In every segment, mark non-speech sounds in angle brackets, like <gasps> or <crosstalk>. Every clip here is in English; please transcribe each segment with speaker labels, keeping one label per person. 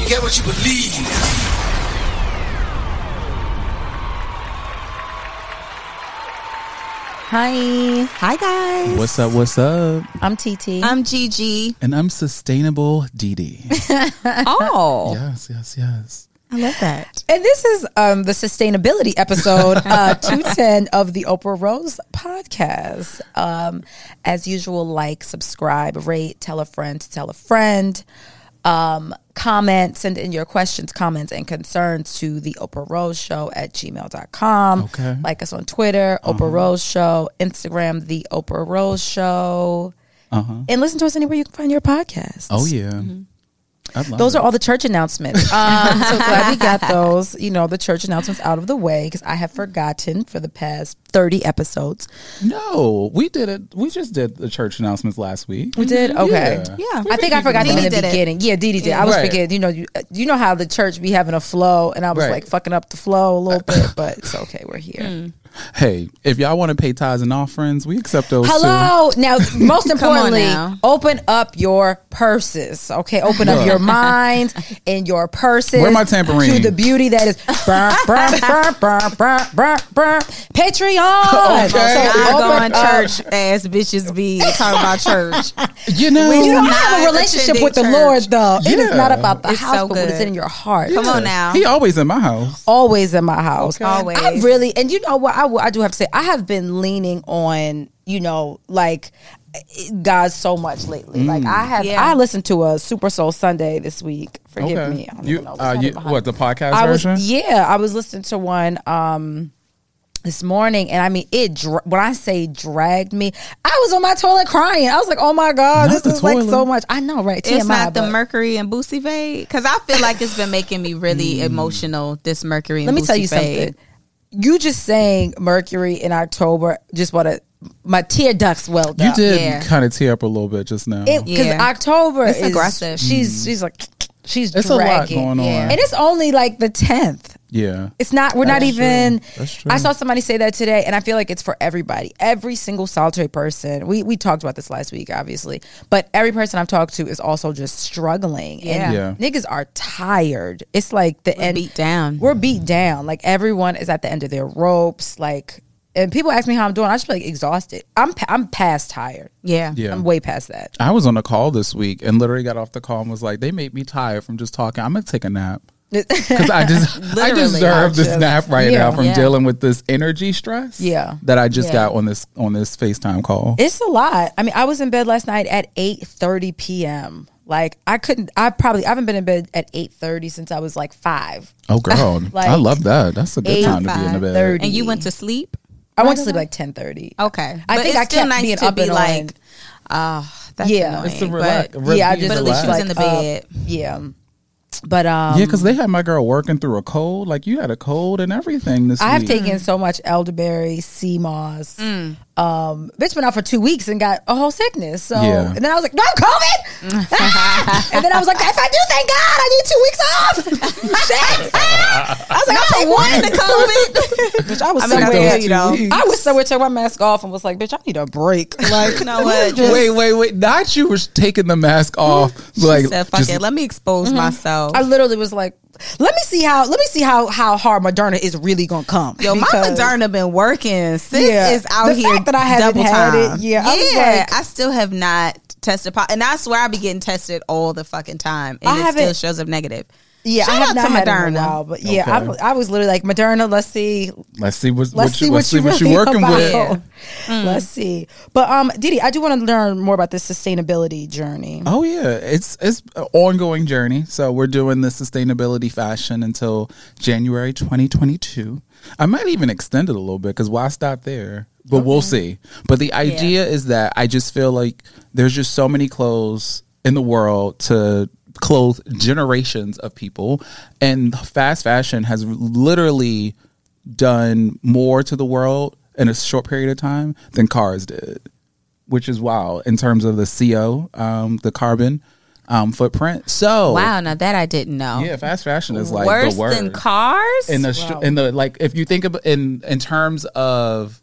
Speaker 1: You get what you believe.
Speaker 2: Hi. Hi, guys.
Speaker 3: What's up? What's up?
Speaker 2: I'm TT.
Speaker 4: I'm Gigi.
Speaker 3: And I'm sustainable
Speaker 2: <laughs>
Speaker 3: DD.
Speaker 2: oh.
Speaker 3: yes, yes, yes.
Speaker 4: I love that.
Speaker 2: And this is um, the sustainability episode
Speaker 3: <laughs>
Speaker 2: uh, 210 of the Oprah Rose podcast. Um, as usual, like, subscribe, rate, tell a friend to tell a friend, um, comment, send in your questions, comments, and concerns to the Oprah Rose Show at gmail.com.
Speaker 3: Okay. Uh-huh.
Speaker 2: Like us on Twitter, Oprah Rose Show, Instagram, The Oprah Rose Show. And listen to us anywhere you can find your podcast.
Speaker 3: Uh-huh. Oh yeah.
Speaker 2: Mm-hmm.
Speaker 3: I'd love
Speaker 2: Those
Speaker 3: it.
Speaker 2: are all the church
Speaker 4: <laughs>
Speaker 2: announcements. Um, so glad we got those, you know, the church announcements out of the way because I have forgotten for the past 30 episodes.
Speaker 3: No, we did it. We just did the church announcements last week.
Speaker 2: We did? Okay.
Speaker 4: Mm-hmm. Yeah.
Speaker 2: I think I forgot them
Speaker 4: Didi
Speaker 2: in the
Speaker 4: did it.
Speaker 2: beginning. Yeah, Didi did. I was
Speaker 3: Right.
Speaker 2: forgetting, you know, you, you know how the church be having a flow and I was
Speaker 3: Right.
Speaker 2: like fucking up the flow a little
Speaker 4: Uh,
Speaker 2: bit, but it's okay. We're
Speaker 4: <laughs> Hmm.
Speaker 2: here.
Speaker 3: Hey, if y'all want to pay tithes and offerings, we accept those too.
Speaker 2: Hello.
Speaker 4: <laughs>
Speaker 2: Now, most importantly,
Speaker 4: now.
Speaker 2: open up your purses. Okay, open up
Speaker 3: Look.
Speaker 2: your mind and your purses.
Speaker 3: Where my tambourine?
Speaker 2: To the beauty that
Speaker 4: <laughs>
Speaker 2: is. Brr, brr, brr, brr, brr, brr, brr. Patreon.
Speaker 3: Okay.
Speaker 2: Oh, So uh,
Speaker 4: God gone
Speaker 2: open up-
Speaker 4: church ass
Speaker 2: <laughs>
Speaker 4: bitches be talking about church.
Speaker 3: You know,
Speaker 2: You don't
Speaker 4: Not
Speaker 2: have a relationship
Speaker 4: attending
Speaker 2: with the
Speaker 4: church.
Speaker 2: Lord, though. It is
Speaker 3: Yeah.
Speaker 2: not about the
Speaker 4: It's
Speaker 2: house,
Speaker 4: so
Speaker 2: but what is
Speaker 4: good.
Speaker 2: in your heart.
Speaker 4: Come on now.
Speaker 3: he always in my house.
Speaker 2: always in my house.
Speaker 4: Okay. Always.
Speaker 2: I really, and you know what? I, will- I do have to say, I have been leaning on, you know, like God so much lately. Like
Speaker 3: Mm.
Speaker 2: I have,
Speaker 4: Yeah.
Speaker 2: I listened to a Super Soul Sunday this week. Forgive
Speaker 3: okay.
Speaker 2: me. I don't
Speaker 3: you,
Speaker 2: even know what's
Speaker 3: uh, you,
Speaker 2: happening behind
Speaker 3: what the podcast
Speaker 2: I was,
Speaker 3: version?
Speaker 2: yeah, I was listening to one um this morning, and I mean, it dra- when I say dragged me, I was on my toilet crying. I was like, "Oh my god,
Speaker 3: Not
Speaker 2: this
Speaker 3: the
Speaker 2: is like so
Speaker 3: toilet.
Speaker 2: much." I know, right?
Speaker 4: It's
Speaker 2: TMI,
Speaker 4: not the
Speaker 2: but-
Speaker 4: Mercury and Boosie fade because I feel like it's been making me really emotional. This Mercury. And
Speaker 2: Hmm. Let me
Speaker 4: Boosie
Speaker 2: tell you
Speaker 4: fade.
Speaker 2: something. You just saying Mercury in October just what a my tear ducts welled
Speaker 3: You
Speaker 2: up.
Speaker 3: did
Speaker 4: Yeah.
Speaker 3: kind of tear up a little bit just now.
Speaker 2: because
Speaker 4: Yeah.
Speaker 2: October
Speaker 4: It's
Speaker 2: is
Speaker 4: aggressive.
Speaker 2: She's she's like she's
Speaker 3: It's a lot
Speaker 2: dragging,
Speaker 3: going on.
Speaker 2: and it's only like the tenth.
Speaker 3: yeah.
Speaker 2: It's not. We're not
Speaker 3: That's true.
Speaker 2: even.
Speaker 3: That's true.
Speaker 2: I saw somebody say that today, and I feel like it's for everybody. Every single solitary person. We we talked about this last week, obviously, but every person I've talked to is also just struggling.
Speaker 4: Yeah.
Speaker 3: Yeah.
Speaker 2: And niggas are tired. It's like the end.
Speaker 4: beat down.
Speaker 2: We're beat down. Like everyone is at the end of their ropes. Like, and people ask me how I'm doing. I just feel like exhausted. I'm pa- I'm past tired.
Speaker 4: Yeah.
Speaker 3: Yeah.
Speaker 2: I'm way past that. <laughs>
Speaker 3: I was on a call this week and literally got off the call and was like, "They made me tired from just talking. I'm gonna take a nap because
Speaker 2: <laughs>
Speaker 3: I just I
Speaker 4: Literally,
Speaker 3: deserve
Speaker 2: I
Speaker 3: this
Speaker 2: just-
Speaker 3: nap right
Speaker 2: Yeah.
Speaker 3: now from
Speaker 4: Yeah.
Speaker 3: dealing with this energy stress.
Speaker 2: Yeah.
Speaker 3: that I just
Speaker 2: Yeah.
Speaker 3: got on this on this Facetime call.
Speaker 2: It's a lot. I mean, I was in bed last night at eight thirty p.m. Like I couldn't. I probably I haven't been in bed at eight thirty since I was like five. <laughs>
Speaker 3: oh girl,
Speaker 2: Like,
Speaker 3: I love that. That's a good
Speaker 2: eight,
Speaker 3: time to be in the bed.
Speaker 2: 5:30.
Speaker 4: And you went to sleep.
Speaker 2: I went to sleep like ten thirty.
Speaker 4: Okay.
Speaker 2: I think
Speaker 4: it's
Speaker 2: I
Speaker 4: still
Speaker 2: kept being up and on.
Speaker 4: like, oh, that's
Speaker 2: Yeah.
Speaker 4: annoying.
Speaker 3: It's a relax.
Speaker 4: but
Speaker 2: Yeah, I
Speaker 3: being
Speaker 2: just
Speaker 4: But at
Speaker 2: was
Speaker 4: least she was
Speaker 2: like, uh,
Speaker 4: in the
Speaker 2: up.
Speaker 4: bed.
Speaker 2: yeah, but um,
Speaker 3: yeah, because they had my girl working through a cold. Like you had a cold and everything this
Speaker 2: I have
Speaker 3: week.
Speaker 2: taken so much elderberry, sea moss. Um, bitch went out for two weeks and got a whole sickness. So
Speaker 3: Yeah.
Speaker 2: and then I was like, no COVID. Ah! and then I was like, if I do, thank God, I need two weeks off. <laughs> Shit. Ah! I was like, I'm one to COVID. <laughs> bitch, I was
Speaker 4: I mean, I
Speaker 2: somewhere.
Speaker 4: feel you though.
Speaker 3: weeks.
Speaker 2: I was somewhere took my mask off and was like, bitch, I need a break. <laughs> Like,
Speaker 4: You know what? Just-
Speaker 3: Wait, wait, wait! Not you was taking the
Speaker 2: <laughs>
Speaker 3: mask off. Like,
Speaker 4: she said, "Fuck
Speaker 3: just-
Speaker 4: it, let me expose myself."
Speaker 2: Mm-hmm. I literally was like, let me see how let me see how how hard Moderna is really gonna come.
Speaker 4: Yo, my
Speaker 2: Because-
Speaker 4: Moderna been working. Sis
Speaker 2: Yeah.
Speaker 4: is out
Speaker 2: The
Speaker 4: here
Speaker 2: fact that I haven't
Speaker 4: double
Speaker 2: had it,
Speaker 4: time.
Speaker 2: yeah, I was like-
Speaker 4: I still have not tested po- and I swear I be getting tested all the fucking time, and
Speaker 2: I
Speaker 4: it still
Speaker 2: haven't-
Speaker 4: shows up negative.
Speaker 2: Yeah,
Speaker 4: Shout
Speaker 2: I have
Speaker 4: out
Speaker 2: not
Speaker 4: to
Speaker 2: had it in a
Speaker 4: Moderna.
Speaker 2: while, but yeah,
Speaker 3: Okay.
Speaker 2: I, I was literally like Moderna. Let's see,
Speaker 3: let's see what,
Speaker 2: let's
Speaker 3: what
Speaker 2: see
Speaker 3: you, let's
Speaker 2: what
Speaker 3: see
Speaker 2: you
Speaker 3: what
Speaker 2: really
Speaker 3: you're working
Speaker 2: about.
Speaker 3: with.
Speaker 2: Let's see. But um, Didi, I do want to learn more about this sustainability journey.
Speaker 3: Oh yeah, it's it's an ongoing journey. So we're doing the sustainability fashion until January 2022. I might even extend it a little bit because why stop there? But we'll see. But the idea is that I just feel like there's just so many clothes in the world to clothed generations of people, and fast fashion has literally done more to the world in a short period of time than cars did, which is wild in terms of the CO, um, the carbon um, footprint. So
Speaker 4: Wow, now that I didn't know.
Speaker 3: Oh. yeah, fast fashion is like
Speaker 4: Worse
Speaker 3: the word
Speaker 4: than cars?
Speaker 3: in the sh in the like if you think about in in terms of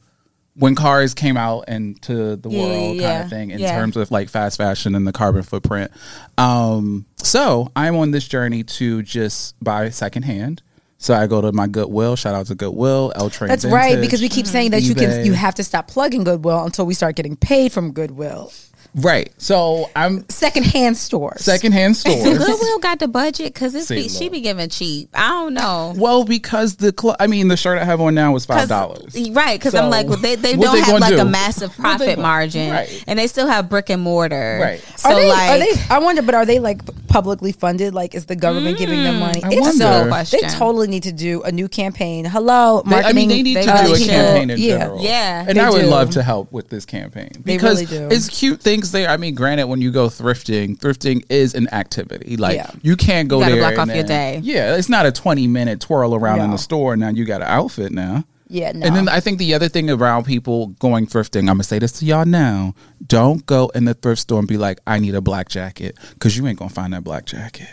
Speaker 3: when cars came out into the
Speaker 4: Yeah,
Speaker 3: world kind
Speaker 4: yeah,
Speaker 3: of thing in
Speaker 4: yeah.
Speaker 3: terms of like fast fashion and the carbon footprint um so i'm on this journey to just buy secondhand so i go to my goodwill shout out to goodwill l train
Speaker 2: That's right, because we keep saying that you can you have to stop plugging Goodwill until we start getting paid from Goodwill.
Speaker 3: right so i'm
Speaker 2: Secondhand stores.
Speaker 3: secondhand stores
Speaker 4: <laughs> <laughs> Goodwill got the budget because it's
Speaker 3: See,
Speaker 4: be, she
Speaker 3: look.
Speaker 4: be giving cheap. I don't know.
Speaker 3: well because the cl- i mean the shirt i have on now is five
Speaker 4: 'Cause-
Speaker 3: dollars
Speaker 4: right? Because
Speaker 3: So,
Speaker 4: I'm like, well, they they
Speaker 3: what
Speaker 4: don't
Speaker 3: they
Speaker 4: have
Speaker 3: gonna
Speaker 4: like a
Speaker 3: do?
Speaker 4: massive
Speaker 3: What they
Speaker 4: profit
Speaker 3: gonna-
Speaker 4: margin,
Speaker 3: Right.
Speaker 4: and they still have brick and mortar,
Speaker 3: Right.
Speaker 4: So
Speaker 2: are they,
Speaker 4: like,
Speaker 2: are they, I wonder, but are they like publicly funded? Like, is the government giving them money?
Speaker 3: Mm, I
Speaker 2: If
Speaker 3: wonder.
Speaker 2: so,
Speaker 4: Question.
Speaker 2: they totally need to do a new campaign. Hello,
Speaker 3: They- I mean,
Speaker 2: marketing.
Speaker 3: they need to
Speaker 4: really
Speaker 3: do a
Speaker 4: should.
Speaker 3: campaign in
Speaker 2: yeah.
Speaker 3: general.
Speaker 4: Yeah,
Speaker 3: and
Speaker 4: they
Speaker 3: I would
Speaker 2: do.
Speaker 3: love to help with this campaign
Speaker 2: They
Speaker 3: because
Speaker 2: really do.
Speaker 3: it's cute things there. I mean, granted, when you go thrifting, thrifting is an activity. Like
Speaker 2: Yeah.
Speaker 3: you can't go
Speaker 4: You gotta
Speaker 3: there
Speaker 4: block
Speaker 3: and
Speaker 4: off your
Speaker 3: then-
Speaker 4: day.
Speaker 3: Yeah, it's not a twenty minute twirl around in
Speaker 2: No.
Speaker 3: the store. Now you got an outfit now.
Speaker 2: Yeah, no.
Speaker 3: And then I think the other thing around people going thrifting, I'm gonna say this to y'all now: don't go in the thrift store and be like, "I need a black jacket," because you ain't gonna find that black jacket.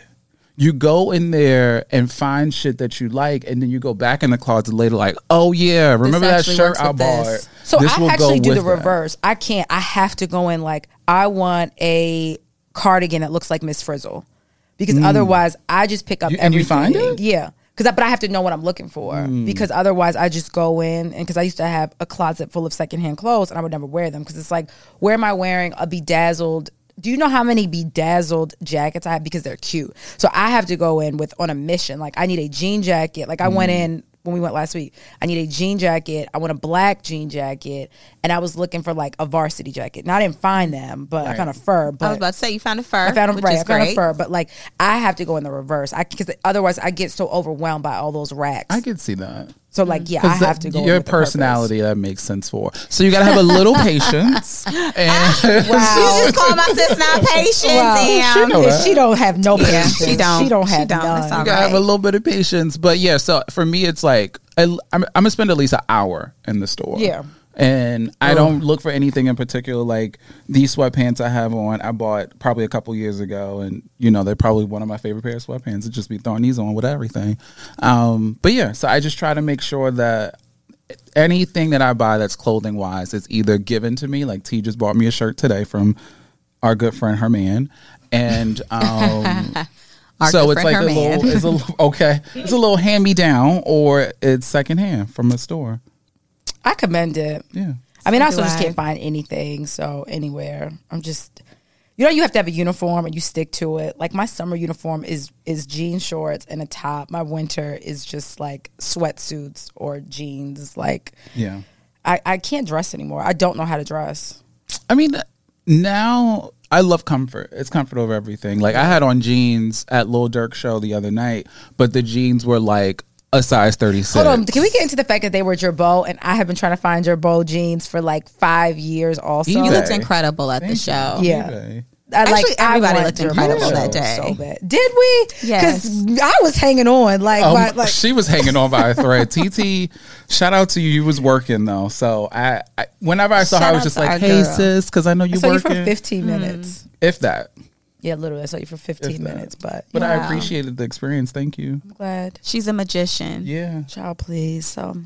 Speaker 3: You go in there and find shit that you like, and then you go back in the closet later, like, "Oh yeah, remember that
Speaker 4: actually
Speaker 3: shirt
Speaker 4: works
Speaker 3: I
Speaker 4: with
Speaker 3: bought?"
Speaker 4: this.
Speaker 2: So
Speaker 3: This
Speaker 2: I
Speaker 3: will go
Speaker 2: actually do
Speaker 3: with
Speaker 2: the
Speaker 3: that."
Speaker 2: reverse. I can't. I have to go in like I want a cardigan that looks like Miss Frizzle, because otherwise I just pick up
Speaker 3: Mm. You- and you
Speaker 2: everything.
Speaker 3: find it?
Speaker 2: Yeah. Cause I, but I have to know what I'm looking for because otherwise I just go in and because I used to have a closet full of secondhand clothes and I would never wear them because it's like where am I wearing a bedazzled? Do you know how many bedazzled jackets I have because they're cute? So I have to go in with on a mission. Like I need a jean jacket. Like I went in when we went last week. I need a jean jacket. I want a black jean jacket, and I was looking for like a varsity jacket. Now I didn't find them, but I found a fur. But
Speaker 4: I was about to say you found a fur.
Speaker 2: I found a
Speaker 4: which
Speaker 2: right.
Speaker 4: is
Speaker 2: I found a
Speaker 4: great.
Speaker 2: fur, but like I have to go in the reverse. I because otherwise I get so overwhelmed by all those racks.
Speaker 3: I could see that.
Speaker 2: so like yeah, I
Speaker 3: 'Cause that-
Speaker 2: have to go. in
Speaker 3: Your
Speaker 2: with the purpose.
Speaker 3: personality that makes sense for. So you gotta have a little <laughs>
Speaker 2: <laughs>
Speaker 3: patience. And
Speaker 4: You just call my sis <laughs> not patient.
Speaker 2: Wow.
Speaker 4: Damn.
Speaker 3: know that.
Speaker 2: She don't have no
Speaker 4: Yeah,
Speaker 2: patience.
Speaker 4: she don't.
Speaker 2: She don't
Speaker 4: She
Speaker 2: have
Speaker 4: don't. That's
Speaker 2: none.
Speaker 4: all
Speaker 3: you gotta have a
Speaker 4: Right.
Speaker 3: little bit of patience. But yeah, so for me, it's like I, am I'm gonna spend at least an hour in the store.
Speaker 2: Yeah.
Speaker 3: And I don't look for anything in particular. Like these sweatpants I have on, I bought probably a couple years ago, and you know they're probably one of my favorite pair of sweatpants. I'd just be throwing these on with everything. Um, but yeah, so I just try to make sure that anything that I buy that's clothing wise is either given to me, like T just bought me a shirt today from our good friend her man,
Speaker 2: <laughs>
Speaker 3: and um,
Speaker 4: Our
Speaker 3: so
Speaker 4: good
Speaker 3: it's like
Speaker 4: friend,
Speaker 3: a
Speaker 4: her man.
Speaker 3: little, it's a little- okay, it's a little hand me down, or it's secondhand from a store.
Speaker 2: I commend it.
Speaker 3: Yeah,
Speaker 2: I mean, I also
Speaker 4: So do
Speaker 2: just
Speaker 4: I.
Speaker 2: can't find anything. So anywhere, I'm just, you know, you have to have a uniform and you stick to it. Like my summer uniform is is jean shorts and a top. My winter is just like sweatsuits or jeans. Like
Speaker 3: yeah.
Speaker 2: I, I can't dress anymore. I don't know how to dress.
Speaker 3: I mean, now I love comfort. It's comfort over everything. Like I had on jeans at Lil Durk show the other night, but the jeans were like a size thirty six.
Speaker 2: Hold on, can we get into the fact that they were Gerbo and I have been trying to find Gerbo jeans for like five years also.
Speaker 3: You
Speaker 4: You looked
Speaker 3: Okay.
Speaker 4: incredible at the show.
Speaker 2: Yeah.
Speaker 3: Okay.
Speaker 2: I, like,
Speaker 4: Actually, everybody
Speaker 2: I want
Speaker 4: looked
Speaker 2: Gerbo
Speaker 4: incredible that
Speaker 2: so
Speaker 4: day.
Speaker 2: bad. Did we?
Speaker 4: Yes.
Speaker 2: Because I was hanging on. Like,
Speaker 3: Oh,
Speaker 2: my,
Speaker 3: my-
Speaker 2: like
Speaker 3: she was hanging on by a
Speaker 5: <laughs>
Speaker 3: thread. TT, shout out to you. You was working though, so I, I whenever I saw her, I
Speaker 4: Shout
Speaker 3: was
Speaker 4: out
Speaker 3: just
Speaker 4: to our
Speaker 3: like, "Hey
Speaker 4: girl.
Speaker 3: sis," because I know you
Speaker 2: I saw you for
Speaker 3: working.
Speaker 2: 15 minutes.
Speaker 3: if that,
Speaker 2: Yeah, literally. I saw you for 15 minutes, but,
Speaker 3: but I
Speaker 4: Wow.
Speaker 3: appreciated the experience. Thank you.
Speaker 2: I'm glad.
Speaker 4: She's a magician.
Speaker 3: Yeah.
Speaker 2: Child, please. So,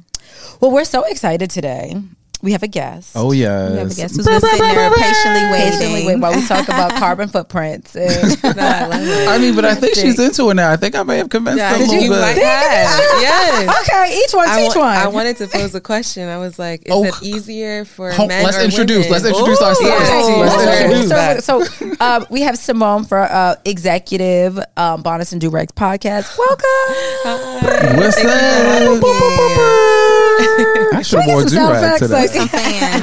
Speaker 2: well, we're so excited today. We have a guest.
Speaker 3: Oh
Speaker 4: We have a
Speaker 3: yes.
Speaker 4: guest who's been sitting there patiently
Speaker 2: Patiently
Speaker 4: waiting.
Speaker 2: wait while we talk about carbon footprints. And,
Speaker 3: I mean, but I think she's into it now. I think I may have convinced her a
Speaker 5: Did
Speaker 3: little
Speaker 5: you
Speaker 3: bit.
Speaker 5: like that? Yes.
Speaker 2: okay, each one,
Speaker 5: I,
Speaker 2: to each
Speaker 5: wa-
Speaker 2: one.
Speaker 5: I wanted to pose a question. I was like, is
Speaker 3: Oh,
Speaker 5: it easier for
Speaker 3: Hold-
Speaker 5: men
Speaker 3: let's
Speaker 5: or
Speaker 3: introduce.
Speaker 5: women?
Speaker 3: Let's introduce
Speaker 5: Ooh,
Speaker 3: ourselves.
Speaker 5: yeah.
Speaker 3: Let's
Speaker 5: Let's
Speaker 3: introduce.
Speaker 5: introduce that.
Speaker 2: So, so uh, we have Simone for uh, executive um, bonus and Durex podcast. Welcome.
Speaker 5: Ah,
Speaker 3: What's that? I should have wore
Speaker 2: Get some sound
Speaker 3: do
Speaker 2: effects,
Speaker 3: today.
Speaker 2: <laughs>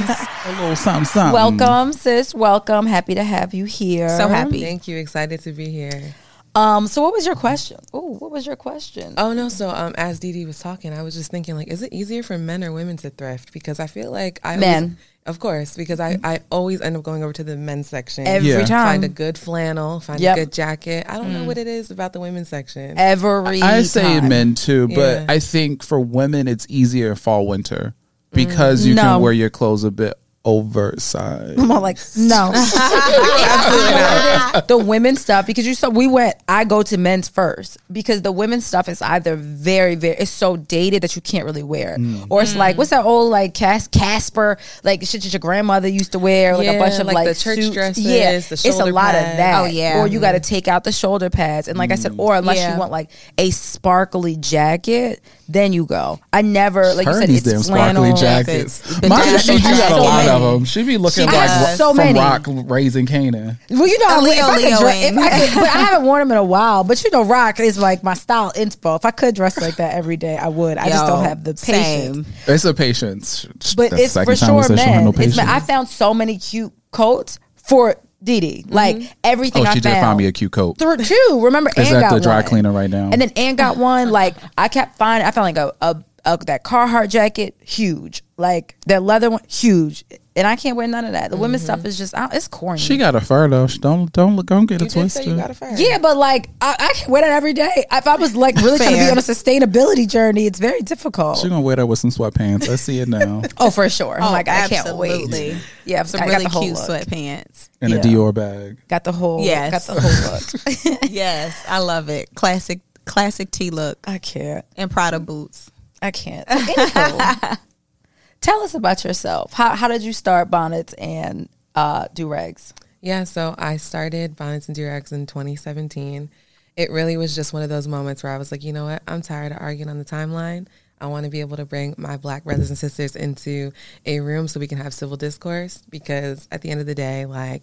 Speaker 3: Um,
Speaker 2: like-
Speaker 4: Fans.
Speaker 3: a little something, something.
Speaker 2: welcome, sis. Welcome. Happy to have you here.
Speaker 4: So happy.
Speaker 5: Thank you. Excited to be here.
Speaker 2: Um, so what was your question? Oh, what was your question?
Speaker 5: Oh no! So um, as Dee Dee was talking, I was just thinking like, is it easier for men or women to thrift? Because I feel like I always-
Speaker 2: Men.
Speaker 5: of course, because I I always end up going over to the men's section
Speaker 2: Every
Speaker 3: Yeah.
Speaker 5: Find
Speaker 2: time.
Speaker 5: a good flannel, find
Speaker 2: Yep. Mm.
Speaker 5: a good jacket. I don't know what it is about the women's section.
Speaker 2: Every
Speaker 3: I say
Speaker 2: time.
Speaker 3: men too, but
Speaker 5: Yeah.
Speaker 3: I think for women it's easier fall winter because you
Speaker 2: No.
Speaker 3: can wear your clothes a bit oversized.
Speaker 2: I'm all like,
Speaker 5: <laughs>
Speaker 2: no. the women's stuff because you saw we went. I go to men's first because the women's stuff is either very, very it's so dated that you can't really wear, it. or it's like what's that old like Cas- Casper like shit that your grandmother used to wear, like a
Speaker 5: Yeah,
Speaker 2: bunch of like,
Speaker 5: like the church
Speaker 2: suits.
Speaker 5: dresses,
Speaker 2: Yeah,
Speaker 5: the
Speaker 2: it's a
Speaker 5: shoulder
Speaker 2: lot of
Speaker 5: pads.
Speaker 2: that.
Speaker 4: Oh, yeah.
Speaker 2: or you got to take out the shoulder pads, and like I said, or unless
Speaker 4: Yeah.
Speaker 2: you want like a sparkly jacket, then you go. I never like you said
Speaker 3: Hermes
Speaker 2: it's
Speaker 3: damn
Speaker 2: flannel.
Speaker 3: sparkly jackets.
Speaker 4: But
Speaker 3: Mine,
Speaker 4: that's
Speaker 3: she, she
Speaker 4: so
Speaker 3: got a
Speaker 4: many.
Speaker 3: lot of them. She be looking
Speaker 2: She
Speaker 3: like
Speaker 2: has
Speaker 3: Ro-
Speaker 2: so
Speaker 3: from
Speaker 2: many.
Speaker 3: Rock Raising Canaan.
Speaker 2: Well, you know,
Speaker 4: A
Speaker 2: I would- if I
Speaker 4: Leo
Speaker 2: could dress, if
Speaker 4: Leoing.
Speaker 2: I, could, but I haven't worn them in a while. But you know, rock is like my style inspo. If I could dress like that every day, I would. I just
Speaker 4: Yo,
Speaker 2: don't have the patience.
Speaker 4: same.
Speaker 3: It's a patience.
Speaker 2: But
Speaker 3: That's
Speaker 2: it's
Speaker 3: the
Speaker 2: for
Speaker 3: second time we
Speaker 2: sure
Speaker 3: said she don't have
Speaker 2: men.
Speaker 3: no
Speaker 2: It's men.
Speaker 3: patience.
Speaker 2: I found so many cute coats for Didi.
Speaker 4: Mm-hmm.
Speaker 2: Like everything
Speaker 3: oh,
Speaker 2: I
Speaker 3: she
Speaker 2: found.
Speaker 3: did find me a cute coat.
Speaker 2: Th- two. Remember,
Speaker 3: It's
Speaker 2: Ann
Speaker 3: at
Speaker 2: got
Speaker 3: the dry
Speaker 2: one.
Speaker 3: cleaner right now.
Speaker 2: And then Ann got one. Like I kept finding, I found like a, a, a that Carhartt jacket, huge. Like that leather one, huge. And I can't wear none of that. The women's
Speaker 4: Mm-hmm.
Speaker 2: stuff is just, out it's corny.
Speaker 3: She got a fur though. She don't don't look. Don't get it
Speaker 5: You did say
Speaker 3: twisted.
Speaker 5: you got a fur.
Speaker 2: Yeah, but like I, I can wear that every day. If I was like really trying to be
Speaker 4: Fair.
Speaker 2: on a sustainability journey, it's very difficult.
Speaker 3: She gonna wear that with some sweatpants. I see it now.
Speaker 2: oh, for sure. I'm like, I can't wait.
Speaker 4: absolutely.
Speaker 2: Yeah,
Speaker 4: Some
Speaker 2: I
Speaker 4: really
Speaker 2: got the whole
Speaker 4: cute
Speaker 2: look. <laughs>
Speaker 4: sweatpants.
Speaker 3: And
Speaker 2: Yeah.
Speaker 3: a Dior bag.
Speaker 2: Got the whole.
Speaker 4: Yes.
Speaker 2: Got the whole
Speaker 4: <laughs>
Speaker 2: look.
Speaker 4: yes, I love it. Classic, classic tea look
Speaker 2: I can't.
Speaker 4: and Prada boots.
Speaker 2: I can't. Anywho, tell us about yourself. How how did you start bonnets and uh, do rags?
Speaker 5: Yeah, so I started Bonnets and Durags in 2017. It really was just one of those moments where I was like, you know what? I'm tired of arguing on the timeline. I want to be able to bring my black brothers and sisters into a room so we can have civil discourse because at the end of the day, like,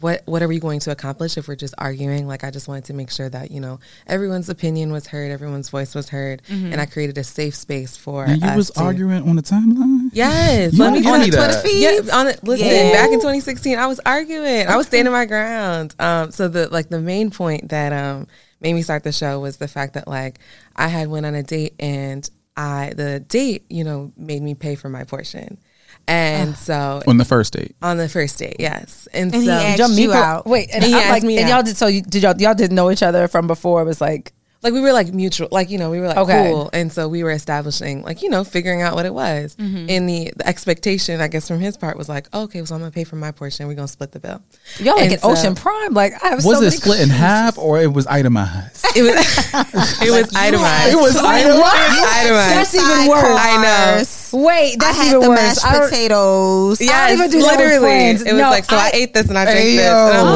Speaker 5: what what are we going to accomplish if we're just arguing? Like I just wanted to make sure that you know everyone's opinion was heard, everyone's voice was heard, and I created a safe space for.
Speaker 3: And you
Speaker 5: us
Speaker 3: was
Speaker 5: to-
Speaker 3: arguing on the timeline.
Speaker 5: Yes,
Speaker 3: You
Speaker 5: let
Speaker 3: don't
Speaker 5: me
Speaker 3: give
Speaker 5: tell
Speaker 3: me
Speaker 5: you
Speaker 3: that.
Speaker 5: Twitter feeds. Yeah, on it, listen, back in 2016, I was arguing. I was standing my ground. Um, so the like the main point that um made me start the show was the fact that like I had went on a date and I the date you know made me pay for my portion, and so
Speaker 3: On the first date.
Speaker 5: on the first date, yes, and,
Speaker 4: Ah. And he
Speaker 5: so
Speaker 4: asked
Speaker 2: Jumped me
Speaker 4: you
Speaker 2: for-
Speaker 4: out.
Speaker 2: Wait, and,
Speaker 5: And he
Speaker 2: I'm
Speaker 5: asked
Speaker 2: like,
Speaker 5: me
Speaker 2: and
Speaker 5: out.
Speaker 2: y'all did so you did y'all y'all didn't know each other from before. It was like
Speaker 5: like we were like mutual, like you know, we were like
Speaker 2: Okay.
Speaker 5: cool, and so we were establishing, like you know, figuring out what it was.
Speaker 2: Mm-hmm.
Speaker 5: And the, the expectation, I guess, from his part was like, "Oh, okay, so I'm gonna pay for my portion. We're gonna split the bill.
Speaker 2: y'all like
Speaker 5: And
Speaker 2: an
Speaker 5: so-
Speaker 2: Ocean Prime. Like I have
Speaker 3: Was
Speaker 2: so
Speaker 3: it
Speaker 2: many
Speaker 3: split
Speaker 2: <laughs>
Speaker 3: in half or it was itemized?
Speaker 5: It was <laughs> it was itemized.
Speaker 3: It was itemized.
Speaker 2: That's even
Speaker 4: Side
Speaker 2: worse.
Speaker 5: I know.
Speaker 4: cars.
Speaker 2: Wait, that's
Speaker 4: I had
Speaker 2: even
Speaker 4: the
Speaker 2: worse. I
Speaker 4: mashed
Speaker 2: don't-
Speaker 4: potatoes.
Speaker 2: I
Speaker 5: Yes,
Speaker 2: don't even do that with friends.
Speaker 5: literally. It was
Speaker 2: No,
Speaker 5: like so I,
Speaker 2: I-
Speaker 5: ate this and I drank this,
Speaker 3: Ayo.
Speaker 2: <gasps>
Speaker 5: and I'm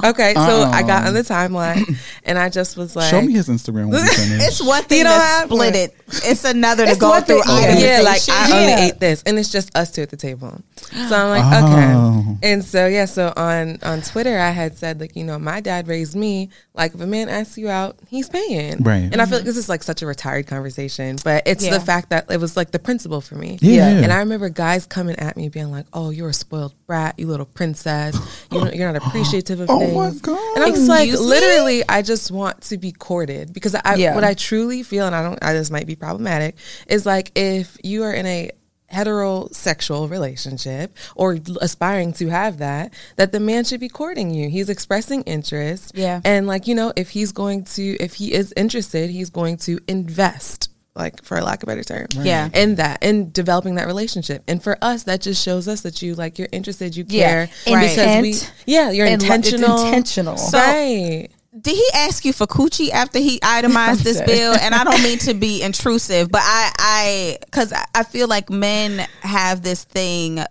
Speaker 5: like, okay. So I got
Speaker 3: Uh-uh.
Speaker 5: on the timeline, and I just was like,
Speaker 3: Show me his Instagram when we
Speaker 2: <laughs>
Speaker 3: finish.
Speaker 4: It's one thing
Speaker 5: don't
Speaker 4: to
Speaker 5: have
Speaker 4: split
Speaker 5: one.
Speaker 4: it. It's another to
Speaker 2: It's
Speaker 4: go
Speaker 2: one
Speaker 4: through.
Speaker 2: thing-
Speaker 4: items.
Speaker 5: Oh, yeah, like I
Speaker 2: Yeah.
Speaker 5: only ate this, and it's just us two at the table. So I'm like,
Speaker 3: Oh.
Speaker 5: okay. And so yeah, so on on Twitter, I had said like, you know, my dad raised me. Like, if a man asks you out, he's paying.
Speaker 3: Right.
Speaker 5: And I feel like this is like such a retired conversation, but it's
Speaker 4: Yeah.
Speaker 5: the fact that it was like the principle for me.
Speaker 3: Yeah. Yeah.
Speaker 5: And I remember guys coming at me being like, "Oh, you're a spoiled brat, you little princess. You don't,
Speaker 3: <gasps>
Speaker 5: you're not appreciative of
Speaker 3: Oh
Speaker 5: things."
Speaker 3: my God.
Speaker 5: And I'm just like,
Speaker 4: Excuse me?
Speaker 5: literally, I just want to be courted because I
Speaker 2: Yeah.
Speaker 5: what I truly feel, and I don't, I, this might be problematic, is like if you are in a heterosexual relationship or aspiring to have that, that the man should be courting you. He's expressing interest.
Speaker 2: Yeah.
Speaker 5: And like, you know, if he's going to, if he is interested, he's going to invest. Like for lack of a better term,
Speaker 4: Yeah.
Speaker 5: in that, in developing that relationship, and for us, that just shows us that you like you're interested, you
Speaker 2: Yeah.
Speaker 5: care,
Speaker 2: Right.
Speaker 5: because we,
Speaker 2: Intent.
Speaker 5: yeah, you're
Speaker 2: And, like, it's
Speaker 5: intentional,
Speaker 2: intentional. So-
Speaker 5: right?
Speaker 4: Did he ask you for coochie after he itemized this
Speaker 2: Okay.
Speaker 4: bill? And I don't mean to be intrusive, but I, I, because I- I feel like men have this thing,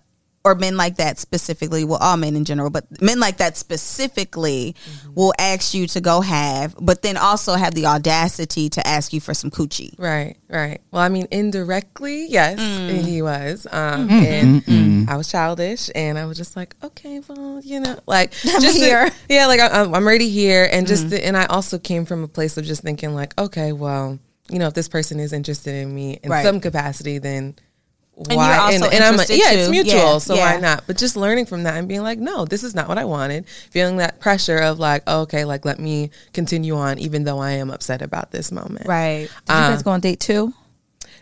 Speaker 4: or men like that specifically. Well, all men in general, but men like that specifically will ask you to go have, but then also have the audacity to ask you for some coochie.
Speaker 5: Right, right. Well, I mean, indirectly, yes,
Speaker 4: Mm.
Speaker 5: he was. Um,
Speaker 4: Mm-hmm.
Speaker 5: and I was childish, and I was just like, okay, well, you know, like
Speaker 4: <laughs> I'm
Speaker 5: just the-
Speaker 4: here. Mm-hmm.
Speaker 5: yeah, like I'm, I'm already here, and just the, and I also came from a place of just thinking like, okay, well, you know, if this person is interested in me in
Speaker 4: Right.
Speaker 5: some capacity, then
Speaker 4: you're
Speaker 5: why
Speaker 4: also interested
Speaker 5: yeah it's
Speaker 4: too.
Speaker 5: mutual
Speaker 4: Yeah,
Speaker 5: so
Speaker 4: yeah.
Speaker 5: why not but just learning from that and being like no this is not what i wanted feeling that pressure of like "Oh, okay like let me continue on even though i am upset about this moment
Speaker 4: Right.
Speaker 2: Did you guys go on date two?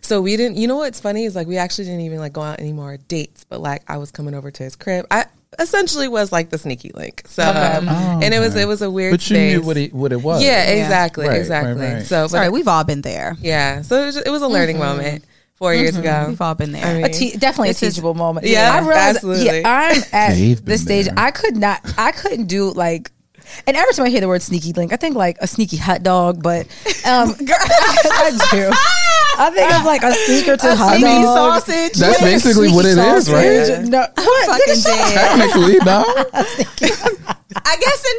Speaker 5: so we didn't you know what's funny is like we actually didn't even like go out any more dates but like i was coming over to his crib i essentially was like the sneaky link so um, and it was it was a weird
Speaker 3: But you knew
Speaker 5: space.
Speaker 3: what it what it was.
Speaker 5: yeah exactly
Speaker 3: Right, right,
Speaker 5: exactly
Speaker 3: right.
Speaker 5: so but
Speaker 4: Sorry, we've all been there.
Speaker 5: yeah so it was, it was a learning moment 4 years ago
Speaker 4: We've all been there.
Speaker 5: I mean-
Speaker 2: A te- definitely a
Speaker 4: This is-
Speaker 2: teachable moment.
Speaker 5: Yeah,
Speaker 2: I realized.
Speaker 5: absolutely.
Speaker 2: Yeah, I'm at
Speaker 3: They've been
Speaker 2: the stage.
Speaker 3: there.
Speaker 2: I could not. I couldn't do like. And every time I hear the word sneaky link, I think like a sneaky hot dog. But <laughs> um, I do. I think I'm like a sneaker to hot
Speaker 4: Sneaky
Speaker 2: dog.
Speaker 4: sausage.
Speaker 3: That's basically what it is, right?
Speaker 2: Sausage. No, what?
Speaker 4: Fucking dead.
Speaker 3: Technically,
Speaker 2: <laughs>
Speaker 3: no.
Speaker 4: I guess in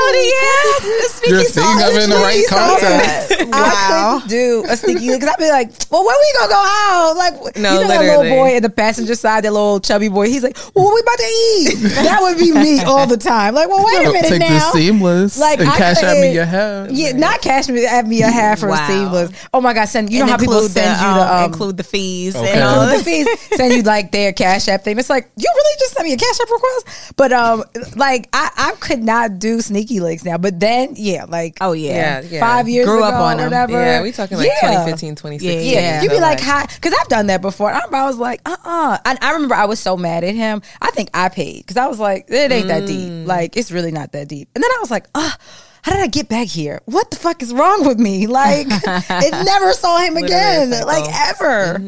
Speaker 4: technicality, yes. The sneaky
Speaker 3: You're thinking of it in the right
Speaker 5: <laughs>
Speaker 3: context.
Speaker 2: I
Speaker 4: Wow.
Speaker 2: couldn't do a sneaky because I'd be like, well, when we gonna go out? Like,
Speaker 5: No,
Speaker 2: you know that
Speaker 5: literally.
Speaker 2: little boy in the passenger side, that little chubby boy. He's like, well, what we about to eat? That would be me all the time. Like, well, wait a minute
Speaker 3: Take
Speaker 2: now.
Speaker 3: this seamless
Speaker 2: Like,
Speaker 3: and
Speaker 2: I
Speaker 3: cash out me
Speaker 2: couldn't-
Speaker 3: your hair.
Speaker 2: Yeah, not cash me at me a half from
Speaker 4: Wow.
Speaker 2: Seamless. Oh my God, send you know
Speaker 4: And
Speaker 2: how people
Speaker 4: include
Speaker 2: send
Speaker 4: the,
Speaker 2: you the um,
Speaker 4: um, include the fees
Speaker 3: Okay.
Speaker 4: and all
Speaker 2: the
Speaker 4: that.
Speaker 2: fees send you like their cash app thing. It's like you really just sent me a cash app request, but um, like I I could not do sneaky legs now. But then yeah, like
Speaker 4: Oh yeah.
Speaker 5: Yeah, yeah.
Speaker 2: five years
Speaker 4: Grew
Speaker 2: ago,
Speaker 4: up on 'em.
Speaker 2: whatever.
Speaker 5: Yeah, we talking like
Speaker 2: Yeah.
Speaker 5: 2015, 2016.
Speaker 4: Yeah, yeah.
Speaker 2: You'd be
Speaker 5: So,
Speaker 2: like, hi, because I've done that before. I, I was like, uh, uh I, I remember I was so mad at him. I think I paid because I was like, it ain't that
Speaker 5: Mm.
Speaker 2: deep. Like, it's really not that deep. And then I was like, ah, how did I get back here? What the fuck is wrong with me?
Speaker 5: <laughs>
Speaker 2: Like, it never saw him again,
Speaker 5: cycle.
Speaker 2: like ever.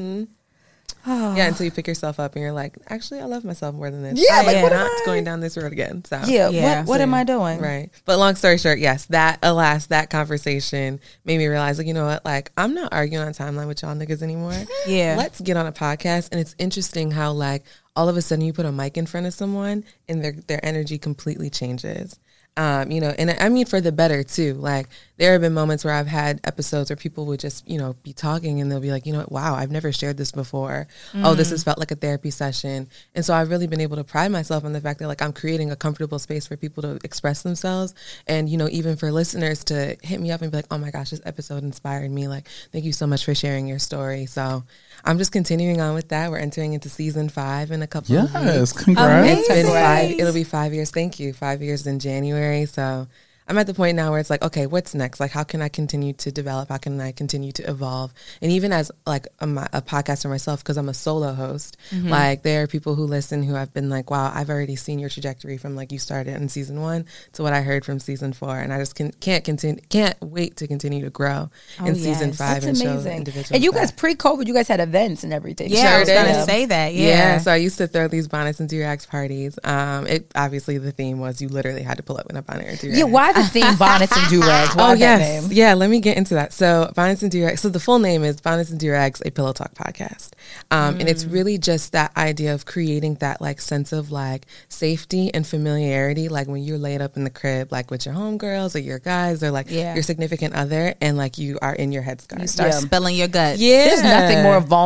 Speaker 2: <sighs>
Speaker 5: yeah, until you pick yourself up and you're like, actually, I love myself more than this.
Speaker 2: Yeah,
Speaker 5: I
Speaker 2: like,
Speaker 5: am
Speaker 2: what am
Speaker 5: not
Speaker 2: I-
Speaker 5: going down this road again. So
Speaker 2: Yeah,
Speaker 4: Yeah.
Speaker 2: What, what am I doing?
Speaker 5: Right. But long story short, yes, that alas, that conversation made me realize, like, you know what? Like, I'm not arguing on timeline with y'all niggas anymore.
Speaker 4: Yeah.
Speaker 5: Let's get on a podcast. And it's interesting how like all of a sudden you put a mic in front of someone and their their energy completely changes. Um, you know, and I mean for the better too. Like there have been moments where I've had episodes where people would just, you know, be talking and they'll be like, you know what, wow, I've never shared this before. Oh, this has felt like a therapy session. And so I've really been able to pride myself on the fact that like I'm creating a comfortable space for people to express themselves and you know, even for listeners to hit me up and be like, Oh my gosh, this episode inspired me. Like, thank you so much for sharing your story. So I'm just continuing on with that. We're entering into season five in a couple of weeks.
Speaker 3: Yes, congrats.
Speaker 5: It's been
Speaker 4: Amazing.
Speaker 5: five. It'll be five years. Thank you. Five years in January. So I'm at the point now where it's like, okay, what's next? Like, how can I continue to develop? How can I continue to evolve? And even as like a, my- a podcaster myself, because I'm a solo host,
Speaker 2: Mm-hmm.
Speaker 5: like there are people who listen who have been like, wow, I've already seen your trajectory from like you started in season one to what I heard from season four, and I just can, can't continue, can't wait to continue to grow in season
Speaker 4: yes.
Speaker 5: five
Speaker 2: Oh, That's
Speaker 5: and show
Speaker 2: amazing.
Speaker 5: individuals.
Speaker 2: And you
Speaker 5: that-
Speaker 2: guys, pre COVID, you guys had events and everything.
Speaker 4: Yeah, I was
Speaker 5: Sure
Speaker 4: gonna
Speaker 5: did.
Speaker 4: say that. Yeah.
Speaker 5: Yeah. so I used to throw these bonnets and durags parties. Um, it obviously the theme was you literally had to pull up in a bonnet or durag.
Speaker 2: Yeah, why the theme bonnets and do rags? Why
Speaker 5: Oh
Speaker 2: that
Speaker 5: yes,
Speaker 2: name?
Speaker 5: yeah. Let me get into that. So bonnets and durags. So the full name is bonnets and durags, a pillow talk podcast, um, and
Speaker 2: Mm.
Speaker 5: it's really just that idea of creating that like sense of like safety and familiarity, like when you're laid up in the crib, like with your homegirls or your guys or like
Speaker 4: Yeah.
Speaker 5: your significant other, and like you are in your headscarf.
Speaker 4: You start
Speaker 2: Yeah.
Speaker 4: spilling your guts.
Speaker 5: yeah,
Speaker 2: There's nothing more vulnerable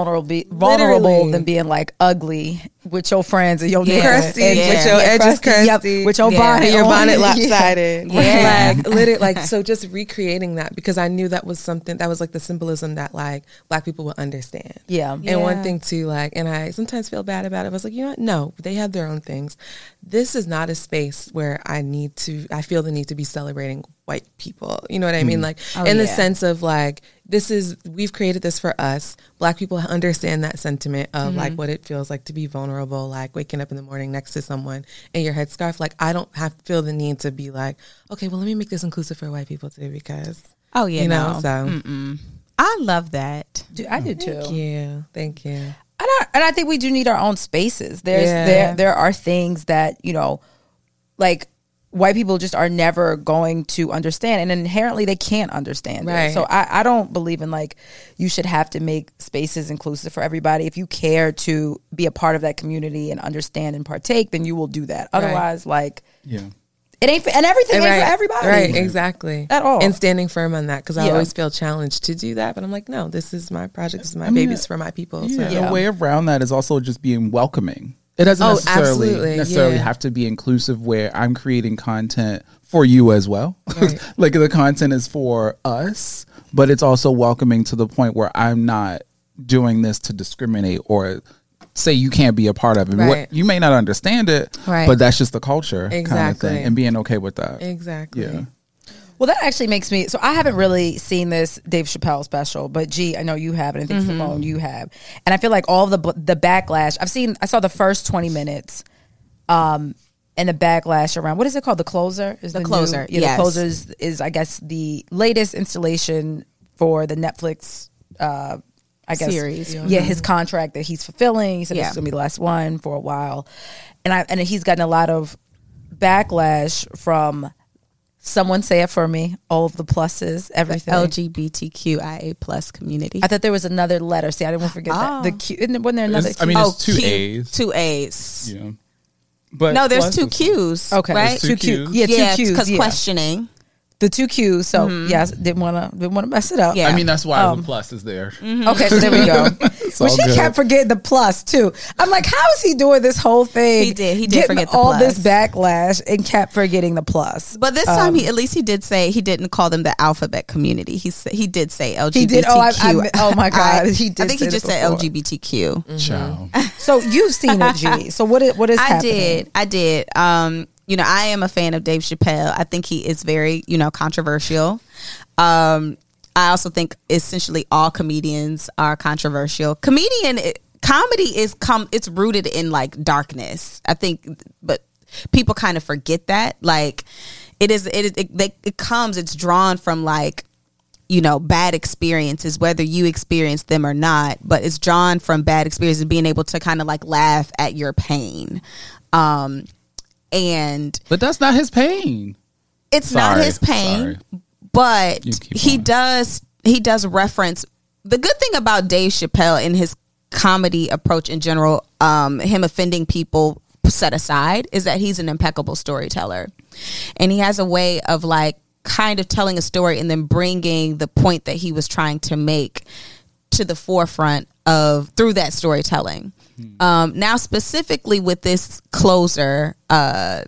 Speaker 2: vulnerable
Speaker 5: Literally.
Speaker 2: than being like ugly with your friends and your
Speaker 4: Yeah.
Speaker 2: neighbors.
Speaker 5: crusty
Speaker 2: and
Speaker 4: Yeah.
Speaker 5: with your
Speaker 2: yeah,
Speaker 5: edges
Speaker 2: crusty,
Speaker 5: crusty,
Speaker 2: yep, with your
Speaker 5: Yeah.
Speaker 2: bonnet
Speaker 5: your
Speaker 2: on.
Speaker 5: bonnet
Speaker 2: <laughs> Yeah.
Speaker 5: lopsided.
Speaker 4: Yeah.
Speaker 5: like literally, like so, just recreating that because I knew that was something that was like the symbolism that like black people would understand.
Speaker 2: Yeah.
Speaker 5: And
Speaker 4: Yeah.
Speaker 5: one thing too, like, and I sometimes feel bad about it. I was like, you know what? No, they have their own things. This is not a space where I need to, I feel the need to be celebrating white people. You know what I mean? Like, in the
Speaker 4: Oh, yeah.
Speaker 5: sense of like, this is, we've created this for us. Black people understand that sentiment of like
Speaker 4: Mm-hmm.
Speaker 5: what it feels like to be vulnerable, like waking up in the morning next to someone in your headscarf. Like, I don't have feel the need to be like, okay, well, let me make this inclusive for white people too, because,
Speaker 4: Oh yeah.
Speaker 5: you
Speaker 4: no.
Speaker 5: know, so.
Speaker 4: I love that.
Speaker 2: Dude, I do too.
Speaker 5: Yeah, thank you.
Speaker 2: And I, and I think we do need our own spaces. There's
Speaker 5: Yeah.
Speaker 2: there there are things that you know, like white people just are never going to understand, and inherently they can't understand. it.
Speaker 5: Right.
Speaker 2: So I, I don't believe in like you should have to make spaces inclusive for everybody. If you care to be a part of that community and understand and partake, then you will do that. Otherwise, like
Speaker 3: Yeah.
Speaker 2: it ain't for, and everything ain't
Speaker 5: right,
Speaker 2: for everybody.
Speaker 5: Right, exactly.
Speaker 2: At all.
Speaker 5: And standing firm on that because I
Speaker 2: Yeah.
Speaker 5: always feel challenged to do that. But I'm like, no, this is my project. This is my
Speaker 3: mean,
Speaker 5: babies for my people. So.
Speaker 3: Yeah, A way around that is also just being welcoming. It doesn't
Speaker 5: Oh,
Speaker 3: necessarily
Speaker 5: absolutely,
Speaker 3: necessarily
Speaker 5: yeah.
Speaker 3: have to be inclusive where I'm creating content for you as well.
Speaker 5: Right.
Speaker 3: <laughs> like the content is for us, but it's also welcoming to the point where I'm not doing this to discriminate or say you can't be a part of it.
Speaker 5: Right.
Speaker 3: What, you may not understand it,
Speaker 4: Right.
Speaker 3: but that's just the culture kind of
Speaker 5: Exactly.
Speaker 3: thing, and being okay with that.
Speaker 5: Exactly.
Speaker 3: Yeah.
Speaker 2: Well, that actually makes me. So I haven't really seen this Dave Chappelle special, but gee, I know you have, and I think
Speaker 4: Mm-hmm.
Speaker 2: Simone you have, and I feel like all the the backlash I've seen. I saw the first twenty minutes, um, and the backlash around what is it called? The closer is the, new-
Speaker 4: Closer,
Speaker 2: yeah,
Speaker 4: yes.
Speaker 2: the closer is, is I guess the latest installation for the Netflix. Uh, I guess
Speaker 4: Series. Mm-hmm.
Speaker 2: yeah, his contract that he's fulfilling. He said this
Speaker 4: Yeah.
Speaker 2: is gonna be the last one for a while, and I and he's gotten a lot of backlash from someone say it for me all of the pluses everything
Speaker 4: LGBTQIA plus community.
Speaker 2: i thought there was another letter see i didn't want to forget that
Speaker 4: Oh.
Speaker 2: the q isn't- wasn't there another
Speaker 3: It's- I mean,
Speaker 2: Q?
Speaker 3: it's two
Speaker 4: Q-
Speaker 3: A's.
Speaker 4: Two A's.
Speaker 3: Yeah. But
Speaker 4: No, there's
Speaker 3: plus
Speaker 4: two
Speaker 3: it's-
Speaker 4: Q's.
Speaker 2: Oh, okay
Speaker 4: right?
Speaker 3: two
Speaker 2: two q
Speaker 3: Qs.
Speaker 2: yeah two
Speaker 4: yeah,
Speaker 2: q's
Speaker 4: because
Speaker 2: yeah.
Speaker 4: questioning.
Speaker 2: the two q's so yes didn't want to didn't want to mess it up
Speaker 4: Yeah.
Speaker 3: I mean, uh, that's why the plus is there.
Speaker 2: <laughs> okay so there we
Speaker 3: <laughs>
Speaker 2: go well
Speaker 3: all
Speaker 2: she
Speaker 3: good.
Speaker 2: kept forgetting the plus too i'm like how is he doing this whole thing
Speaker 4: He did. He did
Speaker 2: getting
Speaker 4: forget the
Speaker 2: all this
Speaker 4: plus.
Speaker 2: backlash and kept forgetting the plus
Speaker 4: But this time,
Speaker 3: um,
Speaker 4: he at least he did say he didn't call them the alphabet community. He sa- he did say LGBTQ.
Speaker 2: did. Oh, I- I mi- oh my God. He did
Speaker 4: I think
Speaker 2: say
Speaker 4: he just
Speaker 2: that
Speaker 4: said
Speaker 2: before.
Speaker 4: LGBTQ.
Speaker 3: Child.
Speaker 2: so you've seen
Speaker 4: <laughs>
Speaker 2: it g so what is, what is
Speaker 4: I
Speaker 2: happening
Speaker 4: did. I did. Um, you know, I am a fan of Dave Chappelle. I think he is very, you know, controversial. Um, I also think essentially all comedians are controversial. Comedian it- comedy is come it's rooted in like darkness. I think but people kind of forget that. Like it is it is it, they, it comes it's drawn from like you know bad experiences whether you experience them or not but it's drawn from bad experiences being able to kind of like laugh at your pain um and
Speaker 3: But that's not his pain.
Speaker 4: it's
Speaker 3: Sorry.
Speaker 4: not his pain
Speaker 3: Sorry.
Speaker 4: but
Speaker 3: You keep
Speaker 4: he
Speaker 3: on.
Speaker 4: does he does reference the good thing about Dave Chappelle and his comedy approach in general um him offending people set aside is that he's an impeccable storyteller and he has a way of like kind of telling a story and then bringing the point that he was trying to make to the forefront of through that storytelling
Speaker 3: Hmm.
Speaker 4: um now specifically with this closer uh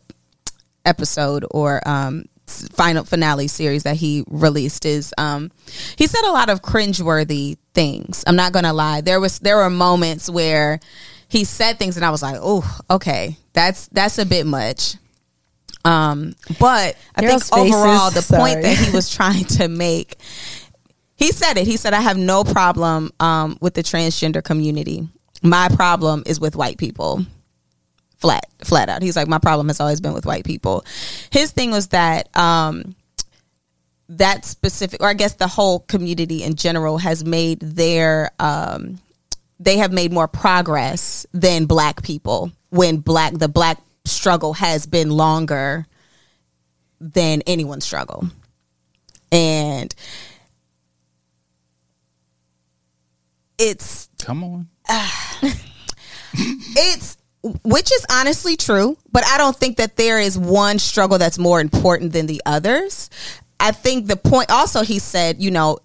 Speaker 4: episode or um s- final finale series that he released is um he said a lot of cringeworthy things. I'm not gonna lie. There was there were moments where he said things and I was like, oh, okay, that's that's a bit much. Um, but I
Speaker 2: Girls'
Speaker 4: think
Speaker 2: faces.
Speaker 4: overall the
Speaker 2: Sorry.
Speaker 4: point that he was trying to make he said it. He said, I have no problem um, with the transgender community. My problem is with white people. Flat, flat out. He's like, my problem has always been with white people. His thing was that um, that specific, or I guess the whole community in general, has made their um, they have made more progress than black people when black the black struggle has been longer than anyone's struggle and it's
Speaker 3: Come on.
Speaker 4: it's which is honestly true, but I don't think that there is one struggle that's more important than the others. I think the point also he said, you know,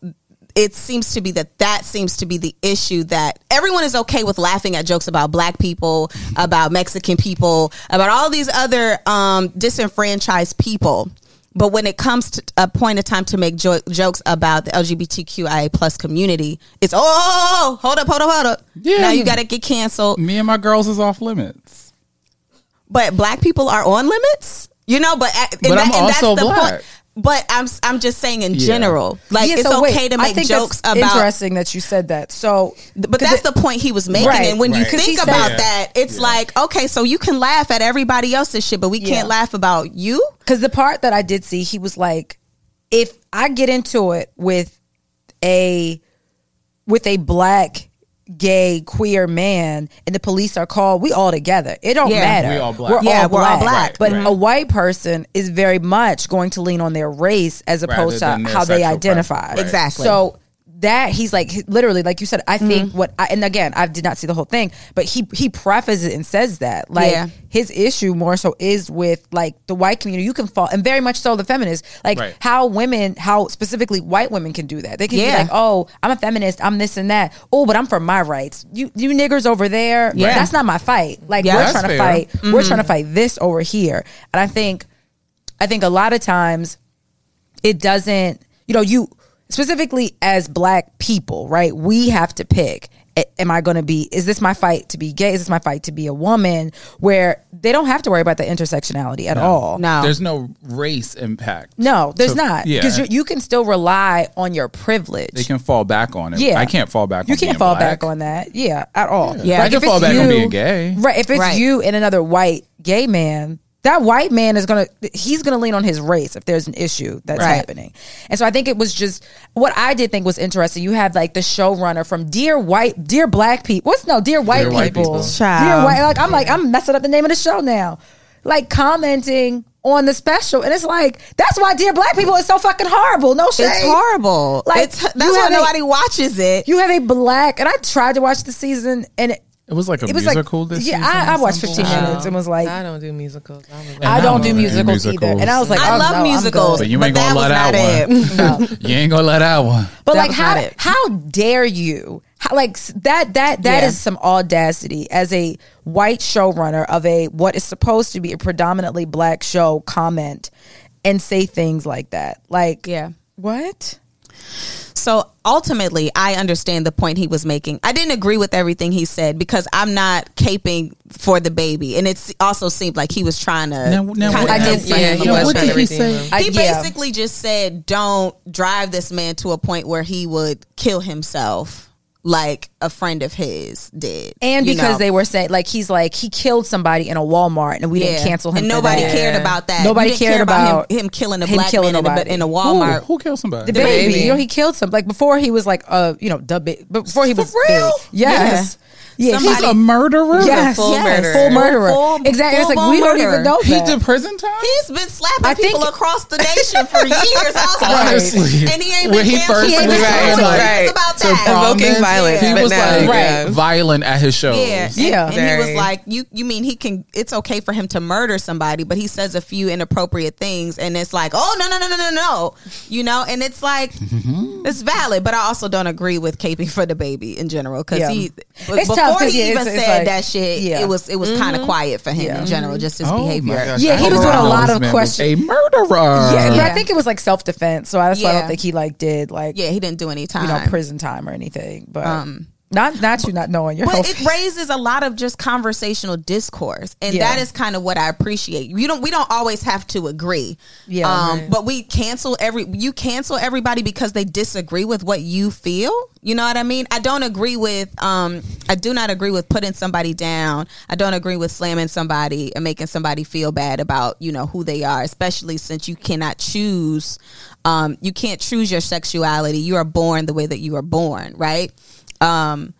Speaker 4: it seems to be that that seems to be the issue that everyone is okay with laughing at jokes about black people, about Mexican people, about all these other um, disenfranchised people. But when it comes to a point of time to make jo- jokes about the LGBTQIA plus community, it's oh, hold up, hold up, hold up.
Speaker 3: Yeah.
Speaker 4: Now you got to get canceled
Speaker 3: Me and my girls is off limits.
Speaker 4: but black people are on limits, you know. But and
Speaker 3: But I'm also black.
Speaker 4: But I'm I'm just saying in
Speaker 3: Yeah.
Speaker 4: general, like
Speaker 2: Yeah,
Speaker 4: it's
Speaker 2: so
Speaker 4: okay
Speaker 2: wait,
Speaker 4: to
Speaker 2: I
Speaker 4: make
Speaker 2: think that's
Speaker 4: jokes about.
Speaker 2: interesting that you said that so
Speaker 4: But that's the point he was making,
Speaker 2: Right,
Speaker 4: and when you
Speaker 3: right. 'Cause
Speaker 2: he
Speaker 4: think
Speaker 2: said-
Speaker 4: about
Speaker 3: Yeah.
Speaker 4: that, it's like okay, so you can laugh at everybody else's shit, but we
Speaker 2: Yeah.
Speaker 4: can't laugh about you.
Speaker 2: Because the part that I did see, he was like, if I get into it with a with a black gay queer man and the police are called we all together it don't
Speaker 4: Yeah.
Speaker 2: matter
Speaker 3: We all black.
Speaker 4: Yeah, we're all black.
Speaker 2: but
Speaker 3: Right.
Speaker 2: a white person is very much going to lean on their race as opposed to
Speaker 3: than their
Speaker 2: how they
Speaker 3: sexual
Speaker 2: identify
Speaker 3: preference.
Speaker 4: Exactly. Mm-hmm.
Speaker 2: so that he's like he- literally like you said i think what I, and again i did not see the whole thing but he he prefaces it and says that like
Speaker 4: Yeah.
Speaker 2: his issue more so is with like the white community. You can fall, and very much so the feminists, like
Speaker 3: Right.
Speaker 2: how women, how specifically white women can do that. They can
Speaker 4: Yeah.
Speaker 2: be like, "Oh, I'm a feminist. I'm this and that. Oh, but I'm for my rights. You you niggers over there,
Speaker 4: Yeah.
Speaker 2: that's not my fight. Like
Speaker 4: Yeah.
Speaker 2: we're
Speaker 4: That's
Speaker 2: trying to
Speaker 3: fair. Mm-hmm.
Speaker 2: fight. We're trying to fight this over here." And I think, I think a lot of times it doesn't you know you specifically as black people right we have to pick a- am I going to be? Is this my fight to be gay? Is this my fight to be a woman? Where they don't have to worry about the intersectionality at all.
Speaker 4: No.
Speaker 3: There's no race impact.
Speaker 2: No, there's
Speaker 3: So-
Speaker 2: not.
Speaker 3: Yeah.
Speaker 2: Because you can still rely on your privilege.
Speaker 3: they can fall back on it.
Speaker 2: Yeah.
Speaker 3: I can't fall back
Speaker 2: You
Speaker 3: on
Speaker 2: can't
Speaker 3: being
Speaker 2: fall
Speaker 3: black.
Speaker 2: back on that. Yeah, at all.
Speaker 4: Yeah.
Speaker 3: I can
Speaker 2: if it's
Speaker 3: fall back on
Speaker 2: you-
Speaker 3: being gay.
Speaker 2: Right. If it's
Speaker 4: Right.
Speaker 2: you and another white gay man, that white man is gonna he's gonna lean on his race if there's an issue that's
Speaker 4: Right.
Speaker 2: happening. And so I think it was just what I did think was interesting. You had like the showrunner from Dear White Dear Black People. What's no Dear
Speaker 3: Dear
Speaker 2: White People.
Speaker 3: White People.
Speaker 4: Child.
Speaker 2: Dear White like I'm like, I'm messing up the name of the show now. Like commenting on the special. And it's like, that's why Dear Black People is so fucking horrible. No shit.
Speaker 4: It's horrible.
Speaker 2: Like,
Speaker 4: it's, that's
Speaker 2: you
Speaker 4: why
Speaker 2: have a-
Speaker 4: nobody watches it.
Speaker 2: You have a black and I tried to watch the season and it,
Speaker 3: It was like a
Speaker 2: it was like
Speaker 3: musical this
Speaker 2: Yeah,
Speaker 3: season
Speaker 2: I, I
Speaker 3: or
Speaker 2: watched
Speaker 3: something.
Speaker 2: 15 minutes and was like
Speaker 5: I don't do musicals. I was like,
Speaker 2: I don't do
Speaker 3: any
Speaker 2: musicals, either.
Speaker 3: musicals.
Speaker 2: And I was like,
Speaker 4: I
Speaker 2: oh, no,
Speaker 4: love
Speaker 2: I'm
Speaker 4: musicals,
Speaker 2: good.
Speaker 3: But you ain't
Speaker 4: that
Speaker 3: gonna
Speaker 4: was
Speaker 3: let
Speaker 4: not
Speaker 3: out <laughs>
Speaker 4: it.
Speaker 3: You ain't gonna let that one.
Speaker 2: But
Speaker 5: Uh,
Speaker 4: That
Speaker 2: like,
Speaker 4: was
Speaker 2: how
Speaker 4: not it.
Speaker 2: how dare you? How, like s- that that that is
Speaker 4: Yeah.
Speaker 2: some audacity as a white showrunner of a what is supposed to be a predominantly black show comment and say things like that. Like,
Speaker 4: Yeah.
Speaker 2: what?
Speaker 4: So ultimately, I understand the point he was making. I didn't agree with everything he said because I'm not caping for the baby, and it also seemed like he was trying to.
Speaker 3: Now- now
Speaker 4: kinda
Speaker 3: what-
Speaker 4: I did
Speaker 2: now-
Speaker 4: see
Speaker 5: yeah,
Speaker 4: him
Speaker 5: he
Speaker 4: a
Speaker 3: what
Speaker 4: little
Speaker 5: was
Speaker 4: bit.
Speaker 5: trying
Speaker 3: did
Speaker 5: to
Speaker 3: he
Speaker 5: redeem
Speaker 3: say?
Speaker 5: him.
Speaker 2: I-
Speaker 4: he
Speaker 2: yeah.
Speaker 4: basically just said, "Don't drive this man to a point where he would kill himself, like a friend of his did."
Speaker 2: And
Speaker 4: you
Speaker 2: because
Speaker 4: know?
Speaker 2: they were saying like he's like he killed somebody in a Walmart and we didn't
Speaker 4: Yeah.
Speaker 2: cancel him.
Speaker 4: and
Speaker 2: for
Speaker 4: nobody
Speaker 2: that.
Speaker 4: cared about that.
Speaker 2: Nobody
Speaker 4: You didn't
Speaker 2: cared
Speaker 4: care
Speaker 2: about
Speaker 4: him, him killing a
Speaker 2: him
Speaker 4: black
Speaker 2: killing
Speaker 4: man in
Speaker 2: nobody.
Speaker 4: a, in a
Speaker 3: Who,
Speaker 4: Walmart.
Speaker 3: who killed somebody?
Speaker 2: The baby.
Speaker 4: baby.
Speaker 2: you know, he killed some. Like before, he was like, uh, you know, the big. Before he was
Speaker 4: For real?
Speaker 2: big. yes, yeah.
Speaker 4: Somebody-
Speaker 2: he's
Speaker 3: He's a murderer.
Speaker 2: Yes,
Speaker 5: full
Speaker 2: yes.
Speaker 5: murderer.
Speaker 2: Full murderer.
Speaker 4: Full-
Speaker 2: exactly. It's like
Speaker 4: full-blown
Speaker 2: we don't
Speaker 4: murderer.
Speaker 2: even know
Speaker 3: He
Speaker 2: that.
Speaker 3: did prison time.
Speaker 4: He's been slapping
Speaker 2: I
Speaker 4: people
Speaker 2: think-
Speaker 4: across the nation for years. Also.
Speaker 3: Honestly.
Speaker 4: and he ain't
Speaker 3: When
Speaker 4: been
Speaker 3: he
Speaker 4: canceled.
Speaker 3: first
Speaker 4: He ain't been
Speaker 5: was
Speaker 4: canceled.
Speaker 5: like-
Speaker 4: It's
Speaker 5: Right.
Speaker 4: about
Speaker 3: So
Speaker 4: that.
Speaker 3: prominent,
Speaker 5: Evoking violence,
Speaker 3: He
Speaker 5: but
Speaker 3: was
Speaker 5: now-
Speaker 3: like
Speaker 5: Right.
Speaker 3: violent at his shows.
Speaker 4: Yeah, and,
Speaker 2: Yeah.
Speaker 4: and he was
Speaker 5: Very.
Speaker 4: like, "You, you mean he can? It's okay for him to murder somebody, but he says a few inappropriate things, and it's like, oh no, no, no, no, no, no, you know." And it's like,
Speaker 3: Mm-hmm.
Speaker 4: it's valid, but I also don't agree with caping for the baby in general because
Speaker 2: Yeah.
Speaker 4: he, b-
Speaker 2: It's
Speaker 4: before
Speaker 2: tough 'cause,
Speaker 4: he
Speaker 2: yeah,
Speaker 4: even
Speaker 2: it's-
Speaker 4: said
Speaker 2: it's like-
Speaker 4: that shit,
Speaker 2: yeah. Mm-hmm.
Speaker 4: it was it was kind of quiet for him in general, just his
Speaker 3: Oh my
Speaker 4: behavior.
Speaker 3: gosh,
Speaker 2: Yeah,
Speaker 3: I
Speaker 2: he was
Speaker 3: didn't
Speaker 2: doing a
Speaker 3: know
Speaker 2: lot
Speaker 3: this
Speaker 2: of
Speaker 3: man
Speaker 2: question-
Speaker 3: was A murderer.
Speaker 2: yeah, but I
Speaker 4: Yeah.
Speaker 2: think it was like self defense. So that's why I
Speaker 4: Yeah.
Speaker 2: don't think he like did like
Speaker 4: Yeah, he didn't do any time.
Speaker 2: you know prison time or anything. But not not you not knowing your
Speaker 4: But
Speaker 2: health.
Speaker 4: it raises a lot of just conversational discourse, and
Speaker 2: Yeah.
Speaker 4: that is kind of what I appreciate. You don't we don't always have to agree,
Speaker 2: Yeah,
Speaker 4: Um, But we cancel every you cancel everybody because they disagree with what you feel. You know what I mean? I don't agree with um I do not agree with putting somebody down. I don't agree with slamming somebody and making somebody feel bad about you know who they are, especially since you cannot choose. Um, you can't choose your sexuality. You are born the way that you are born, right? Um,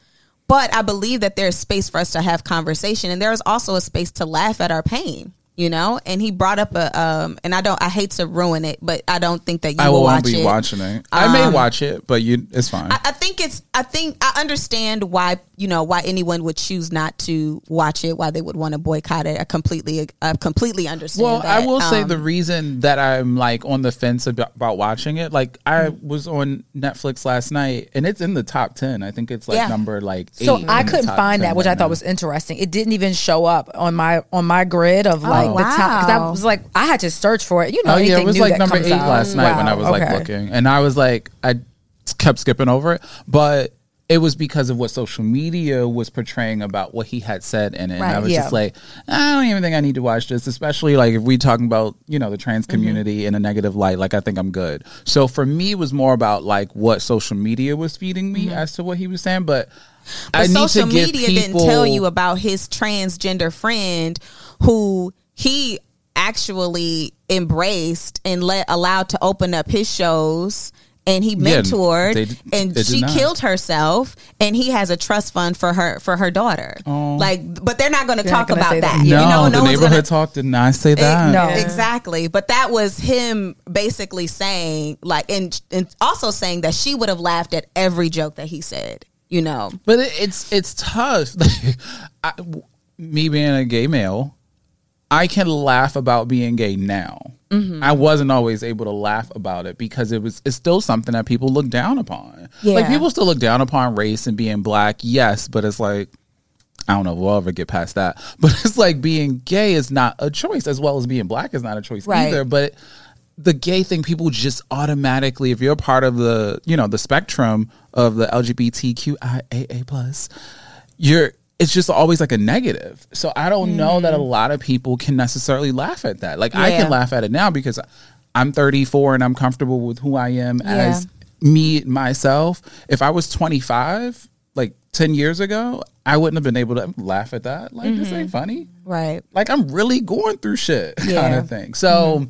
Speaker 4: but I believe that there's space for us to have conversation, and there is also a space to laugh at our pain. You know, and he brought up a um, and I don't, I hate to ruin it, but I don't think that you
Speaker 3: I
Speaker 4: will
Speaker 3: won't
Speaker 4: watch
Speaker 3: be
Speaker 4: it. Um,
Speaker 3: watching it. I may watch it, but you, it's fine.
Speaker 4: I, I think it's, I think I understand why you know why anyone would choose not to watch it, why they would want to boycott it. I completely, I completely understand.
Speaker 3: well, I
Speaker 4: that.
Speaker 3: will say
Speaker 4: Um,
Speaker 3: the reason that I'm like on the fence about, about watching it, like I
Speaker 4: Mm-hmm.
Speaker 3: was on Netflix last night, and it's in the top ten. I think it's like
Speaker 4: Yeah.
Speaker 3: number like. Eight
Speaker 2: so
Speaker 3: in
Speaker 2: I
Speaker 3: the
Speaker 2: couldn't
Speaker 3: top
Speaker 2: find
Speaker 3: 10
Speaker 2: that, which I
Speaker 3: right
Speaker 2: thought
Speaker 3: now.
Speaker 2: was interesting. It didn't even show up on my on my grid of like the top because I
Speaker 4: Oh, wow.
Speaker 2: was like I had to search for it. You know,
Speaker 3: Oh
Speaker 2: anything
Speaker 3: yeah, it was
Speaker 2: new
Speaker 3: like
Speaker 2: that
Speaker 3: number
Speaker 2: comes
Speaker 3: eight
Speaker 2: out.
Speaker 3: last night when
Speaker 2: Wow,
Speaker 3: I was like
Speaker 2: okay.
Speaker 3: looking, and I was like, I kept skipping over it, but it was because of what social media was portraying about what he had said in it. and I
Speaker 2: Right,
Speaker 3: was
Speaker 2: yeah.
Speaker 3: just like, I don't even think I need to watch this, especially like if we talking about you know the
Speaker 4: Mm-hmm.
Speaker 3: trans community in a negative light. Like I think I'm good. So for me, it was more about like what social media was feeding me as to what he was saying, but. I
Speaker 4: Mm-hmm. But
Speaker 3: need
Speaker 4: social
Speaker 3: to give
Speaker 4: media
Speaker 3: people,
Speaker 4: didn't tell you about his transgender friend who he actually embraced and let allowed to open up his shows and he
Speaker 3: Yeah,
Speaker 4: mentored
Speaker 3: they d-
Speaker 4: and
Speaker 3: they did
Speaker 4: she
Speaker 3: not.
Speaker 4: killed herself and he has a trust fund for her for her daughter like but they're not going to
Speaker 2: Oh. not
Speaker 4: talk
Speaker 2: gonna
Speaker 4: about
Speaker 2: say
Speaker 4: that,
Speaker 2: that.
Speaker 3: No,
Speaker 4: you know
Speaker 3: the
Speaker 4: no one's
Speaker 3: neighborhood
Speaker 4: gonna,
Speaker 3: talk did not say
Speaker 4: Eh,
Speaker 3: that.
Speaker 2: No.
Speaker 4: exactly. But that was him basically saying, like, and, and also saying that she would have laughed at every joke that he said. You know,
Speaker 3: But it, it's it's tough. <laughs> Like, I, w- me being a gay male, I can laugh about being gay now. I wasn't always able to laugh about it because it was it's still something that people look down upon. Like
Speaker 4: Yeah.
Speaker 3: people still look down upon race and being black, yes, but it's like I don't know if we'll ever get past that. <laughs> But it's like being gay is not a choice as well as being black is not a choice
Speaker 4: Right.
Speaker 3: either. But the gay thing people just automatically if you're part of the you know the spectrum of the lgbtqia plus you're it's just always like a negative so i don't know that a lot of people can necessarily laugh at that like i
Speaker 4: Hmm. Yeah.
Speaker 3: can laugh at it now because i'm 34 and i'm comfortable with who i am
Speaker 4: Yeah.
Speaker 3: as me myself if i was 25 like 10 years ago i wouldn't have been able to laugh at that like this ain't funny
Speaker 4: Right.
Speaker 3: like I'm really going through shit <laughs> kind
Speaker 4: Yeah.
Speaker 3: of thing. So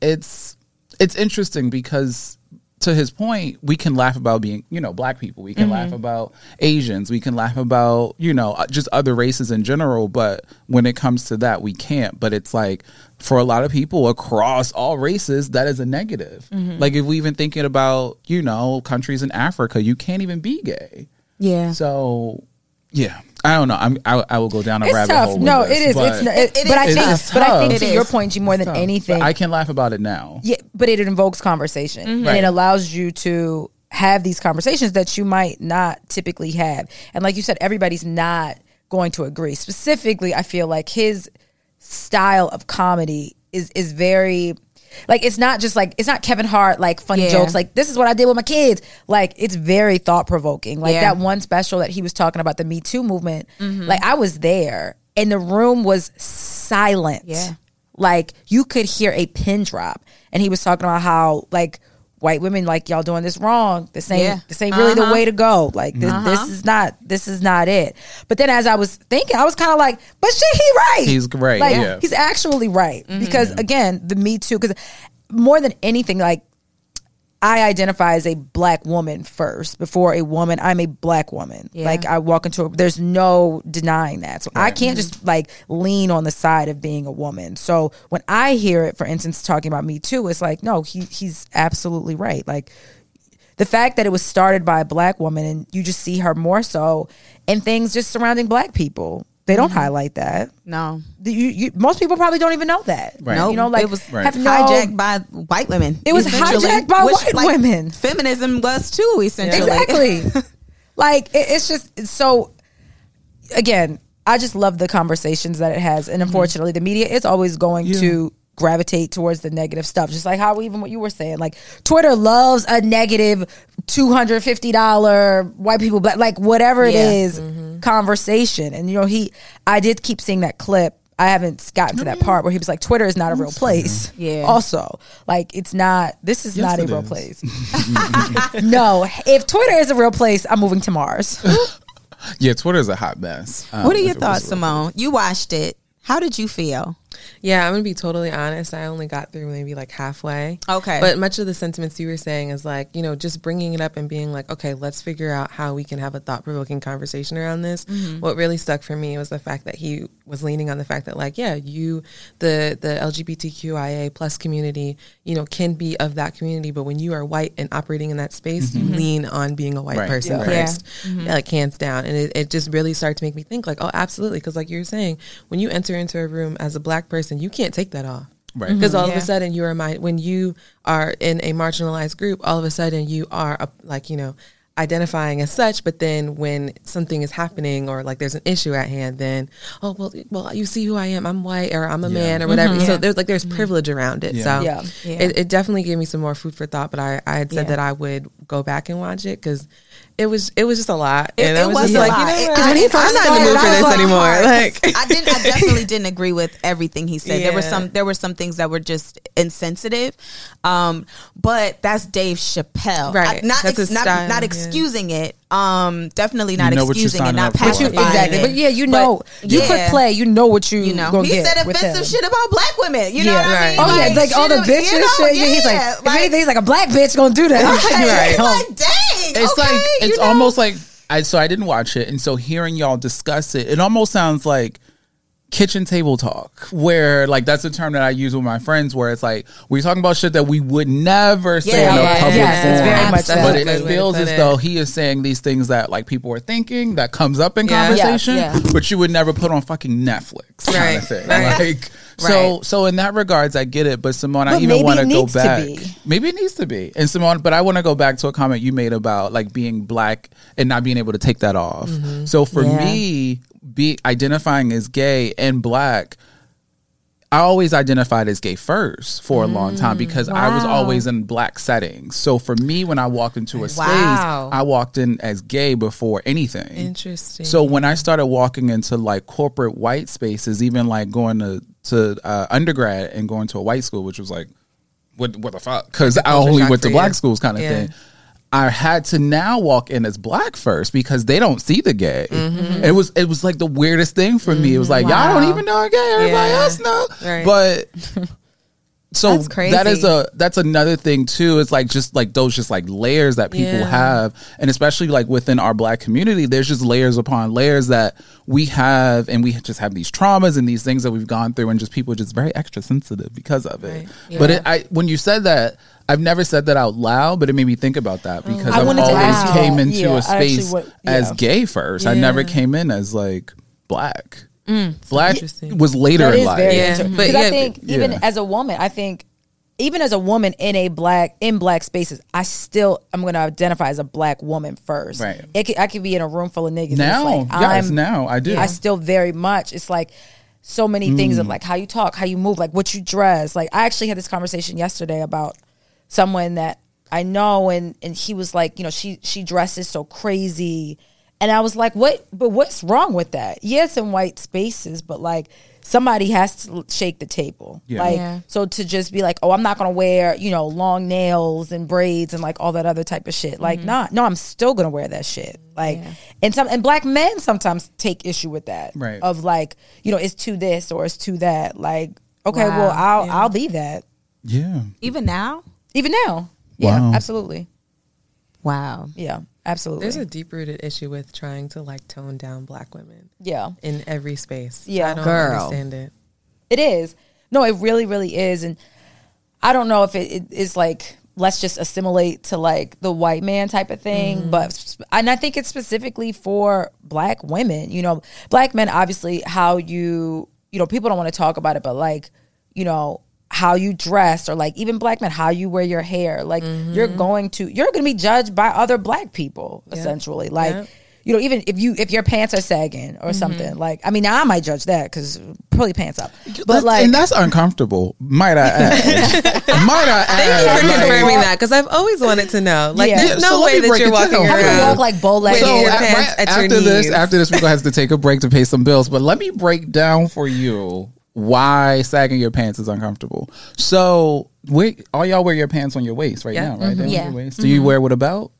Speaker 3: it's it's interesting because to his point, we can laugh about being, you know, black people. We can laugh
Speaker 2: Mm-hmm.
Speaker 3: about Asians. We can laugh about, you know, uh, just other races in general. But when it comes to that, we can't. But it's like for a lot of people across all races, that is a negative.
Speaker 2: Mm-hmm.
Speaker 3: Like if we even thinking about, you know, countries in Africa, you can't even be gay.
Speaker 4: Yeah.
Speaker 3: So, yeah, I don't know. I'm, I, I will go down a
Speaker 2: It's
Speaker 3: rabbit
Speaker 2: tough.
Speaker 3: hole. with
Speaker 2: No, it
Speaker 3: this,
Speaker 2: is.
Speaker 3: but-
Speaker 2: It's not, it,
Speaker 4: It
Speaker 2: but I
Speaker 4: is
Speaker 2: think,
Speaker 4: tough.
Speaker 2: but I think
Speaker 4: Oh. It
Speaker 2: to
Speaker 4: is.
Speaker 2: your point, G, more than
Speaker 3: tough,
Speaker 2: anything,
Speaker 3: but I can laugh about it now.
Speaker 2: yeah, but it invokes conversation and
Speaker 3: Right.
Speaker 2: it allows you to have these conversations that you might not typically have. And like you said, everybody's not going to agree. Specifically, I feel like his style of comedy is is very like it's not just like it's not Kevin Hart like funny
Speaker 4: Yeah.
Speaker 2: jokes like this is what I did with my kids like it's very thought provoking like
Speaker 4: Yeah. Mm-hmm.
Speaker 2: that one special that he was talking about the Me Too movement like I was there and the room was silent
Speaker 4: Yeah.
Speaker 2: like you could hear a pin drop and he was talking about how like white women like y'all doing this wrong this ain't
Speaker 4: Yeah. Uh-huh.
Speaker 2: this ain't really the way to go like this, this is not this is not it but then as i was thinking i was kind of like but shit he right
Speaker 3: He's right,
Speaker 2: like,
Speaker 3: yeah. Mm-hmm.
Speaker 2: he's actually right because again the me too because more than anything like I identify as a black woman first before a woman. I'm a black woman.
Speaker 4: Yeah.
Speaker 2: Like I walk into a there's no denying that. So I can't just
Speaker 3: Mm-hmm.
Speaker 2: like lean on the side of being a woman. So when I hear it, for instance, talking about me too, it's like, no, he he's absolutely right. Like the fact that it was started by a black woman and you just see her more so and things just surrounding black people. They don't
Speaker 3: Mm-hmm.
Speaker 2: highlight that.
Speaker 4: No.
Speaker 2: The- You, you, most people probably don't even know that.
Speaker 3: Right.
Speaker 4: Nope.
Speaker 2: You know, like
Speaker 4: It was
Speaker 3: Right.
Speaker 2: have no,
Speaker 4: hijacked by white women.
Speaker 2: It was
Speaker 4: essentially,
Speaker 2: hijacked by white women.
Speaker 4: Feminism was too, essentially.
Speaker 2: Exactly. <laughs> like it, it's just it's so. Again, I just love the conversations that it has,
Speaker 4: Mm-hmm.
Speaker 2: and unfortunately, the media is always going to gravitate towards the negative stuff. Just like how even what you were saying, like Twitter loves a negative two hundred fifty dollar white people black like whatever it
Speaker 4: Yeah. Mm-hmm.
Speaker 2: is conversation. And you know, he I did keep seeing that clip. I haven't gotten to that part where he was like, "Twitter is not a real place."
Speaker 4: Mm-hmm. Yeah.
Speaker 2: Also, like it's not. This is
Speaker 3: Yes,
Speaker 2: not a
Speaker 3: it
Speaker 2: real
Speaker 3: is. <laughs>
Speaker 2: place. <laughs> No, if Twitter is a real place, I'm moving to Mars.
Speaker 3: Yeah, Twitter's a hot mess. Um,
Speaker 4: <laughs> what are your
Speaker 3: if it was
Speaker 4: thoughts,
Speaker 3: real.
Speaker 4: Simone? You watched it. How did you feel?
Speaker 5: Yeah, I'm gonna be totally honest. I only got through maybe like halfway.
Speaker 4: Okay.
Speaker 5: But much of the sentiments you were saying is like, you know, just bringing it up and being like, okay, let's figure out how we can have a thought provoking conversation around this. What really stuck for me was the fact that he was leaning on the fact that like, yeah, you, the the LGBTQIA plus community, you know, can be of that community, but when you are white and operating in that space, you lean on being a white
Speaker 3: Right.
Speaker 5: person
Speaker 3: Yeah.
Speaker 5: first
Speaker 4: Yeah.
Speaker 5: like hands down. And it, it just really started to make me think, like, oh, absolutely, because like you were saying, when you enter into a room as a black person, you can't take that off.
Speaker 3: Right.
Speaker 5: Because all of
Speaker 4: Mm, Yeah.
Speaker 5: a sudden you are my when you are in a marginalized group, all of a sudden you are a, like you know identifying as such. But then when something is happening or like there's an issue at hand, then oh well, well you see who I am. I'm white or I'm a man or whatever. So there's like there's privilege around it. So
Speaker 2: Yeah.
Speaker 4: Mm-hmm. Yeah.
Speaker 5: It, it definitely gave me some more food for thought. But I I had said
Speaker 2: Yeah.
Speaker 5: that I would go back and watch it because. It was it was just a lot,
Speaker 4: It,
Speaker 5: and
Speaker 4: it
Speaker 5: I was,
Speaker 4: was
Speaker 5: just
Speaker 4: a
Speaker 5: like,
Speaker 4: lot.
Speaker 5: you know,
Speaker 4: It-
Speaker 5: what?
Speaker 4: I-
Speaker 5: I'm
Speaker 4: it- I
Speaker 5: not in
Speaker 4: started-
Speaker 5: the mood for
Speaker 4: I was
Speaker 5: this
Speaker 4: like,
Speaker 5: anymore.
Speaker 4: hard, 'cause
Speaker 5: Like, <laughs>
Speaker 4: I didn't. I definitely didn't agree with everything he said. There were
Speaker 5: Yeah.
Speaker 4: some. There were some things that were just insensitive. Um, but that's Dave Chappelle.
Speaker 5: Right.
Speaker 4: I- not
Speaker 5: That's
Speaker 4: ex-
Speaker 5: his
Speaker 4: not,
Speaker 5: style,
Speaker 4: not
Speaker 5: yeah.
Speaker 4: excusing it. Um, definitely not
Speaker 3: know what you're
Speaker 4: excusing
Speaker 3: signing
Speaker 4: it. Not
Speaker 3: up for. But you-
Speaker 4: pacifying
Speaker 2: exactly.
Speaker 4: it.
Speaker 2: But yeah, you
Speaker 4: But,
Speaker 2: know, you
Speaker 4: yeah.
Speaker 2: could play. You know what you,
Speaker 4: You know,
Speaker 2: gonna
Speaker 4: he
Speaker 2: get
Speaker 4: said
Speaker 2: with him.
Speaker 4: offensive shit about black women. You know what
Speaker 5: Yeah,
Speaker 4: I
Speaker 5: right.
Speaker 4: mean?
Speaker 2: Oh yeah, like all the
Speaker 4: shit,
Speaker 2: bitch
Speaker 4: you
Speaker 2: and
Speaker 4: know,
Speaker 2: shit. Yeah, he's like, if anything, he's like a black bitch gonna do
Speaker 4: <laughs>
Speaker 2: that. <laughs>
Speaker 4: okay,
Speaker 3: Right.
Speaker 2: Um,
Speaker 4: like, dang.
Speaker 3: It's
Speaker 4: okay,
Speaker 3: like
Speaker 4: you
Speaker 3: it's
Speaker 4: know?
Speaker 3: almost like I so I didn't watch it, and so hearing y'all discuss it, it almost sounds like kitchen table talk where like that's a term that i use with my friends where it's like we're talking about shit that we would never say in
Speaker 4: Yeah.
Speaker 3: a public
Speaker 2: Yes, it's
Speaker 3: forum.
Speaker 2: very much that.
Speaker 3: but
Speaker 5: That's a good
Speaker 3: it
Speaker 5: way to
Speaker 3: feels
Speaker 5: put
Speaker 3: as
Speaker 5: it.
Speaker 3: though he is saying these things that like people are thinking that comes up in
Speaker 5: Yeah. Yeah,
Speaker 3: conversation
Speaker 2: yeah.
Speaker 3: but you would never put on fucking netflix kind
Speaker 5: Right,
Speaker 3: of thing
Speaker 5: right.
Speaker 3: like so so in that regards i get it but simone i
Speaker 2: But maybe
Speaker 3: even want
Speaker 2: it
Speaker 3: to go
Speaker 2: needs to
Speaker 3: back
Speaker 2: be.
Speaker 3: Maybe it needs to be. And Simone, but I want to go back to a comment you made about like being black and not being able to take that off. So for
Speaker 2: Mm-hmm. Yeah.
Speaker 3: me, be identifying as gay and black, I always identified as gay first for a long
Speaker 2: Mm,
Speaker 3: time because I was always in black settings. So for me, when I walked into a space,
Speaker 5: Wow.
Speaker 3: I walked in as gay before anything.
Speaker 5: Interesting.
Speaker 3: So when I started walking into like corporate white spaces, even like going to to uh, undergrad and going to a white school, which was like, what what the fuck? Because I
Speaker 5: culture
Speaker 3: only
Speaker 5: shock
Speaker 3: went to
Speaker 5: for
Speaker 3: black
Speaker 5: you.
Speaker 3: schools, kind of
Speaker 5: Yeah.
Speaker 3: thing. I had to now walk in as black first because they don't see the gay.
Speaker 5: Mm-hmm.
Speaker 3: It was it was like the weirdest thing for me. It was like y'all don't even know I'm gay. Everybody
Speaker 5: Yeah.
Speaker 3: else know,
Speaker 5: Right.
Speaker 3: but
Speaker 5: <laughs>
Speaker 3: so
Speaker 5: That's crazy.
Speaker 3: that is a Uh, that's another thing too. It's like just like those just like layers that people
Speaker 5: Yeah.
Speaker 3: have, and especially like within our black community, there's just layers upon layers that we have, and we just have these traumas and these things that we've gone through, and just people are just very extra sensitive because of it.
Speaker 5: Right.
Speaker 3: But
Speaker 5: Yeah.
Speaker 3: it, I when you said that. I've never said that out loud, but it made me think about that because
Speaker 2: Oh. I
Speaker 3: I,
Speaker 2: wanted to
Speaker 3: always
Speaker 2: ask you
Speaker 3: came
Speaker 2: that.
Speaker 3: into
Speaker 2: Yeah, I
Speaker 3: a
Speaker 2: actually
Speaker 3: space
Speaker 2: wa-
Speaker 3: as
Speaker 2: yeah.
Speaker 3: gay first. I
Speaker 5: Yeah.
Speaker 3: never came in as like black. black
Speaker 5: Interesting.
Speaker 3: was later
Speaker 2: Mm. That
Speaker 3: in
Speaker 2: is
Speaker 3: life.
Speaker 2: very
Speaker 5: Yeah.
Speaker 2: interesting.
Speaker 5: But
Speaker 2: Because
Speaker 5: yeah,
Speaker 2: I think
Speaker 3: but-
Speaker 2: even
Speaker 3: yeah.
Speaker 2: as a woman, I think even as a woman in a black in black spaces, I still I'm going to identify as a black woman first.
Speaker 3: Right.
Speaker 2: It could, I could be in a room full of niggas. and it's
Speaker 3: Now,
Speaker 2: like,
Speaker 3: yes, now I do. Mm.
Speaker 2: I still very much. It's like so many things of like how you talk, how you move, like what you dress. Like I actually had this conversation yesterday about someone that I know, and and he was like, you know, she she dresses so crazy, and I was like, what? But what's wrong with that? Yes, in white spaces, but like somebody has to l- shake the table.
Speaker 3: Yeah.
Speaker 2: Like
Speaker 5: Yeah.
Speaker 2: so to just be like, oh, I'm not gonna wear you know long nails and braids and like all that other type of shit. Like, nah, no, I'm still gonna wear that shit. Like, and some and black men sometimes take issue with that.
Speaker 3: Right.
Speaker 2: Of like, you know, it's to this or it's to that. Like, okay, well,
Speaker 4: Wow.
Speaker 2: I'll I'll be that.
Speaker 3: Yeah.
Speaker 4: Even now?
Speaker 2: Even now. Yeah,
Speaker 3: Wow.
Speaker 2: absolutely.
Speaker 4: Wow.
Speaker 2: Yeah, absolutely.
Speaker 5: There's a deep rooted issue with trying to like tone down black women
Speaker 2: yeah.
Speaker 5: in every space.
Speaker 2: Yeah.
Speaker 5: I don't
Speaker 4: Girl.
Speaker 5: understand it.
Speaker 2: It is. No, it really, really is. And I don't know if it, it is like let's just assimilate to like the white man type of thing,
Speaker 5: Mm-hmm.
Speaker 2: but sp- and I think it's specifically for black women. You know, black men obviously how you you know people don't want to talk about it, but like you know how you dress or like even black men how you wear your hair like
Speaker 5: Mm-hmm.
Speaker 2: you're going to you're going to be judged by other black people essentially like
Speaker 5: Yep. Mm-hmm.
Speaker 2: you know even if you if your pants are sagging or something like i mean now i might judge that because pull your pants up but
Speaker 3: That's-
Speaker 2: like
Speaker 3: and that's uncomfortable. Might I
Speaker 2: <laughs>
Speaker 3: add? might I add?
Speaker 5: Thank you for
Speaker 3: like-
Speaker 5: confirming that because I've always wanted to know. Like,
Speaker 2: Yeah.
Speaker 5: there's
Speaker 3: Yeah,
Speaker 5: no
Speaker 3: so let
Speaker 5: way
Speaker 3: me
Speaker 5: that
Speaker 3: break
Speaker 5: you're
Speaker 3: it
Speaker 5: walking
Speaker 3: down.
Speaker 2: I
Speaker 3: Yeah.
Speaker 2: could
Speaker 5: around.
Speaker 2: walk like bow legged.
Speaker 5: Wait,
Speaker 3: So
Speaker 5: your
Speaker 3: at-
Speaker 5: pants
Speaker 3: right
Speaker 5: at your
Speaker 3: after this,
Speaker 5: knees.
Speaker 3: after this, we're gonna have to take a break to pay some bills. But let me break down for you why sagging your pants is uncomfortable. So, we, all y'all wear your pants on your waist right
Speaker 5: Yeah.
Speaker 3: now, right? They're on
Speaker 2: Mm-hmm. Yeah.
Speaker 3: your waist. Do you wear with a belt?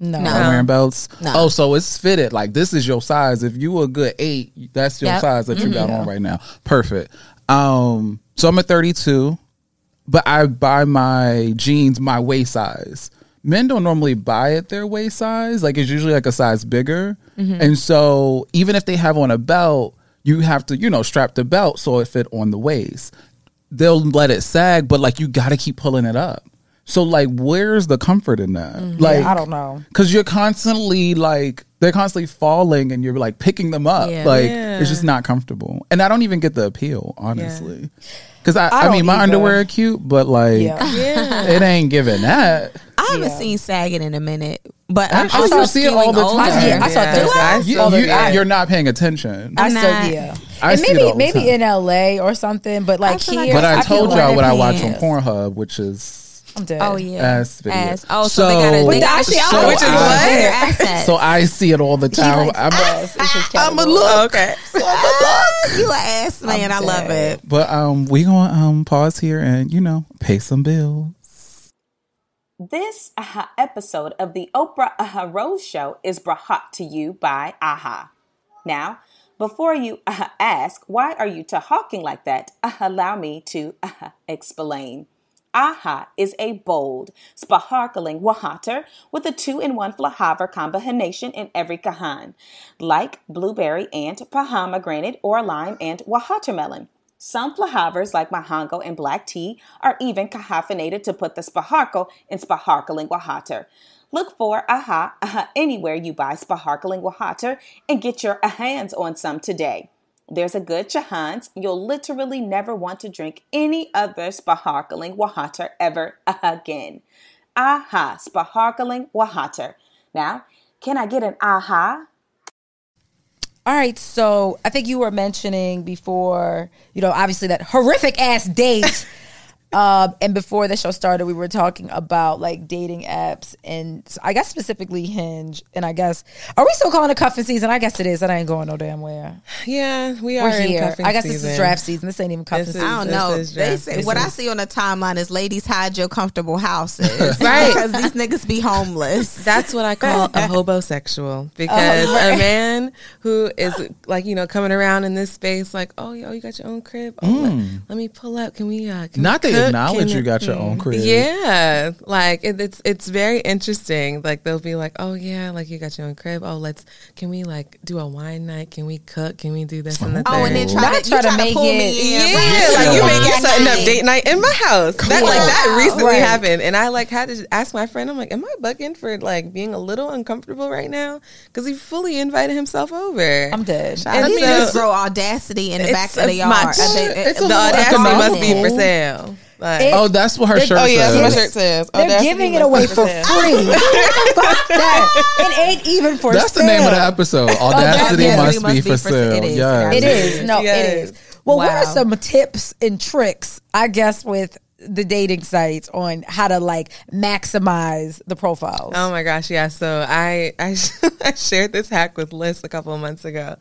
Speaker 2: no,
Speaker 3: Not wearing belts. Oh, so it's fitted. Like this is your size. If you a good eight, that's your
Speaker 4: Yep.
Speaker 3: size that you got
Speaker 2: Mm-hmm.
Speaker 3: on right now. Perfect. Um, so I'm a 32, but I buy my jeans my waist size. Men don't normally buy it their waist size. Like it's usually like a size bigger.
Speaker 2: Mm-hmm.
Speaker 3: And so even if they have on a belt, you have to, you know, strap the belt so it fit on the waist. They'll let it sag, but like you gotta keep pulling it up. So like where's the comfort in that? Like
Speaker 2: Mm-hmm. I don't know.
Speaker 3: because you're constantly like they're constantly falling and you're like picking them up
Speaker 4: Yeah.
Speaker 3: like
Speaker 5: Yeah.
Speaker 3: it's just not comfortable and i don't even get the appeal honestly because
Speaker 2: I
Speaker 3: I, I,
Speaker 2: don't
Speaker 3: mean my
Speaker 2: either.
Speaker 3: underwear are cute but like
Speaker 2: yeah.
Speaker 3: <laughs> it ain't giving that
Speaker 4: I haven't
Speaker 2: Yeah.
Speaker 4: seen sagging in a minute, but I'm
Speaker 3: Actually,
Speaker 4: also
Speaker 3: you see it all
Speaker 4: skewing
Speaker 3: the
Speaker 4: older.
Speaker 3: time.
Speaker 2: Yeah, I saw
Speaker 5: Yeah.
Speaker 2: those.
Speaker 5: Do I?
Speaker 2: I
Speaker 3: you,
Speaker 2: saw those.
Speaker 3: you, are not paying attention
Speaker 2: I
Speaker 4: I'm
Speaker 2: saw
Speaker 4: not-
Speaker 2: yeah.
Speaker 3: I
Speaker 2: and
Speaker 3: see it
Speaker 2: maybe
Speaker 3: all the
Speaker 2: maybe
Speaker 3: time.
Speaker 2: in LA or something, but like
Speaker 4: I feel like
Speaker 2: here,
Speaker 3: but i,
Speaker 4: feel
Speaker 3: told
Speaker 4: like
Speaker 3: y'all
Speaker 4: it
Speaker 3: what i watch on
Speaker 4: depends.
Speaker 3: pornhorhub which is
Speaker 2: I'm dead.
Speaker 4: Oh yeah,
Speaker 3: Ass video.
Speaker 4: Ass. Oh, so, they gotta.
Speaker 3: So-
Speaker 4: They
Speaker 3: But
Speaker 4: gotta
Speaker 2: actually, I
Speaker 4: show
Speaker 2: watch
Speaker 4: it
Speaker 2: it
Speaker 4: to
Speaker 2: live.
Speaker 4: their assets.
Speaker 3: so i see it all the time I'm
Speaker 2: <laughs>
Speaker 3: a,
Speaker 2: Yes, it's his
Speaker 3: I'm a
Speaker 2: category.
Speaker 3: look
Speaker 5: Okay.
Speaker 4: Ah, you an ass man. I love it.
Speaker 3: but um we gonna um pause here and you know pay some bills
Speaker 6: This AHA episode of the Oprah AHA Rose Show is brought to you by AHA. Now, before you AHA ask, why are you talking like that? <laughs> AHA, allow me to AHA explain. AHA is a bold, sparkling water with a two-in-one flavor combination in every kahan, like blueberry and pomegranate or lime and watermelon. Some flavors like mahango and black tea are even caffeinated to put the sparkle in sparkling water. Look for AHA, AHA anywhere you buy sparkling water and get your hands on some today. There's a good chance you'll literally never want to drink any other sparkling water ever again. AHA, sparkling water. Now, can I get an AHA?
Speaker 2: All right, so I think you were mentioning before, you know, obviously that horrific ass <laughs> date. um, and before the show started, we were talking about like dating apps and s- I guess specifically Hinge. And I guess, are we still calling it cuffing season? I guess it is. That ain't going no damn where.
Speaker 5: Yeah, we are
Speaker 2: We're
Speaker 5: in
Speaker 2: here.
Speaker 5: cuffing
Speaker 2: I guess this
Speaker 5: season.
Speaker 2: is draft season. This ain't even cuffing
Speaker 5: This is-
Speaker 2: season.
Speaker 4: I don't
Speaker 5: This
Speaker 4: know.
Speaker 5: is
Speaker 4: They
Speaker 5: draft
Speaker 4: say,
Speaker 5: season.
Speaker 4: what I see on the timeline is ladies hide your comfortable <laughs> houses.
Speaker 5: Right.
Speaker 4: Because these niggas be homeless.
Speaker 5: That's what I call a hobosexual because a man who is like you know coming around in this space like oh yo you got your own crib oh, let- let, me pull up can we uh can
Speaker 3: Hmm. Not
Speaker 5: we
Speaker 3: they
Speaker 5: cook?
Speaker 3: acknowledge
Speaker 5: Can
Speaker 3: you
Speaker 5: we-
Speaker 3: got your own crib.
Speaker 5: yeah like it, it's it's very interesting like they'll be like oh yeah like you got your own crib oh let's can we like do a wine night can we cook can we do this and the
Speaker 4: Oh, and then
Speaker 5: third?
Speaker 4: try
Speaker 2: Not
Speaker 4: to,
Speaker 2: try
Speaker 4: you
Speaker 2: to
Speaker 4: try to
Speaker 2: make
Speaker 4: pull
Speaker 2: it-
Speaker 4: me in.
Speaker 5: Yeah,
Speaker 4: right?
Speaker 5: like you
Speaker 4: Yeah.
Speaker 5: making something up
Speaker 4: Night.
Speaker 5: date night in my house. That like that
Speaker 4: Yeah.
Speaker 5: recently
Speaker 2: Right.
Speaker 5: happened, and I like had to ask my friend. I'm like, am I bucking for like being a little uncomfortable right now? Because he fully invited himself over.
Speaker 2: I'm dead.
Speaker 4: Let me
Speaker 5: so-
Speaker 4: just grow audacity in the back of
Speaker 5: It's-
Speaker 4: the
Speaker 5: it's
Speaker 4: yard.
Speaker 5: my-
Speaker 3: It's a
Speaker 5: the
Speaker 3: little
Speaker 5: audacity must be
Speaker 3: economical.
Speaker 5: for sale. Like,
Speaker 2: It-
Speaker 3: Oh, that's what her
Speaker 2: They-
Speaker 3: shirt
Speaker 2: oh,
Speaker 5: yeah,
Speaker 3: says.
Speaker 5: that's what my shirt says.
Speaker 2: They're
Speaker 5: Audacity
Speaker 2: giving it
Speaker 5: must be
Speaker 2: away
Speaker 5: for
Speaker 2: for free.
Speaker 5: sale. <laughs>
Speaker 2: Fuck that. It ain't even for
Speaker 3: That's the name of the
Speaker 2: sale.
Speaker 3: episode.
Speaker 5: Oh,
Speaker 3: Audacity
Speaker 4: Audacity
Speaker 3: must, be, for
Speaker 4: It
Speaker 3: sale.
Speaker 4: is.
Speaker 3: Yes.
Speaker 2: It is. No,
Speaker 5: Yes.
Speaker 2: it is. Well, what are
Speaker 4: Wow.
Speaker 2: some tips and tricks, I guess, with the dating sites on how to like maximize the profiles?
Speaker 5: Oh my gosh, yeah. So I I, <laughs> I shared this hack with Liz a couple of months ago.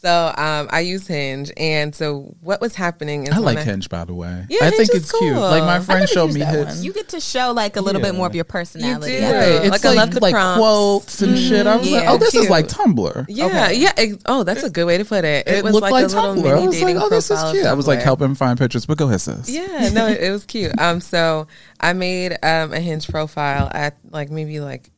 Speaker 5: So um, I use Hinge, and so what was happening is
Speaker 3: I
Speaker 5: when
Speaker 3: like Hinge, by the way.
Speaker 5: Yeah,
Speaker 3: I
Speaker 5: Hinge
Speaker 3: think
Speaker 5: is
Speaker 3: it's cute.
Speaker 5: cool.
Speaker 3: Like my
Speaker 5: I
Speaker 3: friend
Speaker 2: never
Speaker 3: showed
Speaker 2: used
Speaker 3: me
Speaker 2: that
Speaker 3: his.
Speaker 2: one.
Speaker 4: You get to show like a little
Speaker 3: Yeah.
Speaker 4: bit more of your personality.
Speaker 5: You do.
Speaker 4: I think.
Speaker 5: Like, I love the
Speaker 3: like
Speaker 5: prompts. Mm-hmm.
Speaker 3: quotes and shit. I was like,
Speaker 4: Yeah.
Speaker 3: oh, this is
Speaker 5: Cute.
Speaker 3: like Tumblr.
Speaker 5: Yeah, yeah. ex- oh, that's a good way to put it. It, was like, a little
Speaker 3: I
Speaker 5: mini
Speaker 3: was
Speaker 5: dating
Speaker 3: like, oh, this is
Speaker 5: profile.
Speaker 3: cute. I was like,
Speaker 5: somewhere.
Speaker 3: help him find pictures, but go ahead, sis.
Speaker 5: Yeah, no, it, it was cute. Um, so I made um a Hinge profile at like maybe like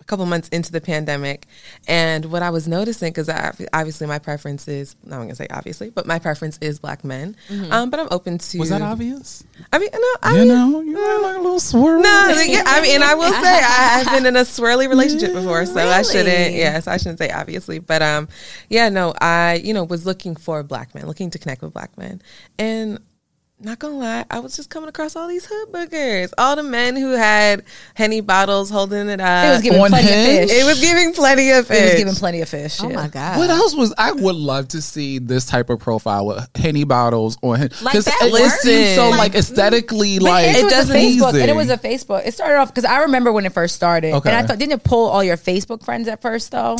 Speaker 5: a couple months into the pandemic, and what I was noticing because obviously my preference is not gonna say obviously, but my preference is black men. Um, but I'm open to
Speaker 3: Mm-hmm. Was that obvious?
Speaker 5: I mean, no, I
Speaker 3: You
Speaker 5: mean,
Speaker 3: know, you were like a little swirl.
Speaker 5: No, I mean, yeah, I mean, and I will say I have been in a swirly relationship before, so I shouldn't. Yes, I shouldn't say obviously, but um, yeah, no, I you know was looking for black men, looking to connect with black men, and not gonna lie, I was just coming across all these hood boogers, all the men who had henny bottles holding it up.
Speaker 2: it was giving
Speaker 3: on
Speaker 2: plenty of
Speaker 3: Hinge?
Speaker 2: fish.
Speaker 5: Uh, It was giving plenty of
Speaker 2: It
Speaker 5: fish.
Speaker 2: was giving plenty of fish.
Speaker 4: Oh my god.
Speaker 2: Uh-huh.
Speaker 3: What else was I would love to see this type of profile with henny bottles on him
Speaker 4: Like, that
Speaker 3: it
Speaker 4: works?
Speaker 3: seems so
Speaker 4: Like-
Speaker 3: like aesthetically
Speaker 2: mm-hmm. But
Speaker 3: like
Speaker 2: Hinge was a Facebook,
Speaker 3: pleasing.
Speaker 2: and it was a Facebook. It started off because I remember when it first started,
Speaker 3: Okay.
Speaker 2: and I thought didn't it pull all your Facebook friends at first though?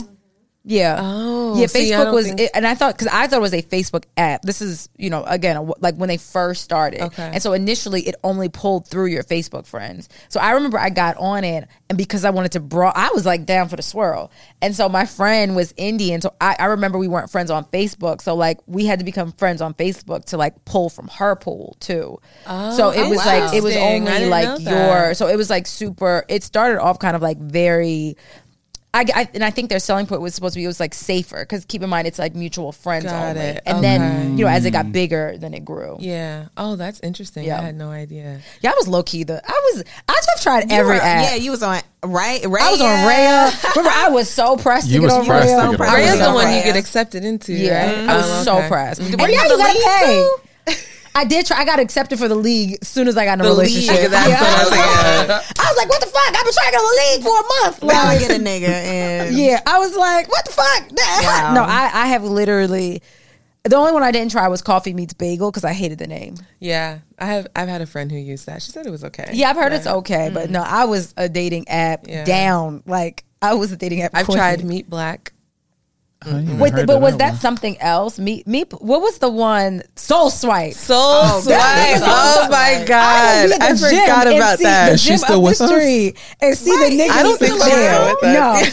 Speaker 2: Yeah.
Speaker 5: Oh,
Speaker 2: yeah.
Speaker 5: see, I
Speaker 2: Facebook
Speaker 5: don't
Speaker 2: was,
Speaker 5: think-
Speaker 2: it, and I thought because I thought it was a Facebook app. This is you know again a w- like when they first started,
Speaker 5: Okay.
Speaker 2: and so initially it only pulled through your Facebook friends. So I remember I got on it, and because I wanted to broad, I was like down for the swirl, and so my friend was Indian, so I, I remember we weren't friends on Facebook, so like we had to become friends on Facebook to like pull from her pool too. so it
Speaker 5: oh,
Speaker 2: was like it was
Speaker 5: interesting.
Speaker 2: only
Speaker 5: I didn't
Speaker 2: like
Speaker 5: know that.
Speaker 2: your so it was like super it started off kind of like very I, I- and I think their selling point was supposed to be it was like safer because keep in mind it's like mutual friends
Speaker 5: Got
Speaker 2: only,
Speaker 5: it.
Speaker 2: and then you know as it
Speaker 3: Mm.
Speaker 2: got bigger, then it grew. Yeah,
Speaker 5: yeah. Oh, that's interesting.
Speaker 2: Yeah.
Speaker 5: I had no idea.
Speaker 2: I was low key. The I was I just have tried
Speaker 4: You
Speaker 2: every
Speaker 4: were-
Speaker 2: app.
Speaker 4: Yeah, you was on right.
Speaker 2: I was on Rail. Remember, I was so pressed.
Speaker 3: You
Speaker 2: to
Speaker 3: was
Speaker 2: get on
Speaker 3: pressed to
Speaker 2: Rail.
Speaker 3: get on
Speaker 2: I was
Speaker 3: Rail.
Speaker 5: Ray's
Speaker 2: so
Speaker 5: the one you
Speaker 2: pressed.
Speaker 5: get accepted into,
Speaker 2: Yeah,
Speaker 5: right?
Speaker 2: I was
Speaker 5: Oh,
Speaker 2: so
Speaker 5: okay.
Speaker 2: pressed. And
Speaker 4: you
Speaker 2: now
Speaker 4: in
Speaker 2: you
Speaker 4: the
Speaker 2: gotta
Speaker 4: league,
Speaker 2: pay. I did try. I got accepted for the league as soon as I got in a
Speaker 5: The league.
Speaker 2: relationship.
Speaker 5: That's
Speaker 2: Yeah.
Speaker 5: what I was
Speaker 2: I
Speaker 5: thinking.
Speaker 2: was like, what the fuck? I've been trying to go to the league for a month.
Speaker 4: Now I
Speaker 2: Like,
Speaker 4: get a
Speaker 5: <laughs>
Speaker 4: nigga and
Speaker 2: yeah, I was like, what the fuck? <laughs>
Speaker 4: Wow.
Speaker 2: No, I, I have literally. The only one I didn't try was Coffee Meets Bagel because I hated the name.
Speaker 5: Yeah, I have. I've had a friend who used that. She said it was okay.
Speaker 2: Yeah, I've heard it's okay, but no, I was a dating app
Speaker 5: Mm-hmm. Yeah.
Speaker 2: down. Like I was a dating app.
Speaker 5: I've
Speaker 2: queen.
Speaker 5: tried Meat Black.
Speaker 3: I ain't even
Speaker 2: Wait,
Speaker 3: heard
Speaker 2: but
Speaker 3: of
Speaker 2: was that
Speaker 3: one.
Speaker 2: something else? Me, me. What was the one? Soul Swipe.
Speaker 5: Soul
Speaker 2: <laughs>
Speaker 4: Oh,
Speaker 5: Swipe.
Speaker 4: that
Speaker 2: was
Speaker 5: Oh
Speaker 2: awesome.
Speaker 5: my
Speaker 2: I
Speaker 5: god,
Speaker 2: would be at
Speaker 5: I
Speaker 2: the gym
Speaker 5: forgot
Speaker 2: and
Speaker 5: about
Speaker 2: see The
Speaker 5: that.
Speaker 3: Is she
Speaker 2: gym
Speaker 3: still
Speaker 2: up
Speaker 3: with
Speaker 2: the
Speaker 3: us?
Speaker 2: street and see the niggas.
Speaker 5: I
Speaker 2: in
Speaker 5: don't
Speaker 2: the
Speaker 5: think she's
Speaker 2: gym.
Speaker 5: with us.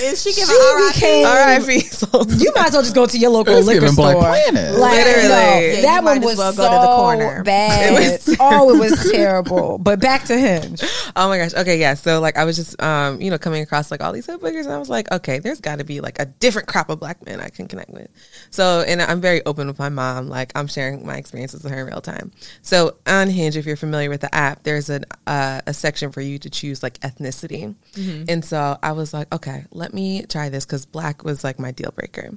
Speaker 2: No,
Speaker 4: Is she giving RIP?
Speaker 2: became-
Speaker 5: <laughs> R.I.P. Soul
Speaker 2: You might as well just go to your local
Speaker 3: It's
Speaker 2: liquor
Speaker 3: giving
Speaker 2: store.
Speaker 3: Black Planet.
Speaker 2: Like,
Speaker 5: Literally.
Speaker 2: no,
Speaker 5: Yeah, you
Speaker 2: that
Speaker 4: might
Speaker 2: one
Speaker 4: as
Speaker 2: was
Speaker 4: well
Speaker 2: so
Speaker 4: go to the corner. <laughs>
Speaker 2: bad. <laughs> oh, it was terrible. But back to Hinge.
Speaker 5: Oh my gosh. Okay, yeah. So like I was just um, you know, coming across like all these hood boogers and I was like, okay, there's gotta be like a different crop of black men I can connect with. So and I'm very open with my mom. Like I'm sharing my experiences with her in real time. So on Hinge, if you're familiar with the app, there's an uh, a section for you to choose like ethnicity. And so I was like, okay, let me try this because black was like my deal breaker.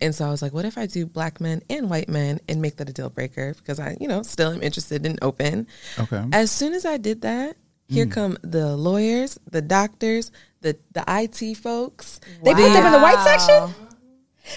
Speaker 5: And so I was like, what if I do black men and white men and make that a deal breaker? Because I, you know, still am interested and open.
Speaker 3: Okay.
Speaker 5: As soon as I did that, here
Speaker 3: Hmm.
Speaker 5: come the lawyers, the doctors, the the IT folks.
Speaker 2: They put them in the white section.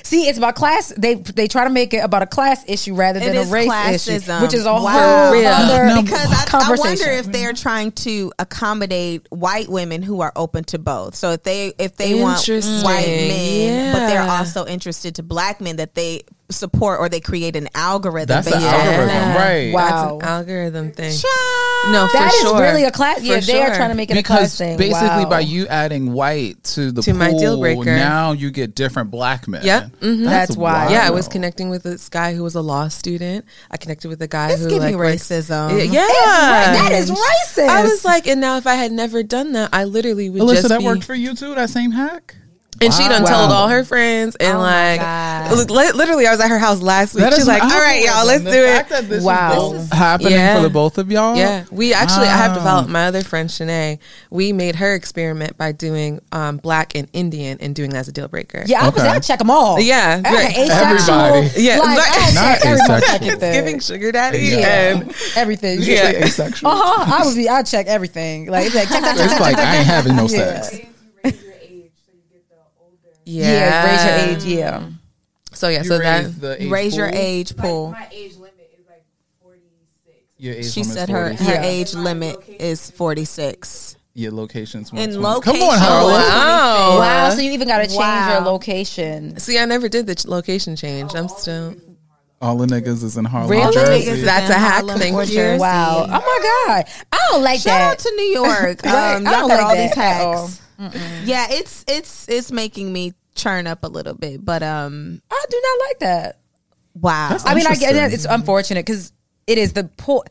Speaker 2: See, it's about class. They they try to make it about a class issue rather than a
Speaker 4: is
Speaker 2: race
Speaker 4: classism.
Speaker 2: issue, which is a
Speaker 4: Wow.
Speaker 2: whole other
Speaker 3: No,
Speaker 2: because
Speaker 4: Um, because I, I
Speaker 2: conversation.
Speaker 4: wonder if they're trying to accommodate white women who are open to both. So if they if they want
Speaker 5: Interesting.
Speaker 4: white men, but they're
Speaker 5: Yeah.
Speaker 4: also interested to black men that they support or they create an algorithm.
Speaker 3: That's an
Speaker 4: based on-
Speaker 3: algorithm, right?
Speaker 2: wow,
Speaker 5: It's an algorithm thing.
Speaker 4: Child.
Speaker 5: No, for
Speaker 2: that is
Speaker 5: sure.
Speaker 2: really a class.
Speaker 5: For
Speaker 2: Yeah, they are
Speaker 5: sure.
Speaker 2: trying to make it a
Speaker 3: Because
Speaker 2: class thing.
Speaker 3: basically,
Speaker 2: Wow.
Speaker 3: by you adding white to the
Speaker 5: To
Speaker 3: pool,
Speaker 5: my deal breaker.
Speaker 3: now you get different black men.
Speaker 5: Yep. Mhm.
Speaker 2: Mm-hmm. That's why.
Speaker 3: wild.
Speaker 5: Yeah, I was connecting with this guy who was a law student. I connected with a guy
Speaker 4: It's
Speaker 5: who
Speaker 4: giving
Speaker 5: like works-
Speaker 4: racism.
Speaker 5: Yeah,
Speaker 4: It's
Speaker 5: yeah.
Speaker 2: that is racist.
Speaker 5: I was like, and now if I had never done that, I literally would
Speaker 3: Alyssa,
Speaker 5: just
Speaker 3: that
Speaker 5: be.
Speaker 3: worked for you too. That same hack.
Speaker 5: and she done
Speaker 2: Wow. Oh
Speaker 5: told all her friends, and like, li- literally, I was at her house last week. She's
Speaker 3: an
Speaker 5: like, all right, y'all,
Speaker 3: algorithm.
Speaker 5: let's do
Speaker 3: The fact
Speaker 5: it.
Speaker 3: that this is
Speaker 2: Wow.
Speaker 3: both
Speaker 2: This is-
Speaker 3: happening
Speaker 5: Yeah.
Speaker 3: for the both of y'all.
Speaker 5: Yeah, we actually. I have
Speaker 3: Wow.
Speaker 5: developed
Speaker 2: Ah.
Speaker 5: my other friend Shanae. We made her experiment by doing um, black and Indian and doing that as a deal breaker.
Speaker 2: yeah, I was,
Speaker 3: Okay.
Speaker 2: I check them all.
Speaker 5: Yeah,
Speaker 2: I had
Speaker 3: <laughs>
Speaker 5: right.
Speaker 2: asexual.
Speaker 3: Everybody.
Speaker 5: Yeah,
Speaker 2: like,
Speaker 5: right.
Speaker 2: I had
Speaker 3: Not
Speaker 2: check every
Speaker 3: asexual.
Speaker 2: motherfucking
Speaker 5: it's
Speaker 2: thing.
Speaker 5: giving sugar daddy
Speaker 2: Yeah.
Speaker 5: and
Speaker 2: everything.
Speaker 3: Did you say
Speaker 5: Yeah.
Speaker 3: asexual?
Speaker 2: Uh huh. I would be. I check everything. Like, it's like check,
Speaker 4: <laughs>
Speaker 2: check, check,
Speaker 3: It's
Speaker 2: check,
Speaker 3: like
Speaker 2: check,
Speaker 3: I
Speaker 2: check,
Speaker 3: ain't having no
Speaker 2: Yeah.
Speaker 3: sex.
Speaker 2: Yeah. raise your age. Yeah.
Speaker 5: So yeah,
Speaker 3: You
Speaker 5: so that
Speaker 3: raise the age
Speaker 4: Raise your
Speaker 3: pool.
Speaker 4: age pool.
Speaker 3: Your age
Speaker 4: She
Speaker 3: limit
Speaker 4: said
Speaker 3: is
Speaker 4: her
Speaker 3: 40.
Speaker 4: her age limit is forty six.
Speaker 3: Your location's
Speaker 4: And
Speaker 3: 120. Come on,
Speaker 4: location-
Speaker 3: Harlow.
Speaker 5: wow.
Speaker 2: wow.
Speaker 4: Uh-huh.
Speaker 2: So you even got to change
Speaker 4: Wow.
Speaker 2: your location.
Speaker 5: Oh, See, I never did the ch- location change. I'm still.
Speaker 3: All the niggas is in Harlem,
Speaker 2: Really?
Speaker 3: Jersey.
Speaker 5: That's a hack.
Speaker 4: Harlem
Speaker 5: Thank
Speaker 4: or
Speaker 5: you.
Speaker 4: Jersey.
Speaker 2: Wow. Oh my God. I don't like
Speaker 4: Shout
Speaker 2: that.
Speaker 4: out to New <laughs> York.
Speaker 2: Right.
Speaker 4: um,
Speaker 2: I
Speaker 4: y'all
Speaker 2: don't
Speaker 4: got
Speaker 2: like
Speaker 4: all
Speaker 2: that
Speaker 4: these
Speaker 2: at all.
Speaker 4: hacks. Yeah, it's it's it's making me churn up a little bit, but um,
Speaker 2: I do not like that.
Speaker 4: wow.
Speaker 2: I mean, I get it.
Speaker 3: Interesting.
Speaker 2: It's unfortunate because it is the poor.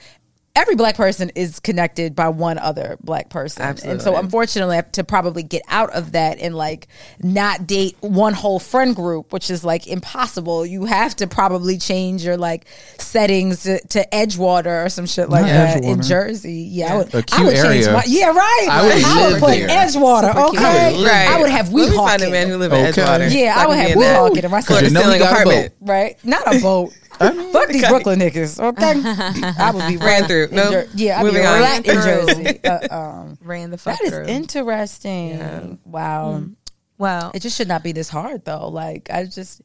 Speaker 2: Every black person is connected by one other black person, and so
Speaker 5: Absolutely.
Speaker 2: unfortunately, I have to probably get out of that and like not date one whole friend group, which is like impossible. You have to probably change your like settings to, to Edgewater or some shit like
Speaker 3: Not
Speaker 2: that in
Speaker 3: Edgewater.
Speaker 2: Jersey. Yeah, I would,
Speaker 3: A
Speaker 2: I
Speaker 3: cute
Speaker 2: would change
Speaker 3: area.
Speaker 2: my yeah right.
Speaker 3: I would live
Speaker 2: put
Speaker 3: there.
Speaker 2: Edgewater.
Speaker 4: cute. I
Speaker 2: Okay,
Speaker 3: would live
Speaker 2: I would have
Speaker 5: Let me find a
Speaker 2: Weehawken.
Speaker 5: man who live in
Speaker 3: Okay.
Speaker 5: Edgewater.
Speaker 2: Yeah,
Speaker 5: So
Speaker 2: I would
Speaker 5: can
Speaker 2: have
Speaker 5: be in that.
Speaker 2: Weehawken in my
Speaker 3: Because you know we
Speaker 5: Selling
Speaker 3: got a boat.
Speaker 5: apartment.
Speaker 2: right? Not a
Speaker 3: <laughs>
Speaker 2: boat. Fuck these Brooklyn niggas. Okay, I would be
Speaker 5: Ran through.
Speaker 2: in
Speaker 5: Nope.
Speaker 2: Jer- yeah, I'd
Speaker 5: Moving
Speaker 2: be
Speaker 5: on.
Speaker 2: right in
Speaker 4: Ran through.
Speaker 2: Jersey. Uh, um,
Speaker 4: ran the fuck
Speaker 2: that is
Speaker 4: through.
Speaker 2: interesting. Wow,
Speaker 4: well,
Speaker 2: it just should not be this hard though. Like I just,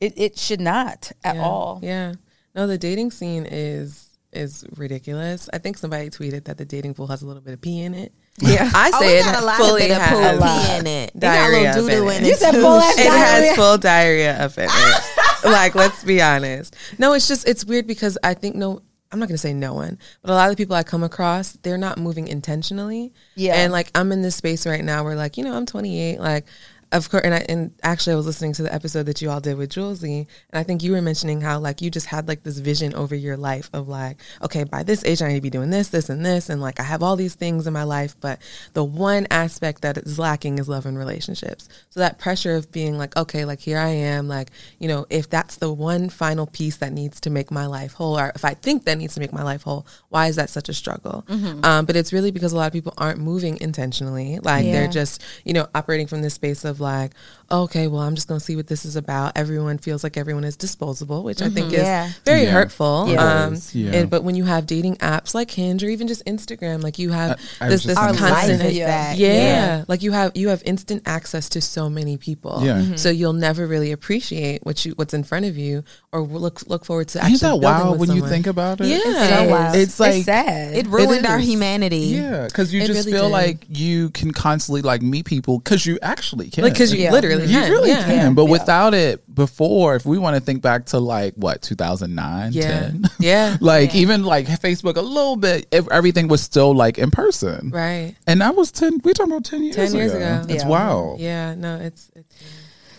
Speaker 2: it it should not at
Speaker 5: Yeah.
Speaker 2: all.
Speaker 5: Yeah. No, the dating scene is is ridiculous. I think somebody tweeted that the dating pool has a little bit of pee in it. Yeah, I
Speaker 4: oh, we
Speaker 5: said
Speaker 4: got a lot
Speaker 5: fully
Speaker 4: of bit of
Speaker 5: has
Speaker 4: poo
Speaker 2: lot.
Speaker 4: pee in it. They got a
Speaker 5: Diarrhea
Speaker 4: little doo doo
Speaker 5: bit.
Speaker 4: in
Speaker 2: You
Speaker 4: it.
Speaker 2: said
Speaker 4: too.
Speaker 2: full ass
Speaker 5: it
Speaker 2: diarrhea.
Speaker 5: has full diarrhea
Speaker 2: <laughs>
Speaker 5: up in it. like, let's be honest. No, it's just it's weird because I think no, I'm not gonna say no one, but a lot of the people I come across, they're not moving intentionally.
Speaker 2: Yeah.
Speaker 5: and like I'm in this space right now where like you know I'm 28, like. Of course, and I and actually I was listening to the episode that you all did with Julesy, and I think you were mentioning how like you just had like this vision over your life of like, okay, by this age I need to be doing this, this, and this, and like I have all these things in my life, but the one aspect that is lacking is love and relationships. So that pressure of being like, okay, like here I am, like, you know, if that's the one final piece that needs to make my life whole, or if I think that needs to make my life whole, why is that such a struggle?
Speaker 4: Mm-hmm.
Speaker 5: Um, but it's really because a lot of people aren't moving intentionally. Like they're just, you know, operating from this space of like, okay, well, I'm just going to see what this is about. Everyone feels like everyone is disposable, which I think
Speaker 4: Mm-hmm. Yeah.
Speaker 5: is very
Speaker 3: Yeah.
Speaker 5: hurtful.
Speaker 3: It
Speaker 5: Um,
Speaker 3: is, yeah.
Speaker 5: and- but when you have dating apps like Hinge or even just Instagram, like you have
Speaker 3: I- I
Speaker 5: this,
Speaker 3: was
Speaker 5: this
Speaker 3: just
Speaker 4: Our
Speaker 3: thinking
Speaker 4: life
Speaker 5: constant
Speaker 4: is
Speaker 2: Yeah.
Speaker 4: that.
Speaker 5: yeah. Like you have you have instant access to so many people.
Speaker 3: Yeah. Mhm.
Speaker 5: So you'll never really appreciate what you what's in front of you or look look forward to actually
Speaker 3: Ain't that
Speaker 5: building
Speaker 3: wild
Speaker 5: with
Speaker 3: when you
Speaker 5: someone.
Speaker 3: think about it?
Speaker 5: Yeah.
Speaker 2: so wild.
Speaker 3: It's like-
Speaker 2: sad.
Speaker 4: It ruined our
Speaker 3: is.
Speaker 4: humanity.
Speaker 3: Yeah, because you
Speaker 5: It
Speaker 3: just
Speaker 5: really
Speaker 3: feel
Speaker 5: did.
Speaker 3: like you can constantly like meet people because you actually can.
Speaker 5: like cuz you
Speaker 2: Yeah.
Speaker 5: literally
Speaker 3: You
Speaker 5: can.
Speaker 3: really
Speaker 5: yeah.
Speaker 3: can. But without it before, if we want to think back to like what, 2009,
Speaker 5: Yeah.
Speaker 3: <laughs> 10?
Speaker 5: Yeah.
Speaker 3: like even like Facebook a little bit, if everything was still like in person.
Speaker 5: Right.
Speaker 3: And that was 10, we're talking about 10 years
Speaker 5: 10
Speaker 3: ago.
Speaker 5: years ago.
Speaker 3: It's
Speaker 2: Yeah.
Speaker 3: wild.
Speaker 5: Yeah, no, it's, it's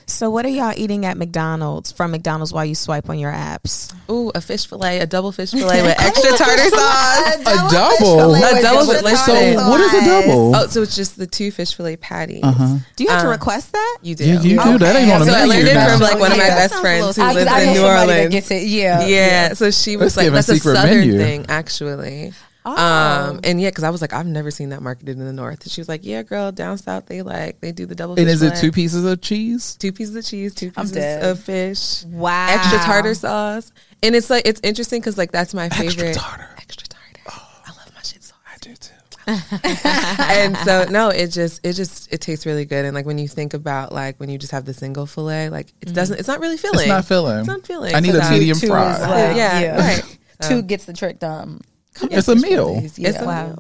Speaker 4: So, what are y'all eating at McDonald's from McDonald's while you swipe on your apps?
Speaker 5: ooh, a fish fillet, a double
Speaker 3: <laughs>
Speaker 5: fish fillet with extra tartar sauce.
Speaker 3: A double?
Speaker 5: A double with lettuce
Speaker 3: So
Speaker 5: Tartar
Speaker 3: what is a double?
Speaker 5: Oh, so it's just the two fish fillet patties.
Speaker 4: Do Uh, you have to request that?
Speaker 5: You do.
Speaker 3: yeah, Uh-huh. you do. That ain't on a
Speaker 5: So I
Speaker 3: menu.
Speaker 5: learned it from
Speaker 3: now. Oh,
Speaker 5: like one of my
Speaker 4: Yeah, that
Speaker 5: best
Speaker 4: sounds a
Speaker 5: friends
Speaker 4: little-
Speaker 5: who
Speaker 2: I,
Speaker 5: lives
Speaker 2: I
Speaker 5: in
Speaker 2: know
Speaker 5: New
Speaker 2: somebody that
Speaker 5: Orleans.
Speaker 2: gets it. Yeah.
Speaker 5: yeah. So she
Speaker 3: Let's
Speaker 5: was
Speaker 3: give
Speaker 5: like,
Speaker 3: him
Speaker 5: that's a
Speaker 3: secret
Speaker 5: southern
Speaker 3: menu. Oh.
Speaker 5: thing, actually. Um, and yeah, because I was like, I've never seen that marketed in the north. And she was like, Yeah, girl, down south they like they do the double.
Speaker 3: And
Speaker 5: fish
Speaker 3: is it
Speaker 5: fillet,
Speaker 3: two pieces of cheese?
Speaker 5: two pieces of cheese, two
Speaker 2: I'm
Speaker 5: pieces
Speaker 2: dead.
Speaker 5: of fish,
Speaker 4: Wow.
Speaker 5: extra tartar sauce, and it's like it's interesting because like that's my favorite
Speaker 3: tartar. Oh.
Speaker 5: Extra tartar. I love my shit sauce.
Speaker 3: I do too.
Speaker 5: I <laughs> and so no, it just it just it tastes really good. And like when you think about like when you just have the single fillet, like it doesn't it's not really filling.
Speaker 3: It's not filling.
Speaker 5: It's not filling.
Speaker 3: I need
Speaker 5: So
Speaker 3: a
Speaker 5: that-
Speaker 3: medium
Speaker 2: Two
Speaker 3: fry.
Speaker 2: is like,
Speaker 5: Yeah,
Speaker 2: yeah,
Speaker 5: right.
Speaker 2: <laughs> Two gets the trick done. Come
Speaker 3: It's
Speaker 2: on,
Speaker 3: a
Speaker 2: fish
Speaker 3: meal.
Speaker 2: fillets.
Speaker 5: It's
Speaker 2: Yeah.
Speaker 5: a
Speaker 2: Wow.
Speaker 5: meal.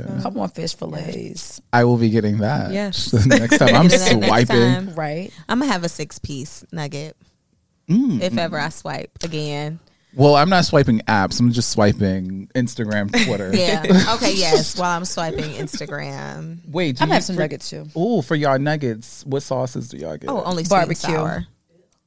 Speaker 5: Uh-huh.
Speaker 3: Yeah.
Speaker 2: Come on, fish fillets.
Speaker 3: I will be getting that. <laughs>
Speaker 5: Yes.
Speaker 3: The next
Speaker 5: <laughs>
Speaker 3: time I'm
Speaker 4: Get it that next
Speaker 3: swiping.
Speaker 4: time.
Speaker 2: Right.
Speaker 4: I'm gonna have a six piece nugget
Speaker 3: Mm.
Speaker 4: if ever I swipe again.
Speaker 3: Well, I'm not swiping apps. I'm just swiping Instagram, Twitter.
Speaker 5: <laughs>
Speaker 4: Yeah. <laughs> Okay. Yes. While I'm swiping Instagram.
Speaker 3: Wait,
Speaker 2: I'm gonna have some nuggets too.
Speaker 3: Oh, for y'all nuggets, what sauces do y'all get?
Speaker 4: Oh, only
Speaker 2: Barbecue.
Speaker 4: barbecue.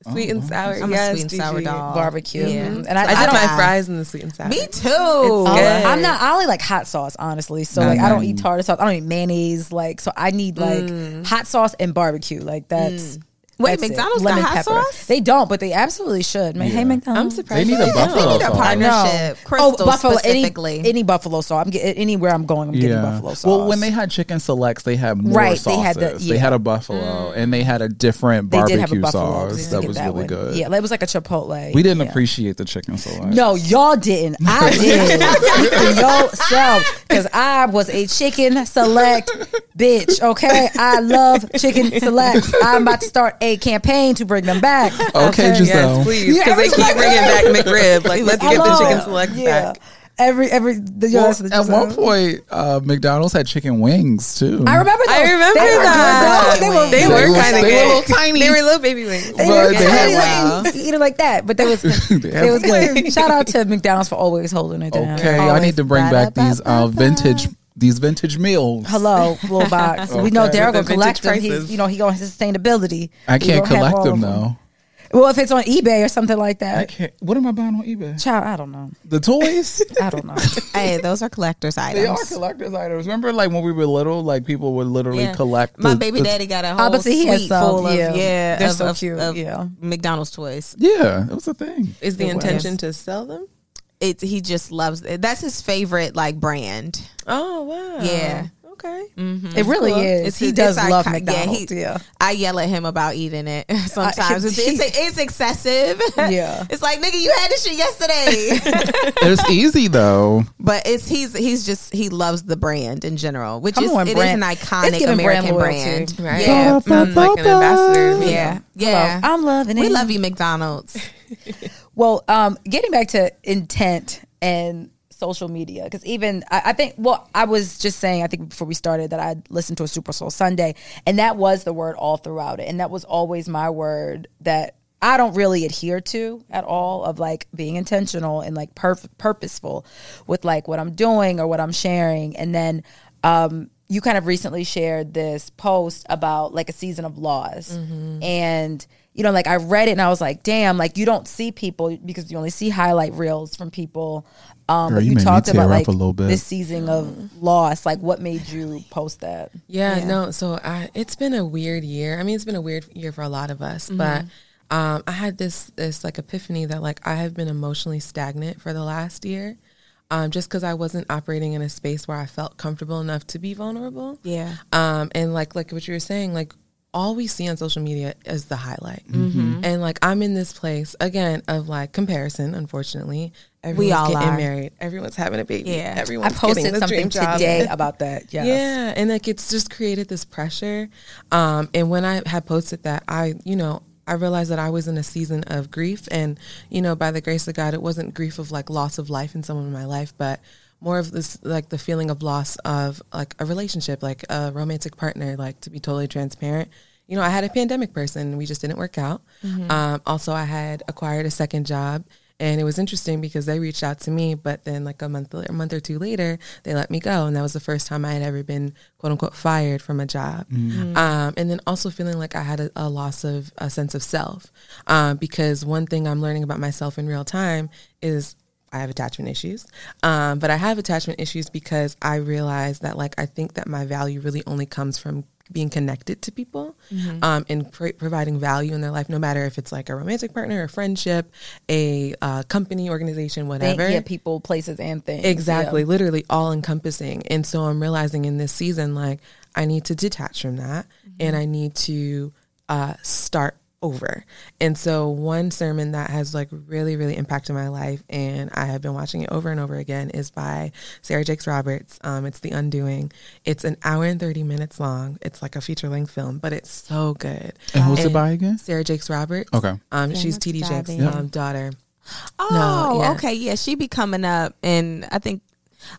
Speaker 4: Sweet and sour.
Speaker 3: Uh-huh.
Speaker 5: Sweet and sour.
Speaker 4: I'm
Speaker 5: yes,
Speaker 4: a sweet and
Speaker 5: Gigi.
Speaker 4: sour dog.
Speaker 2: Barbecue. Mm-hmm.
Speaker 4: Yeah.
Speaker 2: And I,
Speaker 5: I
Speaker 2: I
Speaker 5: dip
Speaker 2: don't
Speaker 5: my
Speaker 4: buy-
Speaker 5: fries in the sweet and sour.
Speaker 4: Me too.
Speaker 2: Oh,
Speaker 5: good.
Speaker 2: I'm not. I only like hot sauce, honestly. So
Speaker 3: Nah,
Speaker 2: like, I don't
Speaker 3: nah.
Speaker 2: eat tartar sauce. I don't eat mayonnaise. Like, so I need like hot sauce and barbecue. Like that's.
Speaker 4: Wait,
Speaker 2: that's it.
Speaker 4: McDonald's got hot sauce?
Speaker 2: They don't, but they absolutely should. Man, Hey,
Speaker 5: I'm
Speaker 2: McDonald's. Oh,
Speaker 3: they
Speaker 5: surprised.
Speaker 3: need
Speaker 5: you
Speaker 3: a
Speaker 5: didn't.
Speaker 3: buffalo
Speaker 4: need a
Speaker 3: sauce.
Speaker 4: partner. Partnership. Crystal
Speaker 2: any-
Speaker 4: specifically.
Speaker 2: Any, buffalo sauce. I'm getting anywhere I'm going. I'm getting buffalo sauce.
Speaker 3: Well, when they had chicken selects, they had more
Speaker 2: Right,
Speaker 3: sauces.
Speaker 2: they
Speaker 3: They had,
Speaker 2: had the- yeah.
Speaker 3: a buffalo,
Speaker 4: Mm.
Speaker 3: and they had a different
Speaker 2: They
Speaker 3: barbecue
Speaker 2: did have a buffalo.
Speaker 3: sauce
Speaker 2: Did you
Speaker 3: that
Speaker 2: get
Speaker 3: was
Speaker 2: that
Speaker 3: really
Speaker 2: one?
Speaker 3: good.
Speaker 2: Yeah, it was like a chipotle.
Speaker 3: We didn't
Speaker 2: Yeah.
Speaker 3: appreciate the chicken select.
Speaker 2: No, y'all didn't. I did. Speak for yourself. Because I was a chicken select bitch. Okay. I love chicken select. I'm about to start a campaign to bring them back.
Speaker 3: Okay, Giselle.
Speaker 5: Yes, please.
Speaker 2: Yeah,
Speaker 5: Because they keep bringing back McRib. Like, let's get the
Speaker 2: Hello.
Speaker 5: chicken selects
Speaker 2: Yeah.
Speaker 5: back.
Speaker 2: Every every the
Speaker 3: Well,
Speaker 2: yes, the-
Speaker 3: at one point, uh, McDonald's had chicken wings too. <laughs>
Speaker 2: I remember those.
Speaker 5: I remember
Speaker 2: They were good,
Speaker 5: that.
Speaker 2: though. They were
Speaker 5: They were
Speaker 3: were-
Speaker 5: kind
Speaker 3: they
Speaker 5: of
Speaker 3: were
Speaker 5: good.
Speaker 3: little tiny.
Speaker 5: They were little baby wings.
Speaker 2: They
Speaker 3: Well,
Speaker 2: were
Speaker 3: they had
Speaker 2: kinda like- you could eat it like that, but they was
Speaker 3: had
Speaker 2: it was good. Shout out to McDonald's for always holding it down.
Speaker 3: Okay, I
Speaker 2: Always.
Speaker 3: need to bring back these uh, vintage these vintage meals.
Speaker 2: Hello, little box. We know
Speaker 3: Okay.
Speaker 2: Daryl gonna
Speaker 5: With the
Speaker 2: collect them.
Speaker 5: vintage
Speaker 2: He's,
Speaker 5: prices.
Speaker 2: you know, he going sustainability.
Speaker 3: I
Speaker 2: He
Speaker 3: can't
Speaker 2: gonna have
Speaker 3: collect
Speaker 2: all
Speaker 3: them
Speaker 2: of
Speaker 3: though.
Speaker 2: Well, if it's on eBay or something like
Speaker 3: I
Speaker 2: that,
Speaker 3: can't. What am I buying on eBay?
Speaker 2: child, I don't know.
Speaker 3: The toys.
Speaker 2: I
Speaker 4: <laughs>
Speaker 2: don't know.
Speaker 4: Hey, those are collector's items.
Speaker 3: <laughs> They are collector's items. Remember, like when we were little, like people would literally
Speaker 4: Yeah.
Speaker 3: collect.
Speaker 4: My
Speaker 3: the-
Speaker 4: baby
Speaker 3: the-
Speaker 4: daddy got a
Speaker 2: Oh,
Speaker 4: whole
Speaker 2: but see, he has
Speaker 4: suite
Speaker 2: some,
Speaker 4: full of
Speaker 2: yeah.
Speaker 4: yeah,
Speaker 2: They're
Speaker 4: of,
Speaker 2: so
Speaker 4: of-
Speaker 2: cute,
Speaker 4: of
Speaker 2: yeah.
Speaker 4: McDonald's toys.
Speaker 3: Yeah, it was a thing.
Speaker 5: Is the intention to sell them?
Speaker 4: It he just loves. It. That's his favorite like brand.
Speaker 5: Oh wow.
Speaker 4: Yeah.
Speaker 5: Okay. Mm,
Speaker 2: It really
Speaker 5: cool.
Speaker 2: is.
Speaker 4: It's-
Speaker 2: he
Speaker 4: it's
Speaker 2: does
Speaker 4: our
Speaker 2: love
Speaker 4: co- yeah,
Speaker 2: McDonald's.
Speaker 4: he-
Speaker 2: Yeah,
Speaker 4: I yell at him about eating it <laughs>
Speaker 2: <laughs>
Speaker 4: sometimes. it's,
Speaker 2: he-
Speaker 4: it's, it's excessive. <laughs>
Speaker 2: Yeah.
Speaker 4: it's like nigga, you had this shit yesterday.
Speaker 2: <laughs>
Speaker 3: It's easy though.
Speaker 4: but it's he's he's just he loves the brand in general, which
Speaker 2: Come
Speaker 4: is
Speaker 2: on,
Speaker 4: it is
Speaker 2: brand.
Speaker 4: an
Speaker 2: It's
Speaker 4: iconic
Speaker 2: giving brand
Speaker 4: American
Speaker 2: loyalty,
Speaker 4: brand.
Speaker 5: Right.
Speaker 4: Yeah,
Speaker 5: Sounds like an ambassador. to me.
Speaker 4: yeah,
Speaker 2: yeah.
Speaker 4: yeah.
Speaker 2: I'm loving it.
Speaker 4: we love you, McDonald's.
Speaker 2: Well, um, getting back to intent and social media, because even I, I think, well, I was just saying, I think before we started that I listened to a Super Soul Sunday, and that was the word all throughout it, and that was always my word that I don't really adhere to at all of like being intentional and like perf- purposeful with like what I'm doing or what I'm sharing, and then um, you kind of recently shared this post about like a season of laws
Speaker 5: Mm-hmm.
Speaker 2: and you know like i read it and i was like damn like you don't see people because you only see highlight reels from people um
Speaker 3: Girl,
Speaker 2: but
Speaker 3: you
Speaker 2: you,
Speaker 3: made me
Speaker 2: talked
Speaker 3: tear
Speaker 2: about
Speaker 3: up
Speaker 2: like
Speaker 3: a little bit.
Speaker 2: this season of loss like what made you post that
Speaker 5: Yeah, no. So I, it's been a weird year. I mean, it's been a weird year for a lot of us, but um, I had this this like epiphany that like I have been emotionally stagnant for the last year, um, just because I wasn't operating in a space where I felt comfortable enough to be vulnerable.
Speaker 4: Yeah.
Speaker 5: Um, and like like what you were saying, like all we see on social media is the highlight,
Speaker 4: Mm-hmm.
Speaker 5: and like I'm in this place again of like comparison. Unfortunately, everyone's
Speaker 4: all
Speaker 5: getting
Speaker 4: are.
Speaker 5: married, everyone's having a baby,
Speaker 4: Yeah. I
Speaker 5: everyone's
Speaker 2: i posted
Speaker 5: getting the
Speaker 2: something
Speaker 5: dream job.
Speaker 2: today
Speaker 5: <laughs>
Speaker 2: about that yes.
Speaker 5: Yeah, and like it's just created this pressure. Um, and when I had posted that, I you know I realized that I was in a season of grief, and you know by the grace of God, it wasn't grief of like loss of life in someone in my life, but more of this like the feeling of loss of like a relationship, like a romantic partner. Like to be totally transparent, you know, I had a pandemic person. We just didn't work out. Um, also, I had acquired a second job. And it was interesting because they reached out to me, but then like a month, a month or two later, they let me go, and that was the first time I had ever been quote unquote fired from a job. Um, and then also feeling like I had a, a loss of a sense of self, um, because one thing I'm learning about myself in real time is I have attachment issues. Um, but I have attachment issues because I realize that like I think that my value really only comes from being connected to people
Speaker 2: Mm-hmm.
Speaker 5: um, and pr- providing value in their life, no matter if it's like a romantic partner, a friendship, a uh, company, organization,
Speaker 2: Thank-
Speaker 5: whatever.
Speaker 2: yeah people places and things
Speaker 5: Exactly, literally all encompassing. And so I'm realizing in this season, like I need to detach from that, and I need to uh, start over. And so one sermon that has like really, really impacted my life and I have been watching it over and over again is by Sarah Jakes Roberts. Um, it's The Undoing. It's an hour and 30 minutes long. It's like a feature length film, but it's so good.
Speaker 3: And who's it by again?
Speaker 5: Sarah Jakes Roberts.
Speaker 3: Okay.
Speaker 5: Um, she's TD Jakes'
Speaker 4: diving.
Speaker 5: um, daughter.
Speaker 4: Oh,
Speaker 5: yeah.
Speaker 4: okay. Yeah, she be coming up, and I think.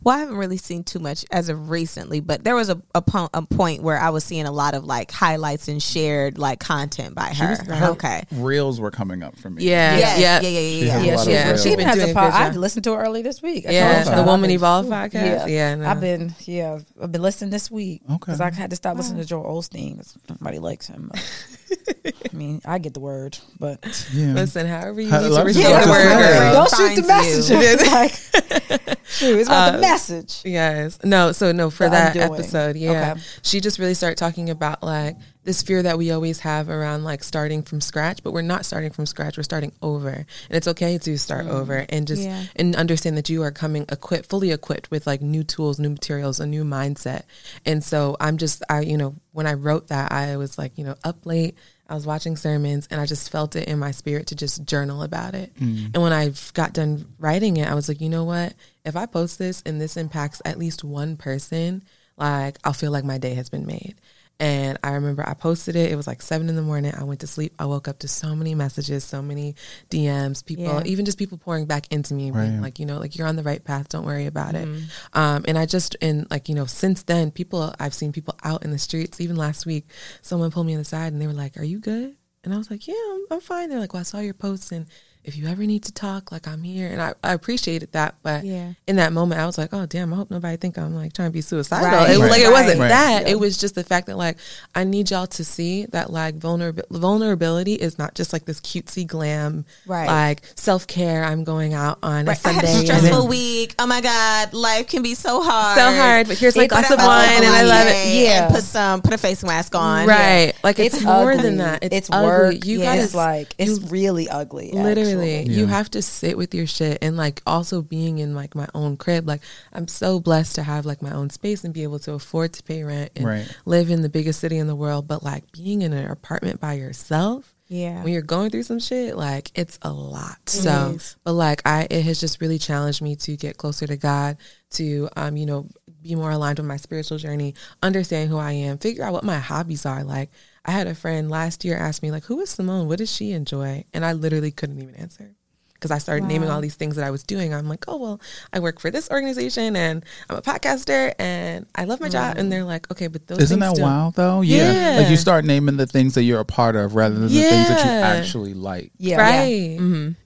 Speaker 4: Well, I haven't really seen too much as of recently, but there was a a, po- a point where I was seeing a lot of like highlights and shared like content by her.
Speaker 3: Her
Speaker 4: okay.
Speaker 3: Reels were coming up for me.
Speaker 5: Yeah.
Speaker 4: Yes. Yeah. Yeah.
Speaker 5: Yeah.
Speaker 4: Yeah.
Speaker 3: She had
Speaker 4: Yeah.
Speaker 3: a
Speaker 4: yeah.
Speaker 3: lot of
Speaker 5: yeah.
Speaker 3: reels.
Speaker 5: She's
Speaker 2: She
Speaker 5: been
Speaker 2: has
Speaker 5: doing
Speaker 2: a
Speaker 5: a
Speaker 2: pod.
Speaker 5: good
Speaker 2: I
Speaker 5: job.
Speaker 2: listened to her early this week. I
Speaker 5: Yeah,
Speaker 2: told y'all.
Speaker 5: the
Speaker 2: I've
Speaker 5: Woman
Speaker 2: been-
Speaker 5: Evolved
Speaker 2: Ooh,
Speaker 5: podcast?
Speaker 2: Yeah,
Speaker 5: Yeah, no.
Speaker 2: I've been. Yeah, I've been listening this week because
Speaker 3: Okay.
Speaker 2: I had to stop listening to Joel Olstein because nobody likes
Speaker 5: <laughs>
Speaker 2: him. I mean, I get the word, but <laughs>
Speaker 3: Yeah.
Speaker 5: Listen, however you
Speaker 3: How-
Speaker 5: need to
Speaker 3: like-
Speaker 5: respond
Speaker 3: Yeah,
Speaker 5: to
Speaker 3: that's
Speaker 5: her.
Speaker 3: right.
Speaker 5: girl.
Speaker 2: don't shoot
Speaker 4: finds
Speaker 2: the
Speaker 4: you.
Speaker 2: messenger. <laughs> like, shoot, it's
Speaker 5: Uh,
Speaker 2: about the message.
Speaker 5: Yes. No, so no, for
Speaker 2: The
Speaker 5: that
Speaker 2: undoing.
Speaker 5: episode, yeah.
Speaker 2: Okay.
Speaker 5: She just really started talking about like this fear that we always have around like starting from scratch, but we're not starting from scratch. We're starting over. And it's okay to start over and just
Speaker 4: Yeah.
Speaker 5: and understand that you are coming equipped, fully equipped with like new tools, new materials, a new mindset. And so I'm just I, you know, when I wrote that, I was like, you know, up late. I was watching sermons and I just felt it in my spirit to just journal about it. And when I got done writing it, I was like, you know what? If I post this and this impacts at least one person, like I'll feel like my day has been made. And I remember I posted it. It was like seven in the morning. I went to sleep. I woke up to so many messages, so many DMs, people,
Speaker 4: Yeah.
Speaker 5: even just people pouring back into me, being
Speaker 3: Right.
Speaker 5: like, you know, like you're on the right path. Don't worry about it.
Speaker 4: Mm-hmm.
Speaker 5: Um, and I just, and like, you know, since then, people, I've seen people out in the streets. Even last week, someone pulled me on the side and they were like, Are you good? And I was like, Yeah, I'm, I'm fine. They're like, Well, I saw your post. And if you ever need to talk, like, I'm here. And I, I appreciated that. But
Speaker 4: Yeah.
Speaker 5: in that moment, I was like, Oh, damn, I hope nobody think I'm like trying to be suicidal.
Speaker 4: Right.
Speaker 5: It was like, it wasn't
Speaker 3: Right.
Speaker 5: that. It was just the fact that, like, I need y'all to see that, like, vulnerab- vulnerability is not just like this cutesy glam,
Speaker 4: Right.
Speaker 5: like, self care. I'm going out on a
Speaker 4: Right. I had
Speaker 5: Sunday.
Speaker 4: a
Speaker 5: and
Speaker 4: stressful week. Oh my God, life can be so hard.
Speaker 5: so hard, but here's my
Speaker 4: It's
Speaker 5: glass of
Speaker 4: about
Speaker 5: wine, and I love it. Mm-hmm.
Speaker 4: wine
Speaker 2: Yeah.
Speaker 4: and put some, put a face mask on.
Speaker 5: Right, like it's,
Speaker 2: It's
Speaker 5: more
Speaker 2: ugly.
Speaker 5: than that. It's,
Speaker 2: It's,
Speaker 5: ugly.
Speaker 2: work.
Speaker 5: You
Speaker 2: You
Speaker 4: yeah.
Speaker 5: guys
Speaker 2: guys like it's really ugly.
Speaker 5: literally
Speaker 2: actually.
Speaker 5: you
Speaker 3: Yeah.
Speaker 5: have to sit with your shit and like also being in like my own crib like i'm so blessed to have like my own space and be able to afford to pay rent and
Speaker 3: Right.
Speaker 5: live in the biggest city in the world but like being in an apartment by yourself
Speaker 4: Yeah.
Speaker 5: when you're going through some shit like it's a lot so but like i it has just really challenged me to get closer to god to um you know be more aligned with my spiritual journey understand who i am figure out what my hobbies are like i had a friend last year ask me like who is simone what does she enjoy and i literally couldn't even answer because I started naming all these things that I was doing. I'm like, oh well, I work for this organization and I'm a podcaster and I love my job. And they're like, okay, but those
Speaker 3: Isn't
Speaker 5: things
Speaker 3: that
Speaker 5: don't-
Speaker 3: wild though? Yeah. Like
Speaker 5: Yeah.
Speaker 3: you start naming the things that you're a part of rather than the things that you
Speaker 5: Yeah.
Speaker 3: actually like.
Speaker 2: Yeah.
Speaker 5: right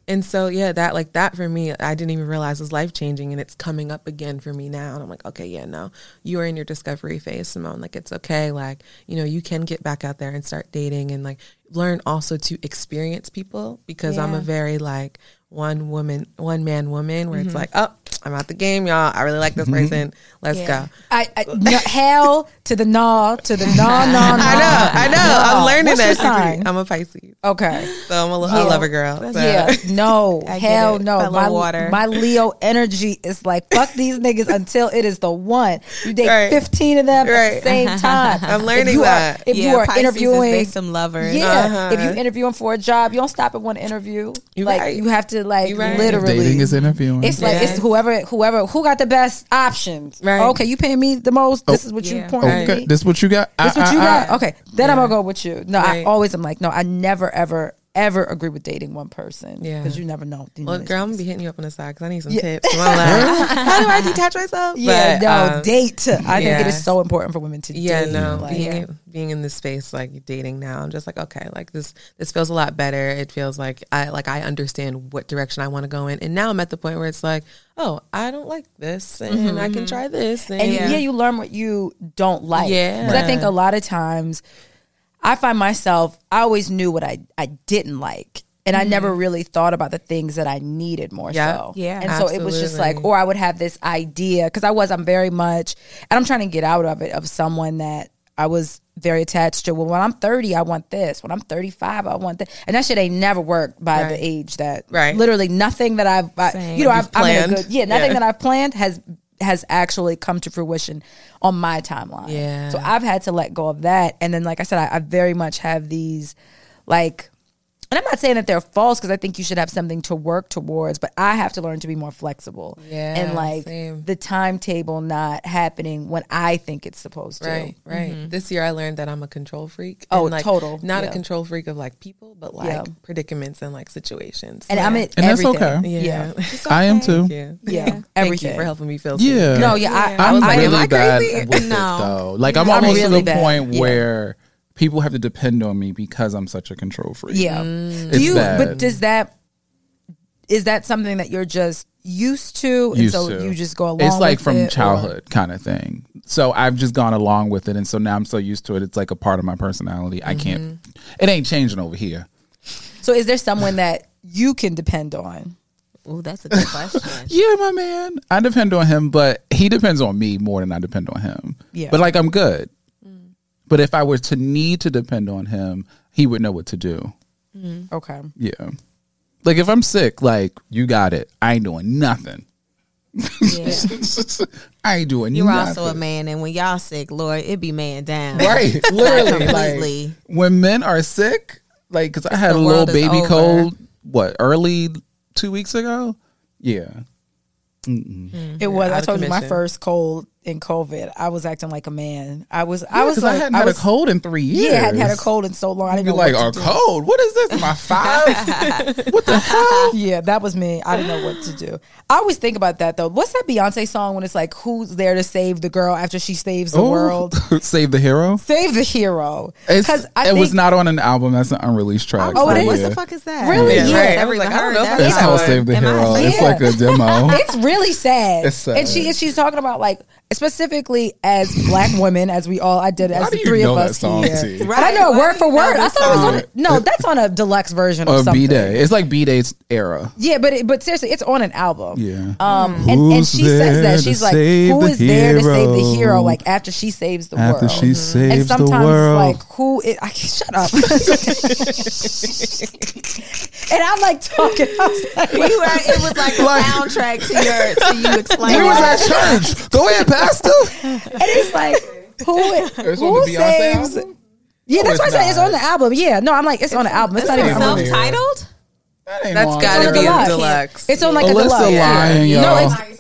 Speaker 5: and so yeah that like that for me i didn't even realize was life changing and it's coming up again for me now and i'm like okay yeah no you are in your discovery phase simone like it's okay like you know you can get back out there and start dating and like learn also to experience people because i'm a very like one woman one man woman where
Speaker 2: Mm-hmm.
Speaker 5: it's like oh i'm out the game y'all i really like this person let's go
Speaker 2: I, I no, hell to the gnaw to the
Speaker 5: <laughs>
Speaker 2: gnaw gnaw.
Speaker 5: i know i know i'm
Speaker 2: Nah.
Speaker 5: learning
Speaker 2: What's your
Speaker 5: that
Speaker 2: sign?
Speaker 5: i'm a pisces
Speaker 2: Okay.
Speaker 5: so i'm a, lo- a
Speaker 2: Yeah.
Speaker 5: lover girl so.
Speaker 2: Yeah,
Speaker 5: <laughs>
Speaker 2: no,
Speaker 4: I get
Speaker 2: hell
Speaker 4: it.
Speaker 2: no.
Speaker 4: Fellow
Speaker 2: My,
Speaker 4: water.
Speaker 2: my Leo energy is like fuck these niggas until it is the one. You date
Speaker 5: Right.
Speaker 2: fifteen of them at
Speaker 5: Right.
Speaker 2: the
Speaker 5: <laughs>
Speaker 2: same time.
Speaker 5: I'm
Speaker 2: If
Speaker 5: learning
Speaker 2: you
Speaker 5: that.
Speaker 2: Are, if
Speaker 4: Yeah,
Speaker 2: you are
Speaker 4: Pisces is
Speaker 2: interviewing
Speaker 4: based on lovers.
Speaker 2: yeah.
Speaker 5: Uh-huh.
Speaker 2: If you interviewing for a job, you don't stop at one interview.
Speaker 5: You
Speaker 2: like
Speaker 5: right.
Speaker 2: you have to like
Speaker 5: You right.
Speaker 2: literally.
Speaker 3: Dating is interviewing.
Speaker 2: it's like
Speaker 5: Yes.
Speaker 2: it's whoever whoever who got the best options.
Speaker 5: Right.
Speaker 2: Okay, you paying me the most. This is what you
Speaker 4: Yeah.
Speaker 2: pouring
Speaker 3: Oh. okay.
Speaker 2: me.
Speaker 3: This what you got? Ah,
Speaker 2: That's
Speaker 3: I-
Speaker 2: what
Speaker 3: I-
Speaker 2: you
Speaker 3: I-
Speaker 2: got. Okay, then I'm gonna go with you. No, I
Speaker 5: Right.
Speaker 2: always am like, no, I never ever ever agree with dating one person.
Speaker 5: Yeah.
Speaker 2: because you never know. the
Speaker 5: Well, girl, I'm gonna
Speaker 2: relationships.
Speaker 5: be hitting you up on the side because I need
Speaker 2: <laughs>
Speaker 5: some tips. I'm like, how do I detach <laughs> myself?
Speaker 2: yeah,
Speaker 5: But,
Speaker 2: no,
Speaker 5: um,
Speaker 2: date. I think it is
Speaker 5: yes.
Speaker 2: so important for women to
Speaker 5: Yeah,
Speaker 2: date.
Speaker 5: no,
Speaker 2: Like,
Speaker 5: being, being in this space like dating now, I'm just like, okay, like this this feels a lot better. It feels like I like I understand what direction I want to go in, and now I'm at the point where it's like, oh, I don't like this, and I can try this, and,
Speaker 2: Mm-hmm, and yeah. yeah, you learn what you don't like.
Speaker 5: Yeah.
Speaker 2: because I think a lot of times I find myself I always knew what I I didn't like. And I never really thought about the things that I needed more
Speaker 5: Mm-hmm. Yeah.
Speaker 2: so.
Speaker 4: Yeah.
Speaker 2: And so it was just like,
Speaker 5: Absolutely.
Speaker 2: or I would have this idea because I was, I'm very much, and I'm trying to get out of it of someone that I was very attached to. Well, when I'm 30, I want this. When I'm 35, I want that. And that shit ain't never worked by
Speaker 5: Right.
Speaker 2: the age that,
Speaker 5: Right.
Speaker 2: Literally nothing that I've, I,
Speaker 4: Same.
Speaker 2: you know, I've,
Speaker 5: You've
Speaker 2: I'm in a
Speaker 5: planned.
Speaker 2: good, yeah, nothing
Speaker 5: Yeah.
Speaker 2: that I've planned has has actually come to fruition on my timeline.
Speaker 5: Yeah.
Speaker 2: So I've had to let go of that. And then, like I said, I, I very much have these like And I'm not saying that they're false because I think you should have something to work towards, but I have to learn to be more flexible.
Speaker 5: Yeah,
Speaker 2: And like
Speaker 5: same.
Speaker 2: the timetable not happening when I think it's supposed to.
Speaker 5: Right, right. This year I learned that I'm a control freak.
Speaker 2: Mm-hmm. Oh,
Speaker 5: like,
Speaker 2: total,
Speaker 5: Not
Speaker 2: yeah.
Speaker 5: a control freak of like people, but like
Speaker 2: Yeah.
Speaker 5: predicaments and like situations.
Speaker 2: And I'm in
Speaker 3: And that's
Speaker 2: everything.
Speaker 3: okay.
Speaker 5: yeah. yeah.
Speaker 3: I am too.
Speaker 5: yeah.
Speaker 2: Yeah.
Speaker 5: Thank
Speaker 2: Everything.
Speaker 5: you for helping me feel. safe.
Speaker 3: Yeah.
Speaker 2: No, yeah, I,
Speaker 3: I'm
Speaker 2: I, I,
Speaker 3: really
Speaker 2: am.
Speaker 3: bad
Speaker 4: crazy?
Speaker 3: with
Speaker 4: No.
Speaker 3: it though. Like I'm almost to
Speaker 2: really
Speaker 3: the
Speaker 2: bad.
Speaker 3: point
Speaker 2: Yeah.
Speaker 3: where people have to depend on me because I'm such a control freak.
Speaker 2: Yeah.
Speaker 5: Mm.
Speaker 3: It's
Speaker 2: Do you
Speaker 3: bad.
Speaker 2: but does that is that something that you're just used to and
Speaker 3: Used
Speaker 2: so
Speaker 3: to.
Speaker 2: you just go along
Speaker 3: It's like
Speaker 2: with
Speaker 3: from
Speaker 2: it, or-
Speaker 3: childhood kind of thing. So I've just gone along with it, and so now I'm so used to it. It's like a part of my personality. I can't.
Speaker 2: Mm-hmm.
Speaker 3: It ain't changing over here.
Speaker 2: So is there someone that you can depend on?
Speaker 4: Ooh, that's a good <laughs> question.
Speaker 3: Yeah, my man. I depend on him, but he depends on me more than I depend on him.
Speaker 2: Yeah. Mm.
Speaker 3: But like I'm good. But if I were to need to depend on him, he would know what to do.
Speaker 5: Mm-hmm.
Speaker 2: Okay.
Speaker 3: Yeah. Like if I'm sick, like you got it. I ain't doing nothing. <laughs> I ain't doing
Speaker 4: You're
Speaker 3: nothing.
Speaker 4: also a man, and when y'all sick, Lord, it be man down.
Speaker 3: Right.
Speaker 2: <laughs>
Speaker 3: Literally.
Speaker 4: completely.
Speaker 3: like, when men are sick, like cuz I had a
Speaker 4: the
Speaker 3: little
Speaker 4: world is
Speaker 3: baby
Speaker 4: over.
Speaker 3: cold what, early 2 weeks ago? Yeah.
Speaker 2: It was.
Speaker 5: out
Speaker 2: I
Speaker 5: of
Speaker 2: told you my
Speaker 5: commission.
Speaker 2: first cold in COVID. I was acting like a man. I was. I was
Speaker 3: Cuz
Speaker 2: like.
Speaker 3: I hadn't
Speaker 2: I
Speaker 3: had
Speaker 2: was,
Speaker 3: a cold in 3 years.
Speaker 2: Yeah, I hadn't had a cold in so long. I didn't
Speaker 3: You're
Speaker 2: know
Speaker 3: like,
Speaker 2: what
Speaker 3: a
Speaker 2: to
Speaker 3: cold? What is this? Am
Speaker 2: <laughs>
Speaker 3: I five? what the hell?
Speaker 2: do. Yeah, that was me. I didn't know what to do. I always think about that though. What's that Beyonce song when it's like, "Who's there to save the girl after she saves the world?
Speaker 3: <laughs> Save the Hero?
Speaker 2: Save the hero."
Speaker 3: It's,
Speaker 2: Because
Speaker 3: it was not on an album. That's an unreleashed track.
Speaker 2: Oh, it is?
Speaker 4: What
Speaker 3: yeah.
Speaker 4: the fuck is that?
Speaker 2: Really?
Speaker 5: Yeah,
Speaker 2: Yeah.
Speaker 5: right. I
Speaker 4: I've
Speaker 5: was like,
Speaker 4: even
Speaker 5: I
Speaker 4: heard
Speaker 5: don't know.
Speaker 4: that.
Speaker 5: if
Speaker 3: It's
Speaker 5: that's
Speaker 3: called
Speaker 5: how it-
Speaker 3: Save the
Speaker 4: Am I
Speaker 3: Hero.
Speaker 4: safe?
Speaker 3: It's like a demo.
Speaker 2: <laughs> It's really sad.
Speaker 3: It's sad.
Speaker 2: And she and she's talking about like specifically as black women, as we all I did as the
Speaker 3: do you
Speaker 2: three
Speaker 3: know
Speaker 2: of
Speaker 3: that
Speaker 2: us
Speaker 3: song,
Speaker 2: here.
Speaker 3: T?
Speaker 2: And I know
Speaker 4: Right.
Speaker 2: word for
Speaker 4: Why do you
Speaker 2: word.
Speaker 4: know
Speaker 2: I thought it was
Speaker 4: this
Speaker 2: on a, no, that's on a deluxe version of
Speaker 3: Or
Speaker 2: something.
Speaker 3: B Day. It's like B Day's era.
Speaker 2: Yeah, but it, but seriously, it's on an album.
Speaker 3: Yeah.
Speaker 2: Um, and, and
Speaker 3: Who's
Speaker 2: she says
Speaker 3: there
Speaker 2: that
Speaker 3: to
Speaker 2: she's like,
Speaker 3: save
Speaker 2: who
Speaker 3: the
Speaker 2: is there to save the hero?
Speaker 3: hero?
Speaker 2: Like after she saves the
Speaker 3: After
Speaker 2: world,
Speaker 3: she
Speaker 2: Mhm.
Speaker 3: saves the
Speaker 2: and sometimes
Speaker 3: world.
Speaker 2: it's like who? Is, I can't, shut up. <laughs> and I'm like talking. I was like,
Speaker 4: You were, it was like a soundtrack to your to
Speaker 5: <laughs>
Speaker 4: you explaining.
Speaker 3: We was at church. Go ahead, Pastor.
Speaker 2: and it's
Speaker 4: <laughs>
Speaker 2: like who?
Speaker 3: It's
Speaker 2: who
Speaker 3: on the Beyonce
Speaker 2: saves?
Speaker 3: album?
Speaker 2: Yeah,
Speaker 3: it's
Speaker 2: that's why I said it's
Speaker 3: not.
Speaker 2: on the album. Yeah, no, I'm like it's, on the album. It's not even.
Speaker 3: not
Speaker 2: on
Speaker 3: on
Speaker 2: the-
Speaker 3: there.
Speaker 4: Self-titled?
Speaker 3: That ain't
Speaker 5: That's
Speaker 3: on
Speaker 5: gotta
Speaker 3: there.
Speaker 2: It's on
Speaker 5: be
Speaker 2: a
Speaker 5: a
Speaker 2: deluxe.
Speaker 5: deluxe.
Speaker 2: It's on like a
Speaker 3: Alyssa
Speaker 2: deluxe.
Speaker 3: lying,
Speaker 2: yeah.
Speaker 3: y'all.
Speaker 2: No, it's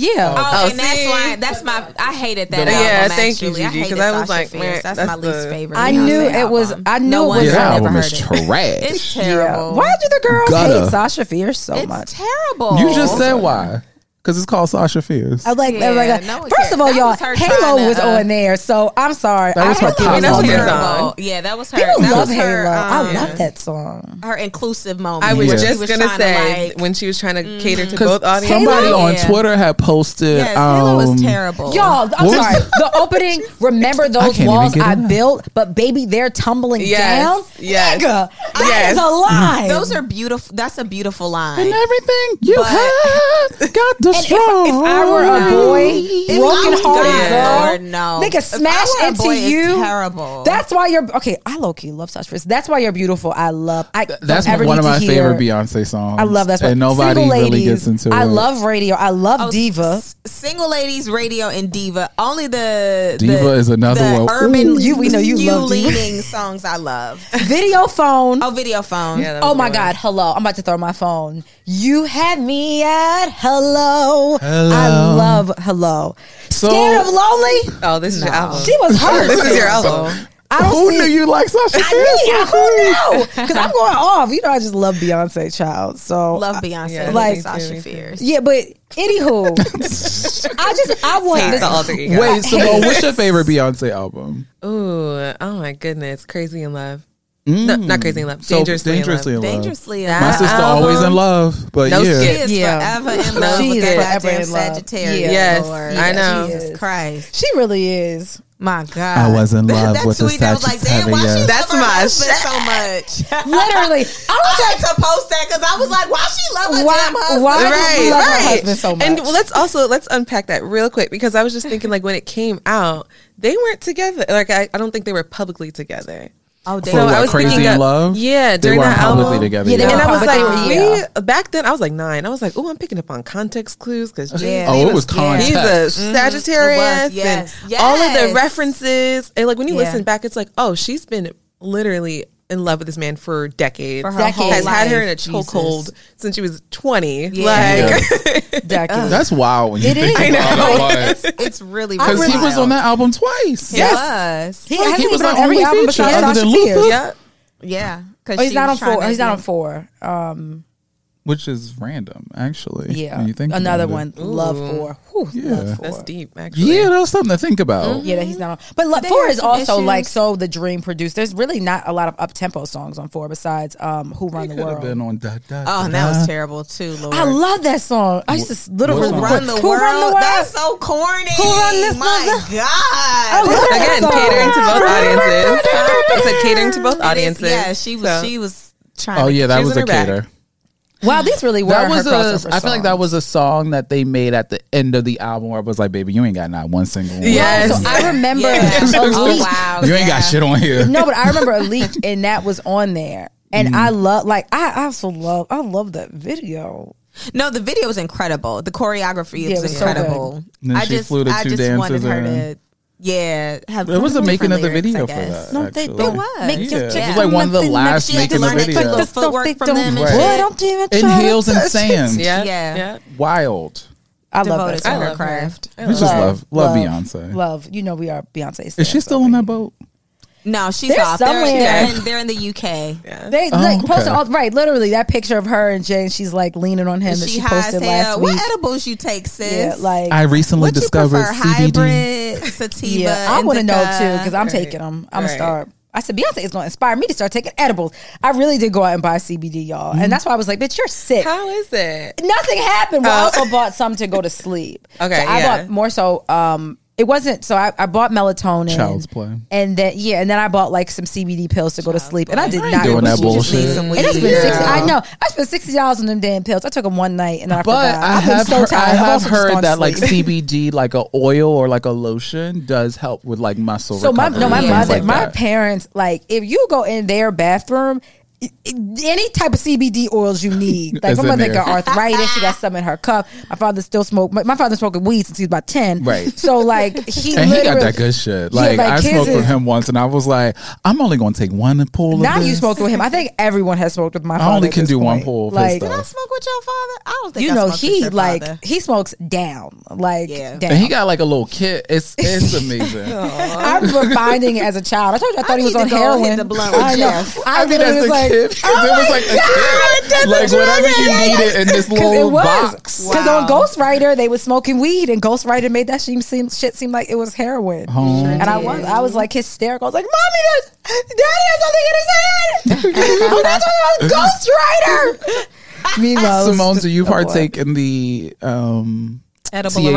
Speaker 2: yeah.
Speaker 4: Oh,
Speaker 5: Oh,
Speaker 4: and that's
Speaker 5: see?
Speaker 4: why that's my I hated that.
Speaker 5: Yeah,
Speaker 4: album,
Speaker 5: thank you,
Speaker 4: actually. I
Speaker 5: Gigi,
Speaker 4: hated
Speaker 5: 'cause I was
Speaker 4: Sasha
Speaker 5: like,
Speaker 4: Fierce.
Speaker 5: meh,
Speaker 4: that's,
Speaker 5: that's
Speaker 4: my least
Speaker 5: the-
Speaker 4: favorite.
Speaker 2: I
Speaker 4: Beyonce
Speaker 2: knew it was.
Speaker 4: album.
Speaker 2: I knew
Speaker 4: No
Speaker 2: it
Speaker 4: one
Speaker 2: was.
Speaker 3: yeah, that
Speaker 4: I
Speaker 2: on
Speaker 4: never
Speaker 3: album
Speaker 4: heard
Speaker 3: is
Speaker 4: it.
Speaker 3: trash.
Speaker 4: It's
Speaker 2: Yeah.
Speaker 4: terrible.
Speaker 2: Why do the girls
Speaker 3: Gutter.
Speaker 2: hate Sasha Fierce so
Speaker 4: It's
Speaker 2: much?
Speaker 4: terrible.
Speaker 3: You just said why. Because it's called Sasha Fierce.
Speaker 2: I like, I
Speaker 4: Yeah,
Speaker 2: like
Speaker 4: no one
Speaker 2: first
Speaker 4: cares.
Speaker 2: of all,
Speaker 4: That
Speaker 2: y'all,
Speaker 4: was her
Speaker 2: Halo
Speaker 4: trying to,
Speaker 2: was
Speaker 4: uh,
Speaker 2: on there, so I'm sorry.
Speaker 3: That was
Speaker 2: I
Speaker 3: her
Speaker 2: forgive
Speaker 3: pop
Speaker 2: you.
Speaker 3: moment.
Speaker 4: terrible. Yeah, that was her.
Speaker 2: People
Speaker 4: that
Speaker 2: love
Speaker 4: was
Speaker 2: Halo.
Speaker 4: her,
Speaker 2: I
Speaker 3: uh,
Speaker 4: um,
Speaker 2: love that song.
Speaker 4: her inclusive moment.
Speaker 5: I was
Speaker 4: where she
Speaker 5: just
Speaker 4: was
Speaker 5: gonna
Speaker 4: trying to,
Speaker 5: say
Speaker 4: like- mm-hmm.
Speaker 5: when she was trying to cater to
Speaker 3: Because
Speaker 5: both audiences.
Speaker 3: somebody
Speaker 4: Halo?
Speaker 3: on
Speaker 4: Yeah.
Speaker 3: Twitter had posted.
Speaker 4: yes, Halo
Speaker 3: um,
Speaker 4: was terrible.
Speaker 2: Y'all, I'm
Speaker 3: What was
Speaker 2: sorry.
Speaker 3: that?
Speaker 2: The opening, remember
Speaker 3: I
Speaker 2: those
Speaker 3: can't even
Speaker 2: walls
Speaker 3: get it
Speaker 2: I
Speaker 3: up.
Speaker 2: built, but baby, they're tumbling
Speaker 5: Yes,
Speaker 2: down.
Speaker 5: yes,
Speaker 2: Nigga, that
Speaker 5: yes.
Speaker 2: is a lie.
Speaker 4: those are beautiful. That's a beautiful line.
Speaker 3: and everything you
Speaker 4: But-
Speaker 3: had got
Speaker 2: if, if I were a boy,
Speaker 4: If
Speaker 2: broken hearted
Speaker 4: I-
Speaker 2: girl,
Speaker 4: Lord, no.
Speaker 2: nigga,
Speaker 4: If
Speaker 2: smash
Speaker 4: I were a
Speaker 2: into
Speaker 4: boy, it's
Speaker 2: you.
Speaker 4: terrible.
Speaker 2: That's why you're okay. I low key love Sasha Fierce. That's why you're beautiful. I love. I
Speaker 3: that's
Speaker 2: don't ever
Speaker 3: one of
Speaker 2: need
Speaker 3: my
Speaker 2: to hear-
Speaker 3: favorite Beyonce songs.
Speaker 2: I love that.
Speaker 3: and nobody
Speaker 2: Single
Speaker 3: really
Speaker 2: ladies,
Speaker 3: gets into
Speaker 2: I
Speaker 3: it.
Speaker 2: love radio. I love
Speaker 4: <laughs> Oh,
Speaker 2: diva.
Speaker 4: s- single ladies radio and diva. Only the
Speaker 3: Diva
Speaker 4: the-
Speaker 3: is another
Speaker 4: the
Speaker 3: one.
Speaker 4: Urban
Speaker 2: Ooh, you- we know you love Diva.
Speaker 4: leaning songs. I love.
Speaker 2: <laughs> Video phone.
Speaker 4: Oh, video phone.
Speaker 5: Yeah, that was
Speaker 2: Oh
Speaker 5: a
Speaker 2: my
Speaker 5: good one.
Speaker 2: God! Hello, I'm about to throw my phone. You had me at hello.
Speaker 3: Hello.
Speaker 2: I love hello.
Speaker 3: So-
Speaker 2: Scared of lonely?
Speaker 5: Oh, this is your album.
Speaker 2: She
Speaker 3: <laughs>
Speaker 2: was hurt.
Speaker 5: <laughs> This is your album.
Speaker 2: I don't
Speaker 3: Who
Speaker 2: see-
Speaker 3: knew you like Sasha
Speaker 2: I knew
Speaker 3: Fierce?
Speaker 2: ya. Who knew? <laughs> Because I'm going off. You know, I just love Beyonce, child. So
Speaker 4: Love Beyonce.
Speaker 5: yeah,
Speaker 4: like
Speaker 2: uh, me
Speaker 5: too, me
Speaker 4: Sasha
Speaker 5: too.
Speaker 4: Fierce.
Speaker 2: Yeah, but anywho, I just I want
Speaker 5: He's
Speaker 2: this.
Speaker 5: the
Speaker 2: <laughs>
Speaker 5: alter ego.
Speaker 3: Wait, so Mo, what's your favorite Beyonce album?
Speaker 5: Ooh, oh my goodness, Crazy in Love. No, Mm. not Crazy in Love.
Speaker 3: Mm. So,
Speaker 5: dangerously,
Speaker 3: dangerously
Speaker 5: in
Speaker 3: in
Speaker 5: love.
Speaker 3: love.
Speaker 4: Dangerously in
Speaker 3: My
Speaker 4: Love.
Speaker 3: sister always in love, but
Speaker 5: No
Speaker 3: yeah,
Speaker 4: She
Speaker 5: skip.
Speaker 4: is
Speaker 2: Yeah.
Speaker 4: forever in love
Speaker 2: She
Speaker 4: with
Speaker 2: is
Speaker 4: that
Speaker 2: forever
Speaker 4: goddamn
Speaker 2: in love.
Speaker 4: Sagittarius.
Speaker 2: Yeah.
Speaker 5: Yes,
Speaker 4: Lord.
Speaker 5: I know.
Speaker 4: Jesus Christ.
Speaker 2: She really is.
Speaker 4: My God.
Speaker 3: I was in love
Speaker 4: that
Speaker 3: with the
Speaker 4: tweet, I was like, damn, why she
Speaker 3: Sagittarius.
Speaker 4: love
Speaker 5: That's
Speaker 4: her
Speaker 5: my
Speaker 4: husband
Speaker 2: <laughs>
Speaker 4: so
Speaker 2: <laughs>
Speaker 4: much?
Speaker 2: Literally, I
Speaker 4: I had to post that because I was like, why she love her
Speaker 2: Why-
Speaker 4: damn husband?
Speaker 2: why does
Speaker 4: Right.
Speaker 2: she love her husband so
Speaker 5: And
Speaker 2: much.
Speaker 5: let's also let's unpack that real quick because I was just thinking like when it came out, they weren't together. Like I, I don't think they were publicly together.
Speaker 4: Oh,
Speaker 3: For what,
Speaker 5: I was
Speaker 3: Crazy
Speaker 5: thinking
Speaker 3: in
Speaker 5: of-
Speaker 3: Love?
Speaker 5: yeah,
Speaker 3: they
Speaker 5: during
Speaker 3: weren't
Speaker 5: that
Speaker 3: publicly
Speaker 5: album.
Speaker 3: together.
Speaker 2: Yeah, they
Speaker 3: yet.
Speaker 5: and I was
Speaker 2: But they
Speaker 5: like,
Speaker 2: were-
Speaker 5: we back then I was like nine. I was like, oh, I'm picking up on context clues because
Speaker 4: Yeah.
Speaker 3: oh, it was
Speaker 5: he's
Speaker 3: contact.
Speaker 5: a
Speaker 4: It
Speaker 5: Sagittarius.
Speaker 4: was,
Speaker 5: and
Speaker 4: yes,
Speaker 5: all of the
Speaker 4: yes.
Speaker 5: references and like when you
Speaker 4: Yeah.
Speaker 5: listen back, it's like, oh, she's been literally in love with this man for decades.
Speaker 4: For her Decades. whole
Speaker 5: Has had her in a
Speaker 4: life.
Speaker 5: chokehold since she was 20.
Speaker 4: Yeah.
Speaker 5: Like,
Speaker 2: <laughs> Decades.
Speaker 3: That's wild when you
Speaker 2: It
Speaker 3: think
Speaker 2: is.
Speaker 5: <laughs>
Speaker 3: about it.
Speaker 4: It's really
Speaker 3: Because he was
Speaker 4: wild.
Speaker 3: on that album twice.
Speaker 4: He
Speaker 2: uh,
Speaker 4: was.
Speaker 2: He hasn't
Speaker 3: he was
Speaker 2: even on
Speaker 3: the
Speaker 2: every
Speaker 3: only
Speaker 2: album
Speaker 3: feature
Speaker 2: besides
Speaker 3: other
Speaker 2: Sasha
Speaker 3: than
Speaker 2: Fierce.
Speaker 3: Luther.
Speaker 5: yeah.
Speaker 4: Yeah.
Speaker 2: Oh, he's not on four. He's not on four. Um,
Speaker 3: Which is random, actually.
Speaker 2: yeah.
Speaker 3: when you think
Speaker 2: Another
Speaker 3: about it.
Speaker 2: one. Love four. Whew,
Speaker 3: Yeah.
Speaker 2: Love four.
Speaker 5: That's deep, actually.
Speaker 3: Yeah, that was something to think about.
Speaker 2: Yeah, that he's not on. But look,
Speaker 4: They
Speaker 2: four
Speaker 4: have
Speaker 2: is
Speaker 4: some
Speaker 2: also like
Speaker 4: issues.
Speaker 2: so the dream produced. There's really not a lot of up tempo songs on four besides um Who Run
Speaker 3: He
Speaker 2: the
Speaker 3: could
Speaker 2: World.
Speaker 3: have been on da, da,
Speaker 4: Oh,
Speaker 3: da,
Speaker 4: and that was
Speaker 3: da.
Speaker 4: terrible too, Lord.
Speaker 2: I love that song. I used to literally
Speaker 3: Who
Speaker 4: Run the,
Speaker 2: Who
Speaker 4: world?
Speaker 2: Run the World.
Speaker 4: That's so corny.
Speaker 2: Who run this
Speaker 4: My God.
Speaker 5: Again, catering to both audiences. I said catering to both audiences.
Speaker 4: Yeah, she was.
Speaker 5: So,
Speaker 4: She was trying.
Speaker 3: Oh,
Speaker 4: to-
Speaker 3: yeah,
Speaker 5: She
Speaker 3: that
Speaker 5: was
Speaker 3: was
Speaker 5: on
Speaker 3: a
Speaker 5: her back.
Speaker 3: cater.
Speaker 2: Wow, these really were.
Speaker 3: That was
Speaker 2: her
Speaker 3: a.
Speaker 2: crossover
Speaker 3: I feel like
Speaker 2: songs.
Speaker 3: that was a song that they made at the end of the album where it was like, "Baby, you ain't got not one single. one.
Speaker 5: Yes.
Speaker 3: <laughs>
Speaker 2: So I remember
Speaker 4: Yeah.
Speaker 2: a
Speaker 4: oh
Speaker 2: leak.
Speaker 4: wow.
Speaker 3: you ain't
Speaker 4: yeah.
Speaker 3: got shit on here."
Speaker 2: No, but I remember a leak, and that was on there.
Speaker 3: Mm.
Speaker 2: And I love, like, I also love, I love that video.
Speaker 4: No, the video was incredible. The choreography
Speaker 2: Yeah, it
Speaker 4: is
Speaker 2: was so good.
Speaker 4: incredible.
Speaker 3: And then
Speaker 4: I
Speaker 3: she
Speaker 4: just,
Speaker 3: flew the
Speaker 4: I
Speaker 3: two
Speaker 4: just
Speaker 3: dancers
Speaker 4: wanted her
Speaker 3: in.
Speaker 4: to. Yeah, have
Speaker 3: It was a
Speaker 4: something
Speaker 3: making of the
Speaker 4: lyrics, I
Speaker 3: video for
Speaker 4: guess.
Speaker 3: that.
Speaker 2: No, they
Speaker 3: actually.
Speaker 2: don't
Speaker 4: was.
Speaker 2: make
Speaker 3: Yeah.
Speaker 2: them
Speaker 3: It
Speaker 2: check
Speaker 3: was like one of the
Speaker 2: nothing,
Speaker 3: last
Speaker 2: she had
Speaker 3: making
Speaker 2: to
Speaker 3: of
Speaker 2: learn to
Speaker 3: video.
Speaker 2: put
Speaker 4: Little
Speaker 2: this stuff,
Speaker 4: footwork
Speaker 2: they
Speaker 4: from
Speaker 2: don't-
Speaker 4: them
Speaker 3: and
Speaker 2: Boy,
Speaker 3: shit.
Speaker 2: don't even
Speaker 3: In
Speaker 2: try to <laughs>
Speaker 3: heels and
Speaker 2: touch it.
Speaker 3: sand.
Speaker 5: Yeah.
Speaker 4: Yeah.
Speaker 5: Yeah.
Speaker 3: Wild.
Speaker 2: I love
Speaker 4: Devoted
Speaker 2: that
Speaker 4: to
Speaker 2: song.
Speaker 4: her
Speaker 5: love her.
Speaker 4: craft.
Speaker 3: We just love, love Beyonce.
Speaker 2: Love, you know we are Beyonce.
Speaker 3: Is she still on that boat?
Speaker 4: No, she's
Speaker 2: They're
Speaker 4: off. They're-
Speaker 2: somewhere.
Speaker 4: They're, in, they're in the UK.
Speaker 2: They
Speaker 3: Oh,
Speaker 2: like, posted
Speaker 3: okay.
Speaker 2: all right, literally that picture of her and Jane. She's like leaning on him that she posted last week.
Speaker 4: What edibles you take, sis?
Speaker 2: Yeah, like
Speaker 3: I recently
Speaker 4: what you
Speaker 3: discovered
Speaker 4: prefer,
Speaker 3: CBD.
Speaker 4: hybrid, sativa?
Speaker 2: yeah, I want to know
Speaker 4: indica?
Speaker 2: too because I'm
Speaker 5: Right.
Speaker 2: taking them. I'm
Speaker 5: Right.
Speaker 2: a star. I said Beyonce is going to inspire me to start taking edibles. I really did go out and buy CBD, y'all, and that's why I was like, "Bitch, you're sick."
Speaker 5: How is it?
Speaker 2: nothing happened. Well, I
Speaker 5: Oh.
Speaker 2: also bought some to go to sleep.
Speaker 5: Okay,
Speaker 2: so I
Speaker 5: yeah.
Speaker 2: bought more so. Um, it wasn't so. I, I bought melatonin.
Speaker 3: Child's play.
Speaker 2: And then yeah, and then I bought like some CBD pills to go to sleep. And I did not
Speaker 3: doing that
Speaker 4: You just need
Speaker 3: bullshit.
Speaker 4: some
Speaker 2: And it's
Speaker 4: weed,
Speaker 2: been
Speaker 4: girl.
Speaker 2: sixty. I know. I spent sixty dollars on them damn pills. I took them one night and I
Speaker 3: But
Speaker 2: forgot.
Speaker 3: I
Speaker 2: I've been
Speaker 3: have,
Speaker 2: so
Speaker 3: heard,
Speaker 2: tired.
Speaker 3: I
Speaker 2: I've
Speaker 3: have
Speaker 2: also just
Speaker 3: heard
Speaker 2: gone to
Speaker 3: that like
Speaker 2: sleep. <laughs>
Speaker 3: CBD, like a oil or like a lotion, does help with like muscle.
Speaker 2: So my no, my
Speaker 3: recovery and
Speaker 2: mother,
Speaker 3: things like
Speaker 2: my
Speaker 3: that.
Speaker 2: parents, like if you go in their bathroom. i- i- Any type of CBD oils you
Speaker 3: <laughs>
Speaker 2: need, like
Speaker 3: It's
Speaker 2: my
Speaker 3: in
Speaker 2: mother
Speaker 3: there.
Speaker 2: got arthritis, she got some in her cup. My father still smoked. My, my father smoking weed since he was about ten.
Speaker 3: Right.
Speaker 2: So like he
Speaker 3: And he got
Speaker 2: literally
Speaker 3: that good shit. Like
Speaker 2: like,
Speaker 3: I
Speaker 2: kids
Speaker 3: smoked with
Speaker 2: is-
Speaker 3: him once, and I was like, I'm only going to take one pull. of
Speaker 2: Now you
Speaker 3: this.
Speaker 2: smoked with him. I think everyone has smoked with my.
Speaker 3: I
Speaker 2: father
Speaker 3: only
Speaker 2: at
Speaker 3: can
Speaker 2: this
Speaker 3: do one
Speaker 2: point.
Speaker 3: pull of his
Speaker 2: Like
Speaker 3: stuff.
Speaker 2: <laughs>
Speaker 4: I smoke with your father. I don't think
Speaker 2: you
Speaker 4: I
Speaker 2: know,
Speaker 4: smoked with
Speaker 2: he
Speaker 4: your
Speaker 2: like <laughs>
Speaker 4: father.
Speaker 2: he smokes down, like
Speaker 4: Yeah.
Speaker 2: down.
Speaker 3: And he got like a little kit. It's
Speaker 2: <laughs>
Speaker 3: it's amazing.
Speaker 2: I remember
Speaker 4: <laughs>
Speaker 2: finding it as a child. I told you I thought he was
Speaker 4: need to
Speaker 2: on
Speaker 4: go hit
Speaker 2: heroin.
Speaker 4: the blunt with
Speaker 2: I know.
Speaker 4: Jeff.
Speaker 2: I, literally was like, oh
Speaker 3: it was like a kid. Like whatever you needed in
Speaker 2: <laughs>
Speaker 3: this
Speaker 2: Because
Speaker 3: little
Speaker 2: it was.
Speaker 3: box.
Speaker 2: Because on Ghost Rider, they was smoking weed, and Ghost Rider made that seem, seem, shit seem like it was heroin.
Speaker 3: Oh. Sure
Speaker 2: and I was, I was like hysterical. I was like, "Mommy, there's, Daddy has something in his hand. <laughs> I'm not
Speaker 3: <laughs>
Speaker 2: talking about Ghost Rider." Meanwhile, it was
Speaker 3: Simone,
Speaker 2: just-
Speaker 3: do you
Speaker 2: oh, boy.
Speaker 3: partake in the um
Speaker 4: edible
Speaker 3: THC.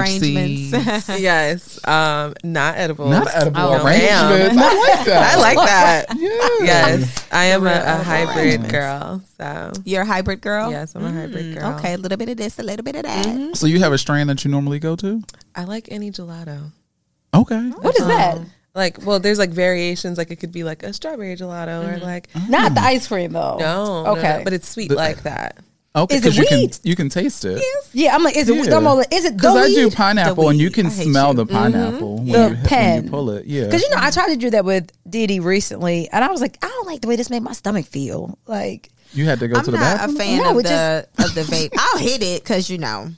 Speaker 4: arrangements. <laughs>
Speaker 5: Yes. Um, not edible.
Speaker 3: not edible
Speaker 5: no,
Speaker 3: arrangement?
Speaker 2: Oh,
Speaker 5: ma'am.
Speaker 3: Not like
Speaker 2: <laughs>
Speaker 3: that.
Speaker 5: I like that.
Speaker 3: <laughs> Yeah.
Speaker 5: Yes. I am a, a hybrid girl. So
Speaker 4: You're a hybrid girl.
Speaker 5: yes, I'm a hybrid girl.
Speaker 4: Okay, a little bit of this, a little bit of that.
Speaker 3: So you have a strand that you normally go to?
Speaker 5: I like any gelato.
Speaker 3: Okay.
Speaker 2: What is that?
Speaker 4: Uh-huh.
Speaker 5: Like, well, there's like variations. Like it could be like a strawberry gelato or like
Speaker 2: Not the ice cream though.
Speaker 5: no, okay,
Speaker 2: Okay.
Speaker 5: but it's sweet like that.
Speaker 3: Okay,
Speaker 2: Is it
Speaker 3: 'cause you can
Speaker 2: weed?
Speaker 3: you can taste it.
Speaker 2: yeah, I'm like, is it?
Speaker 3: Yeah.
Speaker 2: I'm all like, is it?
Speaker 3: Because
Speaker 2: the
Speaker 3: I do
Speaker 2: weed?
Speaker 3: pineapple, and you can
Speaker 4: I hate
Speaker 3: smell
Speaker 4: you.
Speaker 3: the pineapple when,
Speaker 2: The
Speaker 3: you, hit- when
Speaker 2: pen.
Speaker 3: you pull it. Yeah,
Speaker 2: Because you know, I tried to do that with Diddy recently, and I was like, I don't like the way this made my stomach feel. Like,
Speaker 3: you had to go
Speaker 4: I'm
Speaker 3: to the
Speaker 4: not a
Speaker 3: bathroom.
Speaker 4: fan
Speaker 2: No,
Speaker 4: of
Speaker 2: it
Speaker 4: the of the
Speaker 3: <laughs>
Speaker 4: vape. I'll hit it because you know,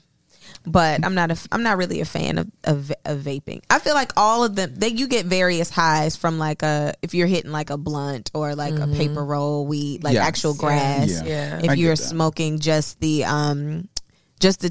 Speaker 4: but I'm not a I'm not really a fan of, of of vaping. I feel like all of them that you get various highs from like a if you're hitting like a blunt or like a paper roll weed, like
Speaker 3: Yes.
Speaker 4: actual grass.
Speaker 3: Yeah.
Speaker 5: Yeah.
Speaker 3: I
Speaker 4: If you're
Speaker 3: get that.
Speaker 4: smoking just the um just the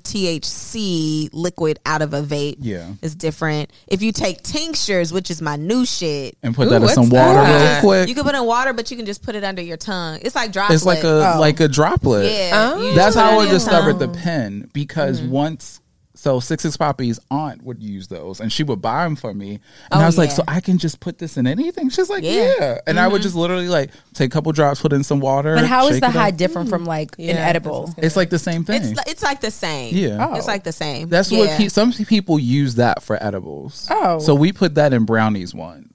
Speaker 4: THC liquid out of a vape,
Speaker 3: Yeah.
Speaker 4: is different. If you take tinctures, which is my new shit,
Speaker 3: and put
Speaker 5: Ooh,
Speaker 3: that in some
Speaker 5: what's
Speaker 3: water real
Speaker 5: that?
Speaker 3: quick.
Speaker 4: you can put it in water, but you can just put it under your tongue. It's like Oh. droplets.
Speaker 3: it's like a like a droplet.
Speaker 4: yeah. you
Speaker 3: That's
Speaker 4: just put it
Speaker 3: how
Speaker 4: in
Speaker 3: I
Speaker 4: your
Speaker 3: discovered
Speaker 4: tongue.
Speaker 3: the pen because once. So Six Six Poppy's aunt would use those, and she would buy them for me. And I
Speaker 4: Oh,
Speaker 3: was like,
Speaker 4: yeah.
Speaker 3: "So I can just put this in anything?" She's like,
Speaker 4: Yeah.
Speaker 3: "Yeah." And I would just literally like take a couple drops, put in some water.
Speaker 2: but how is
Speaker 3: shake
Speaker 2: the
Speaker 3: it
Speaker 2: high
Speaker 3: up.
Speaker 2: different from like
Speaker 5: Mm. Yeah,
Speaker 2: an
Speaker 5: that's
Speaker 2: edible?
Speaker 5: what's
Speaker 3: It's like the same thing.
Speaker 4: It's li- it's like the same.
Speaker 3: Yeah.
Speaker 4: it's like the same.
Speaker 3: That's
Speaker 4: Yeah.
Speaker 3: what pe- some people use that for edibles.
Speaker 2: Oh. Ah,
Speaker 3: so we put that in brownies once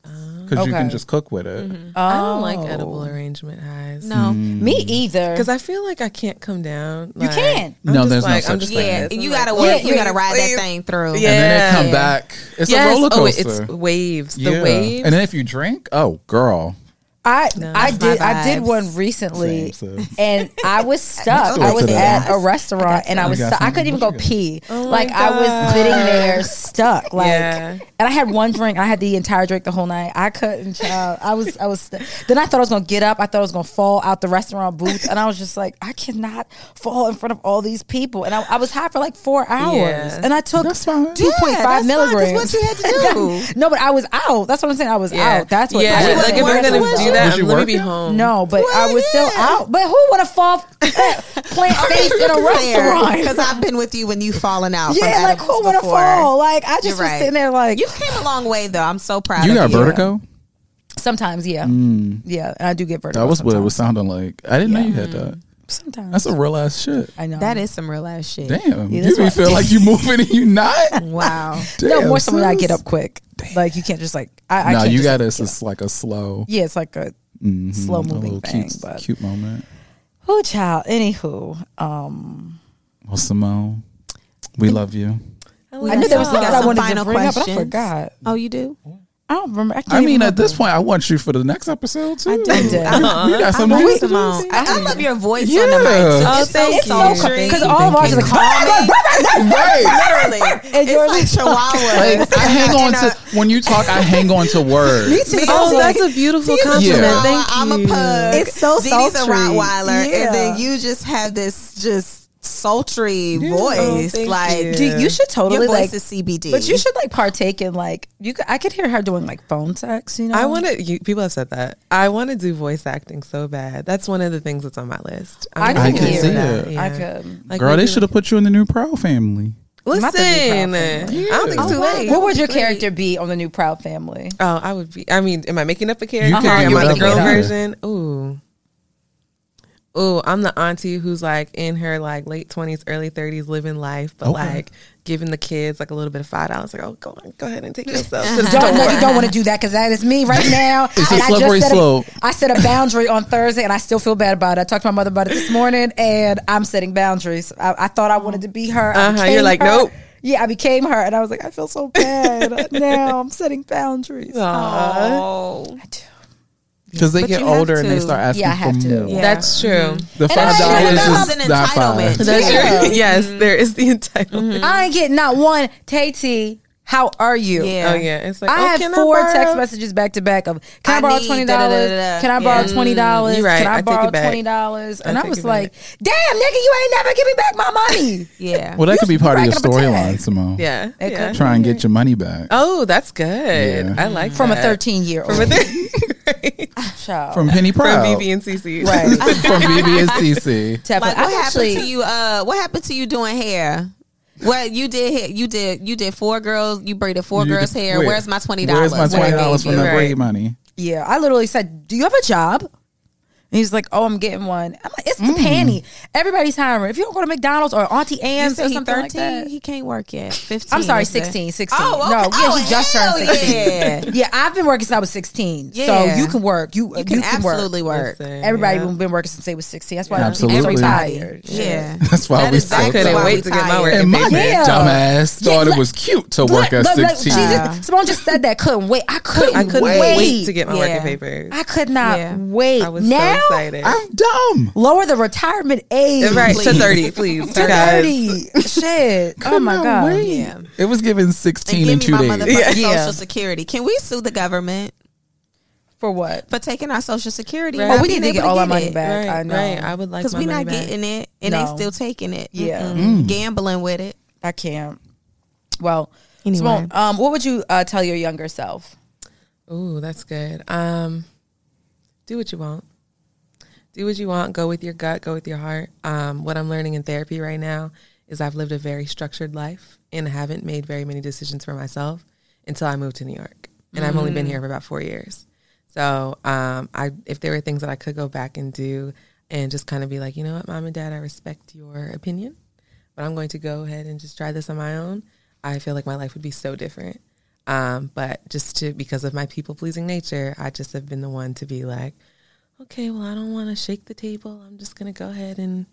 Speaker 3: because you can
Speaker 2: Okay. Mm-hmm.
Speaker 3: just cook with it.
Speaker 5: I don't like edible arrangement highs.
Speaker 4: No,
Speaker 2: Oh. Me either.
Speaker 5: Because I feel like I can't come down. Like,
Speaker 2: can.
Speaker 5: I'm
Speaker 3: No,
Speaker 5: just
Speaker 3: there's no
Speaker 5: like,
Speaker 3: such
Speaker 5: I'm just
Speaker 3: thing.
Speaker 5: like
Speaker 4: yeah,
Speaker 5: this. I'm
Speaker 4: you
Speaker 5: like,
Speaker 4: gotta work.
Speaker 2: Yeah,
Speaker 4: you gotta
Speaker 2: please,
Speaker 4: ride
Speaker 5: please.
Speaker 4: that thing through.
Speaker 5: Yeah.
Speaker 3: And then it come back. It's
Speaker 5: Yes.
Speaker 3: a roller
Speaker 5: Oh,
Speaker 3: coaster.
Speaker 5: it's waves.
Speaker 3: Yeah.
Speaker 5: The waves.
Speaker 3: And then if you drink, oh girl,
Speaker 2: I I
Speaker 4: my
Speaker 2: did I did
Speaker 4: vibes.
Speaker 2: one recently,
Speaker 3: Same, sis.
Speaker 2: and I
Speaker 5: <laughs>
Speaker 2: was stuck.
Speaker 3: do it
Speaker 2: I was
Speaker 3: today.
Speaker 2: at a restaurant, and I was
Speaker 3: You got
Speaker 2: stuck. I couldn't even
Speaker 3: something?
Speaker 2: go
Speaker 3: What
Speaker 2: pee. like I was sitting there
Speaker 5: <laughs>
Speaker 2: stuck. Like,
Speaker 5: Oh Yeah.
Speaker 2: and I had one drink. I had the entire drink the whole night. I couldn't. Child. I was I was. Stu- then I thought I was gonna get up. I thought I was gonna fall out the restaurant booth, and I was just like, I cannot fall in front of all these people. And I, I was high for like four hours,
Speaker 5: Yeah.
Speaker 2: and I took
Speaker 3: That's fine.
Speaker 2: two point five
Speaker 4: Yeah, that's fine, 'cause
Speaker 2: milligrams.
Speaker 4: what you had to do.
Speaker 2: <laughs> no, but I was out. That's what I'm saying. I was out. Oh, That's what.
Speaker 5: Yeah,
Speaker 2: I was
Speaker 5: like if
Speaker 2: out.
Speaker 5: we're gonna
Speaker 3: Was
Speaker 5: do
Speaker 3: she
Speaker 5: that,
Speaker 3: working?
Speaker 5: let me be home.
Speaker 2: No, but I was still
Speaker 4: yeah. Oh,
Speaker 2: out. But who would have fall <laughs> uh, plant face in a
Speaker 4: because
Speaker 2: restaurant?
Speaker 4: I've been with you when you fallen out. from
Speaker 2: Yeah, like who
Speaker 4: edibles
Speaker 2: would have
Speaker 4: before.
Speaker 2: fall? Like I just
Speaker 4: You're
Speaker 2: was
Speaker 4: right.
Speaker 2: sitting there like
Speaker 4: You came a long way though. I'm so proud.
Speaker 3: You
Speaker 4: of
Speaker 3: got
Speaker 4: you.
Speaker 3: vertigo?
Speaker 2: sometimes, yeah,
Speaker 4: Mm.
Speaker 2: yeah, and I do get vertigo.
Speaker 3: That was what it
Speaker 2: sometimes.
Speaker 3: was sounding like. I didn't know you had that.
Speaker 2: Sometimes
Speaker 3: That's a real ass shit.
Speaker 2: I know <laughs>
Speaker 4: That is some real ass shit.
Speaker 3: Damn.
Speaker 2: Yeah,
Speaker 3: you
Speaker 2: that's
Speaker 3: be
Speaker 2: what-
Speaker 3: feel like
Speaker 2: <laughs>
Speaker 3: you moving and you not?
Speaker 4: Wow.
Speaker 2: no
Speaker 3: Damn,
Speaker 2: more so when I
Speaker 3: sis.
Speaker 2: get up quick. Like you can't just like I. I
Speaker 3: No,
Speaker 2: can't
Speaker 3: you
Speaker 2: just,
Speaker 3: got to
Speaker 2: like,
Speaker 3: It's
Speaker 2: get
Speaker 3: just Mm. like a slow, mm-hmm,
Speaker 2: up. Yeah, it's like a slow
Speaker 3: a
Speaker 2: moving
Speaker 3: little
Speaker 2: thing.
Speaker 3: cute,
Speaker 2: but
Speaker 3: cute moment.
Speaker 2: who child? Anywho, um,
Speaker 3: Well, Simone, we love you.
Speaker 2: I knew there was something
Speaker 4: got
Speaker 2: I
Speaker 4: some
Speaker 2: wanted to
Speaker 4: final
Speaker 2: bring up, but I
Speaker 4: questions.
Speaker 2: forgot.
Speaker 4: Oh, you do?
Speaker 2: I don't remember. I, can't
Speaker 3: I
Speaker 2: even
Speaker 3: mean, at
Speaker 2: remember.
Speaker 3: this point, I want you for the next episode too.
Speaker 4: I do.
Speaker 2: I did.
Speaker 3: We got some
Speaker 4: I,
Speaker 3: more.
Speaker 4: love Simone. I, I love your voice on
Speaker 3: Yeah.
Speaker 4: the mic. Too.
Speaker 3: Oh,
Speaker 4: It's
Speaker 5: thank
Speaker 4: so
Speaker 5: you.
Speaker 4: sultry.
Speaker 5: Thank
Speaker 2: because all of ours are like. <laughs>
Speaker 3: Right.
Speaker 4: Literally,
Speaker 2: yours
Speaker 4: it's
Speaker 3: <laughs>
Speaker 4: like chihuahua.
Speaker 3: Like, I hang on to when you talk. I hang on to words.
Speaker 5: Oh, that's a beautiful compliment.
Speaker 3: Yeah.
Speaker 5: Thank you.
Speaker 4: I'm a pug.
Speaker 2: It's so
Speaker 4: Dee Dee's
Speaker 2: sultry.
Speaker 4: a Rottweiler,
Speaker 2: Yeah.
Speaker 4: and then you just have this just sultry voice.
Speaker 5: thank
Speaker 4: like
Speaker 5: you.
Speaker 2: Do you should totally
Speaker 4: your voice
Speaker 2: like
Speaker 4: is CBD.
Speaker 2: But you should like partake in like you. Could, I could hear her doing like phone sex. You know,
Speaker 5: I want to. People have said that. I want to do voice acting so bad. That's one of the things that's on my list.
Speaker 2: I
Speaker 5: gonna
Speaker 2: can
Speaker 5: do
Speaker 2: hear
Speaker 3: that.
Speaker 5: yeah.
Speaker 2: I could.
Speaker 5: Like,
Speaker 3: Girl, they
Speaker 5: maybe-
Speaker 3: should have put you in the new Proud family.
Speaker 2: Not the new
Speaker 5: Listen,
Speaker 2: Proud
Speaker 5: I don't think it's too late.
Speaker 2: What Oh, would your character be on the new Proud <laughs> Family?
Speaker 5: Oh, I would be. I mean, am I making up a character?
Speaker 3: could
Speaker 5: am
Speaker 3: do
Speaker 5: I the
Speaker 3: whatever.
Speaker 5: girl
Speaker 3: Yeah.
Speaker 5: version? Ooh, ooh, I'm the auntie who's like in her like late twenties, early thirties, living life, but like giving the kids like a little bit of five dollars. Like, oh, go on, go ahead and take yourself. to the
Speaker 2: Don't
Speaker 5: store.
Speaker 2: no, you don't want <laughs> to do that because that is me <laughs> right now.
Speaker 3: It's a
Speaker 2: And I just
Speaker 3: slippery
Speaker 2: set
Speaker 3: slope.
Speaker 2: I set a boundary on Thursday, and I still feel bad about it. I talked to my mother about it this morning, and I'm setting boundaries. I, I thought I wanted to be her. I
Speaker 5: Uh-huh,
Speaker 2: became
Speaker 5: you're like,
Speaker 2: her.
Speaker 5: nope.
Speaker 2: Yeah, I became her, and I was like, I feel so bad now. I'm setting boundaries.
Speaker 5: Aw.
Speaker 3: Because they
Speaker 4: But
Speaker 3: get
Speaker 4: you have
Speaker 3: older and they
Speaker 4: to.
Speaker 3: start asking
Speaker 2: Yeah, I have
Speaker 3: for
Speaker 2: to.
Speaker 3: more.
Speaker 2: Yeah.
Speaker 5: That's true.
Speaker 3: The
Speaker 2: I
Speaker 3: five
Speaker 2: should
Speaker 3: dollars
Speaker 2: have
Speaker 3: is
Speaker 4: an
Speaker 3: just not
Speaker 4: entitlement.
Speaker 3: five.
Speaker 5: That's
Speaker 2: Yeah.
Speaker 5: true. Yes, there is the entitlement.
Speaker 2: I ain't getting not one. Tate, how are you?
Speaker 4: Yeah.
Speaker 5: Oh yeah, it's like
Speaker 2: I
Speaker 5: oh,
Speaker 2: have
Speaker 5: can
Speaker 2: four
Speaker 5: borrow?
Speaker 2: text messages back to back of can I,
Speaker 4: I
Speaker 2: borrow
Speaker 4: need
Speaker 2: twenty dollars?
Speaker 4: da-da-da-da-da.
Speaker 2: Can I borrow
Speaker 4: Yeah.
Speaker 2: twenty dollars?
Speaker 5: You're right.
Speaker 2: Can
Speaker 5: I
Speaker 2: I,
Speaker 5: take
Speaker 2: borrow
Speaker 5: it back.
Speaker 2: twenty dollars? And
Speaker 5: I
Speaker 2: I,
Speaker 5: take
Speaker 2: was
Speaker 5: it back.
Speaker 2: like, damn, nigga, you ain't never give me back my money.
Speaker 4: <laughs> yeah.
Speaker 3: Well, that could be part of your
Speaker 2: racking up a
Speaker 3: storyline,
Speaker 2: tag.
Speaker 3: Simone.
Speaker 5: Yeah,
Speaker 2: It
Speaker 5: yeah.
Speaker 2: could
Speaker 3: Try and get your money back
Speaker 5: Oh, that's good.
Speaker 3: Yeah.
Speaker 5: I like
Speaker 2: From a
Speaker 5: that.
Speaker 2: thirteen year old
Speaker 5: <laughs>
Speaker 4: <laughs>
Speaker 2: child.
Speaker 3: from Penny
Speaker 5: From
Speaker 3: Proud,
Speaker 5: BB and
Speaker 2: <laughs>
Speaker 5: CC. <laughs>
Speaker 2: right.
Speaker 3: <laughs> from BB and CC.
Speaker 2: Definitely.
Speaker 4: like what
Speaker 2: I actually
Speaker 4: happened to you? Uh, what happened to you doing hair? Well, you did. hair- You did. You did four girls. You braided four
Speaker 3: You
Speaker 4: girls'
Speaker 3: could-
Speaker 4: hair.
Speaker 3: where-
Speaker 4: Where's my twenty dollars?
Speaker 3: Where's my twenty dollars
Speaker 5: you?
Speaker 3: from the
Speaker 5: Right.
Speaker 3: braid money? <laughs>
Speaker 2: Yeah, I literally said, "Do you have a job?" And he's like, "Oh, I'm getting one." I'm like,
Speaker 5: Mm.
Speaker 2: "It's the panty. Everybody's hiring. If you don't go to McDonald's or Auntie
Speaker 4: You
Speaker 2: Anne's or
Speaker 4: said he
Speaker 2: something like
Speaker 4: thirteen.
Speaker 2: that."
Speaker 4: he can't work yet. Fifteen.
Speaker 2: I'm sorry,
Speaker 4: is the-
Speaker 2: 16, 16.
Speaker 4: Oh, okay.
Speaker 2: No, yeah,
Speaker 4: Oh,
Speaker 2: he just
Speaker 4: hell
Speaker 2: turned 16.
Speaker 4: yeah.
Speaker 2: Yeah, I've been working since I was 16.
Speaker 4: Yeah.
Speaker 2: So you can work. You,
Speaker 4: You can,
Speaker 2: work.
Speaker 4: absolutely work.
Speaker 5: Listen,
Speaker 2: Everybody
Speaker 5: yeah.
Speaker 2: been working since they was 16. That's why
Speaker 3: Absolutely.
Speaker 2: I'm
Speaker 3: Everybody.
Speaker 2: tired.
Speaker 4: <laughs> Yeah.
Speaker 3: That's why
Speaker 4: That
Speaker 3: we
Speaker 4: is
Speaker 3: so
Speaker 4: exactly
Speaker 5: Couldn't
Speaker 4: why
Speaker 3: tired.
Speaker 4: we
Speaker 5: wait to get my
Speaker 4: tired.
Speaker 5: work.
Speaker 3: And my
Speaker 2: Yeah.
Speaker 3: dumbass thought
Speaker 2: Yeah,
Speaker 3: it was cute to work at
Speaker 2: Look, look, she
Speaker 3: sixteen.
Speaker 2: just, Simone just said that couldn't wait. I couldn't,
Speaker 5: I couldn't
Speaker 2: wait.
Speaker 5: wait, to get my
Speaker 4: Yeah.
Speaker 5: working papers.
Speaker 2: I could not
Speaker 4: Yeah.
Speaker 2: wait.
Speaker 5: I was
Speaker 2: now,
Speaker 5: so excited.
Speaker 3: I'm dumb.
Speaker 2: lower the retirement age.
Speaker 5: right to
Speaker 4: please.
Speaker 5: thirty, please.
Speaker 2: To
Speaker 5: guys.
Speaker 2: 30. Shit. oh my
Speaker 3: Cannot
Speaker 2: God.
Speaker 3: wait.
Speaker 4: Yeah.
Speaker 3: It was given
Speaker 4: And
Speaker 3: sixteen in
Speaker 4: give me
Speaker 3: two
Speaker 4: my
Speaker 3: days.
Speaker 4: motherfucking
Speaker 2: Yeah.
Speaker 4: social security. Can we sue the government
Speaker 2: For what?
Speaker 4: for taking our social security?
Speaker 5: Right.
Speaker 4: and
Speaker 2: Oh,
Speaker 4: not
Speaker 2: we need to
Speaker 4: being
Speaker 2: get
Speaker 4: able
Speaker 2: all our money
Speaker 4: it?
Speaker 2: back.
Speaker 5: Right,
Speaker 2: I know.
Speaker 5: right. I would like
Speaker 4: Because
Speaker 5: my
Speaker 4: we're
Speaker 5: money
Speaker 4: not
Speaker 5: back.
Speaker 4: getting it, and
Speaker 2: No.
Speaker 4: they still taking it.
Speaker 2: Yeah.
Speaker 4: Mm-mm.
Speaker 3: Mm.
Speaker 4: gambling with it.
Speaker 2: I can't. Well,
Speaker 4: Anyway.
Speaker 2: Simone, um, what would you uh, tell your younger self?
Speaker 5: Ooh, that's good. Um, do what you want. Do what you want. Go with your gut. Go with your heart. Um, what I'm learning in therapy right now is I've lived a very structured life and haven't made very many decisions for myself until I moved to New York, and I've only been here for about four years. So, um, I if there were things that I could go back and do, and just kind of be like, you know what, mom and dad, I respect your opinion, but I'm going to go ahead and just try this on my own. I feel like my life would be so different. Um, but just to because of my people pleasing nature, I just have been the one to be like, okay, well, I don't want to shake the table. I'm just gonna go ahead and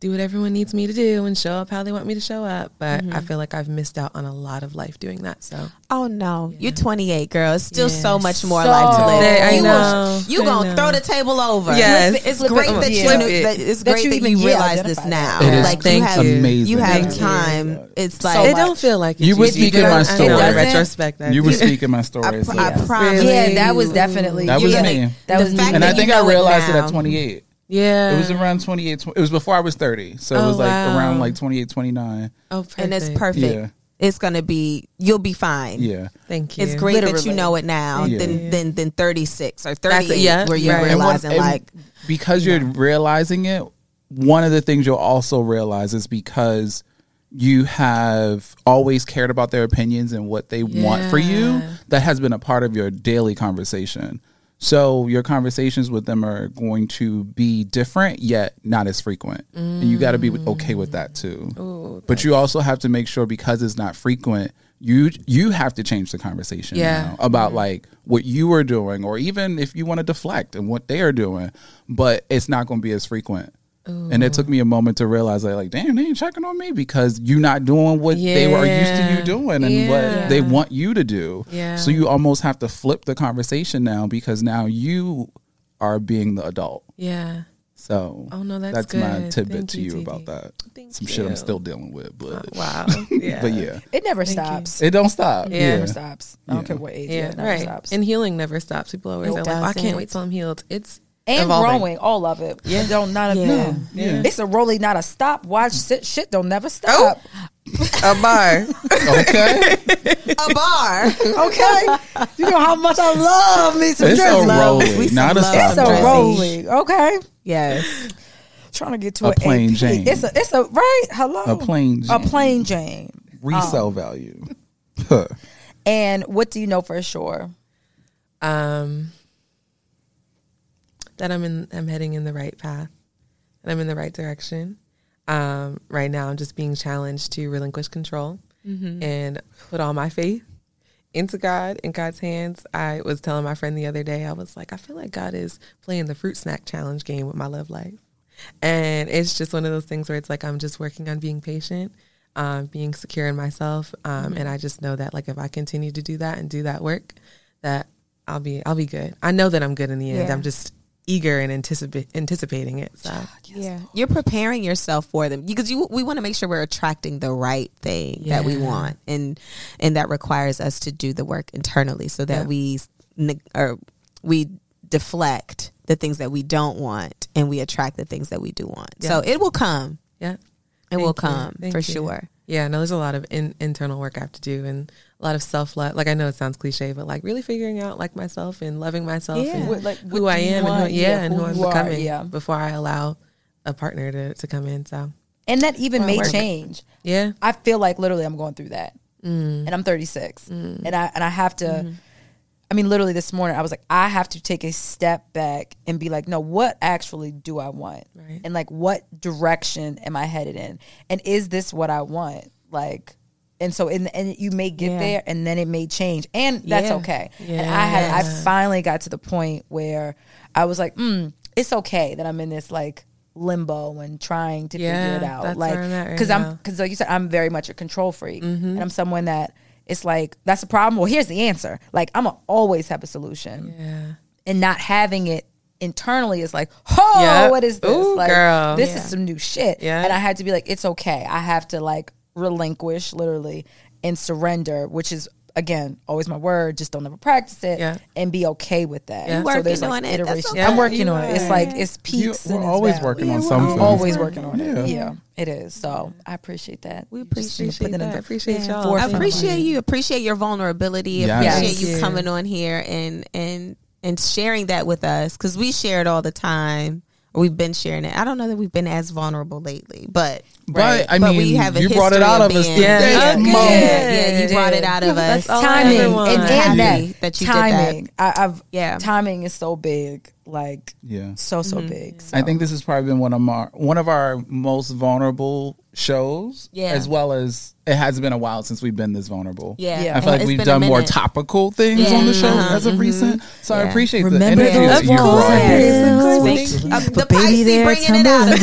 Speaker 5: do what everyone needs me to do and show up how they want me to show up. But
Speaker 4: Mm-hmm.
Speaker 5: I feel like I've missed out on a lot of life doing that. So
Speaker 4: Oh no, you're 28, girl. It's still
Speaker 5: Yeah.
Speaker 4: so much more life to live.
Speaker 5: They- I
Speaker 4: Oh, you
Speaker 5: know.
Speaker 4: you
Speaker 5: I
Speaker 4: gonna
Speaker 5: know.
Speaker 4: throw the table over.
Speaker 5: Yes.
Speaker 4: Flip it. it's
Speaker 5: Flip
Speaker 4: great
Speaker 5: it.
Speaker 4: that you
Speaker 5: Yeah.
Speaker 4: knew, that it's
Speaker 2: That
Speaker 4: great
Speaker 2: you
Speaker 4: that
Speaker 2: even,
Speaker 4: you
Speaker 2: yeah,
Speaker 4: realize this
Speaker 2: identify
Speaker 4: now.
Speaker 3: It is
Speaker 4: like you
Speaker 5: Thank
Speaker 4: have
Speaker 3: you.
Speaker 4: you
Speaker 3: Amazing.
Speaker 4: have
Speaker 5: Thank you.
Speaker 4: time. It's like
Speaker 5: it don't feel like it.
Speaker 3: You were
Speaker 5: used to.
Speaker 3: speaking my
Speaker 5: I know,
Speaker 3: story.
Speaker 5: In
Speaker 3: Doesn't-
Speaker 5: retrospect, I
Speaker 3: You were
Speaker 5: do.
Speaker 3: speaking my story. so-
Speaker 4: I promise.
Speaker 2: Yeah, that was definitely
Speaker 3: That was
Speaker 4: You're
Speaker 3: me.
Speaker 2: That
Speaker 4: the
Speaker 2: was me.
Speaker 4: fact
Speaker 3: and
Speaker 4: that
Speaker 3: I
Speaker 4: you
Speaker 3: think I
Speaker 4: know
Speaker 3: realized it,
Speaker 4: now.
Speaker 3: at 28.
Speaker 5: yeah.
Speaker 3: It was around 28. tw- It was before I was 30. So it
Speaker 5: Uh. Oh,
Speaker 3: was like around
Speaker 5: wow.
Speaker 3: like 28, 29.
Speaker 5: Oh, perfect.
Speaker 4: and it's perfect.
Speaker 3: Yeah.
Speaker 4: It's gonna be. You'll be fine.
Speaker 3: Yeah.
Speaker 5: Thank you.
Speaker 4: It's great that you
Speaker 2: Literally.
Speaker 4: know it now
Speaker 3: Yeah.
Speaker 4: than than than 36 or 38
Speaker 5: yeah,
Speaker 4: where you're
Speaker 5: right. And
Speaker 3: And one-
Speaker 4: realizing
Speaker 3: and
Speaker 4: like
Speaker 3: because you're realizing it, one of the things you'll also realize is because you have always cared about their opinions and what they want for you,
Speaker 5: Yeah.
Speaker 3: that has been a part of your daily conversation. So your conversations with them are going to be different, yet not as frequent, and you got to be okay with that too.
Speaker 5: Mm.
Speaker 3: but you also have to make sure because it's not frequent, you you have to change the conversation
Speaker 5: Yeah. Mm-hmm.
Speaker 3: now about like what you are doing, or even if you want to deflect and what they are doing, but it's not going to be as frequent. And it took me a moment to realize, like, like, damn, they ain't checking on me because you're not doing what they were used to
Speaker 5: Yeah.
Speaker 3: you doing and
Speaker 5: Yeah.
Speaker 3: what they want you to do.
Speaker 5: Yeah.
Speaker 3: So you almost have to flip the conversation now because now you are being the adult.
Speaker 5: yeah.
Speaker 3: So
Speaker 5: Oh, no, that's
Speaker 3: my
Speaker 5: good.
Speaker 3: tidbit
Speaker 5: Thank
Speaker 3: to
Speaker 5: you,
Speaker 3: you
Speaker 5: Dee
Speaker 3: about
Speaker 5: Dee.
Speaker 3: that.
Speaker 5: Thank
Speaker 3: Some shit
Speaker 5: you.
Speaker 3: I'm still dealing with, but
Speaker 5: <laughs> Wow.
Speaker 3: <laughs> but yeah,
Speaker 2: It never stops.
Speaker 3: it don't stop.
Speaker 5: Yeah.
Speaker 2: never stops. I don't care what age. Yeah,
Speaker 5: Yeah,
Speaker 2: it never
Speaker 5: right.
Speaker 2: stops.
Speaker 5: And healing never stops. People always
Speaker 4: Nope.
Speaker 5: are like, "Well, I can't
Speaker 4: Doesn't.
Speaker 5: wait till I'm healed. It's
Speaker 2: and
Speaker 5: evolving.
Speaker 2: growing, all of it. Yeah, don't none of them.
Speaker 3: Yeah.
Speaker 2: It's a rolling, not a stop. Watch sit, shit. Don't never stop.
Speaker 4: "Oh!" <laughs>
Speaker 5: a bar.
Speaker 3: Okay,
Speaker 5: <laughs>
Speaker 4: a bar
Speaker 3: Oh,
Speaker 2: Okay, <laughs> you know how much I love
Speaker 3: <laughs>
Speaker 2: me some
Speaker 3: it's
Speaker 2: Drizzy.
Speaker 3: a
Speaker 4: We
Speaker 3: rolling, not a
Speaker 4: some
Speaker 3: stop.
Speaker 4: love.
Speaker 2: It's a
Speaker 4: Drizzy.
Speaker 2: rolling. Okay,
Speaker 4: yes
Speaker 2: trying to get to
Speaker 3: A
Speaker 2: an
Speaker 3: plain
Speaker 2: AP.
Speaker 3: Jane.
Speaker 2: It's a it's a right. Hello,
Speaker 3: A plain
Speaker 2: a
Speaker 3: Jane.
Speaker 2: plain Jane.
Speaker 5: Oh.
Speaker 3: Resale value. Huh.
Speaker 2: And what do you know for sure?
Speaker 5: Um, that I'm in. I'm heading in the right path, and I'm in the right direction. Um, right now, I'm just being challenged to relinquish control and put all my faith into God in God's hands. I was telling my friend the other day, I was like, I feel like God is playing the fruit snack challenge game with my love life. And it's just one of those things where it's like I'm just working on being patient, um, being secure in myself. Um, and I just know that like if I continue to do that and do that work, that I'll be I'll be good. I know that I'm good in the end.
Speaker 2: Yeah.
Speaker 5: I'm just eager and anticipa- anticipating it. So
Speaker 4: yeah you're preparing yourself for them because you we want to make sure we're attracting the right thing that we want and and that requires us to do the work internally so that we neg- or we deflect the things that we don't want and we attract the things that we do want so it will come
Speaker 5: yeah.
Speaker 4: it will
Speaker 5: Thank you.
Speaker 4: come
Speaker 5: Thank
Speaker 4: for
Speaker 5: you.
Speaker 4: sure
Speaker 5: Yeah, no, there's a lot of in, internal work I have to do and a lot of self love. Like I know it sounds cliche, but like really figuring out like myself and loving myself
Speaker 4: Yeah.
Speaker 5: and
Speaker 4: What-
Speaker 2: like,
Speaker 5: who
Speaker 2: what
Speaker 5: I
Speaker 2: do you
Speaker 5: am and
Speaker 2: want?
Speaker 5: who, yeah,
Speaker 2: Yeah,
Speaker 5: and
Speaker 2: who
Speaker 5: who I'm
Speaker 2: you are,
Speaker 5: becoming
Speaker 2: yeah.
Speaker 5: before I allow a partner to, to come in. So
Speaker 2: And that even may
Speaker 5: work it.
Speaker 2: change.
Speaker 5: yeah,
Speaker 2: I feel like literally I'm going through that,
Speaker 5: Mm.
Speaker 2: and I'm 36, and I and I have to.
Speaker 5: Mm-hmm.
Speaker 2: I mean, literally this morning I was like, I have to take a step back and be like, no, what actually do I want,
Speaker 5: Right.
Speaker 2: and like what direction am I headed in, and is this what I want, like. And so, and, and you may get
Speaker 4: Yeah.
Speaker 2: there, and then it may change, and that's
Speaker 5: Yeah.
Speaker 2: okay. And I had, I
Speaker 5: Yes.
Speaker 2: finally got to the point where I was like, mm, it's okay that I'm in this like limbo and trying to figure
Speaker 5: Yeah,
Speaker 2: it out,
Speaker 5: that's
Speaker 2: like
Speaker 5: where I'm at right
Speaker 2: because I'm
Speaker 5: now. Mm-hmm.
Speaker 2: because like you said, I'm very much a control freak, and I'm someone that it's like that's a problem. Well, here's the answer. Like I'm gonna always have a solution,
Speaker 5: yeah,
Speaker 2: and not having it internally is like, oh,
Speaker 5: Yep.
Speaker 2: what is this?
Speaker 5: Ooh,
Speaker 2: like
Speaker 5: girl.
Speaker 2: this
Speaker 5: Yeah.
Speaker 2: is some new shit.
Speaker 5: Yeah.
Speaker 2: and I had to be like, it's okay. I have to like relinquish literally and surrender, which is again always my word. Just don't ever practice it,
Speaker 5: Yeah.
Speaker 2: and be okay with that.
Speaker 5: Yeah. You
Speaker 4: working
Speaker 2: there's,
Speaker 4: on it. That's
Speaker 2: iterations.
Speaker 4: okay.
Speaker 2: I'm working on it.
Speaker 3: Yeah.
Speaker 2: It's like it's
Speaker 3: You-
Speaker 2: peaks.
Speaker 3: we're
Speaker 2: and it's
Speaker 3: always
Speaker 2: valleys.
Speaker 3: working on
Speaker 4: we're
Speaker 3: something.
Speaker 4: always
Speaker 2: Always working on it.
Speaker 3: Yeah.
Speaker 2: Yeah, it is. So I appreciate that.
Speaker 4: we
Speaker 5: appreciate
Speaker 4: appreciate
Speaker 5: that.
Speaker 2: in the
Speaker 5: appreciate
Speaker 4: Yeah.
Speaker 5: y'all.
Speaker 4: I
Speaker 2: forefront.
Speaker 4: appreciate you. Appreciate your vulnerability.
Speaker 3: Yes.
Speaker 4: Appreciate
Speaker 2: Yes.
Speaker 4: you
Speaker 5: Yeah.
Speaker 4: coming on here and and and sharing that with us because we share it all the time. We've been sharing it. I don't know that we've been as vulnerable lately, but
Speaker 3: But I mean,
Speaker 4: we have a
Speaker 3: you brought it
Speaker 4: history
Speaker 3: out
Speaker 4: of
Speaker 3: of us
Speaker 4: being-
Speaker 3: today.
Speaker 5: Yeah.
Speaker 4: yeah,
Speaker 5: Okay.
Speaker 4: yeah,
Speaker 5: Good.
Speaker 4: yeah, you brought it out of us.
Speaker 5: That's all I
Speaker 2: timing
Speaker 5: ever
Speaker 2: and,
Speaker 5: wanted.
Speaker 2: and
Speaker 4: Happy
Speaker 2: that,
Speaker 4: that you did that.
Speaker 2: timing. I, I've
Speaker 4: Yeah.
Speaker 2: timing is so big, like
Speaker 3: Yeah.
Speaker 2: so so big. So.
Speaker 3: I think this has probably been one of our one of our most vulnerable shows.
Speaker 4: Yeah.
Speaker 3: As well as it has been a while since we've been this vulnerable.
Speaker 4: Yeah.
Speaker 2: Yeah.
Speaker 3: I feel like
Speaker 4: It's
Speaker 3: we've
Speaker 4: been a
Speaker 3: done more
Speaker 4: minute.
Speaker 3: topical things
Speaker 4: Yeah.
Speaker 3: on the show
Speaker 4: Uh-huh.
Speaker 3: as of recent. So I
Speaker 4: Yeah.
Speaker 3: appreciate the
Speaker 2: Remember
Speaker 3: energy
Speaker 2: those
Speaker 3: that you
Speaker 2: walls
Speaker 3: brought.
Speaker 2: that
Speaker 3: here.
Speaker 2: is-
Speaker 4: Thank you. Uh, the Pisces bringing it out of us.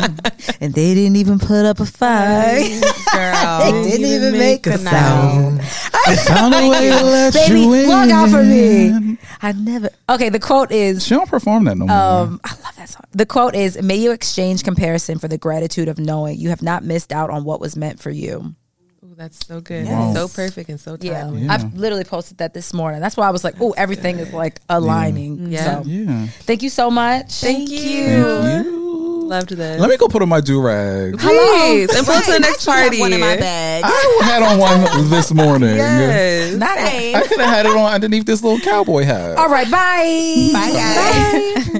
Speaker 2: Wow. <laughs> and they didn't even put up a fight. they
Speaker 5: Girl.
Speaker 2: didn't even make a sound.
Speaker 3: Found a way to let
Speaker 2: Baby,
Speaker 3: you in.
Speaker 2: log out for me. I never. Okay, the quote is
Speaker 3: <laughs> She don't perform that no more.
Speaker 2: um, I love that song. The quote is May you exchange comparison for the gratitude of knowing you have not missed out on what was meant for you.
Speaker 5: Ooh, that's so good.
Speaker 3: Yes.
Speaker 5: So perfect and so
Speaker 2: Yeah.
Speaker 5: timely.
Speaker 2: I've literally posted that this morning. That's why I was like, oh, everything is like aligning.
Speaker 5: Yeah.
Speaker 2: So
Speaker 3: yeah.
Speaker 2: thank you so much. Thank
Speaker 3: Thank you.
Speaker 5: Loved this.
Speaker 3: Let me go put on my do rag.
Speaker 5: Please. And go to <laughs> the next
Speaker 4: I
Speaker 5: party.
Speaker 4: have one in my bag.
Speaker 3: I had on one this morning.
Speaker 5: Yes.
Speaker 2: Not
Speaker 3: I could have had it on underneath this little cowboy hat.
Speaker 2: All right, bye.
Speaker 4: Bye, guys.
Speaker 2: Bye. <laughs>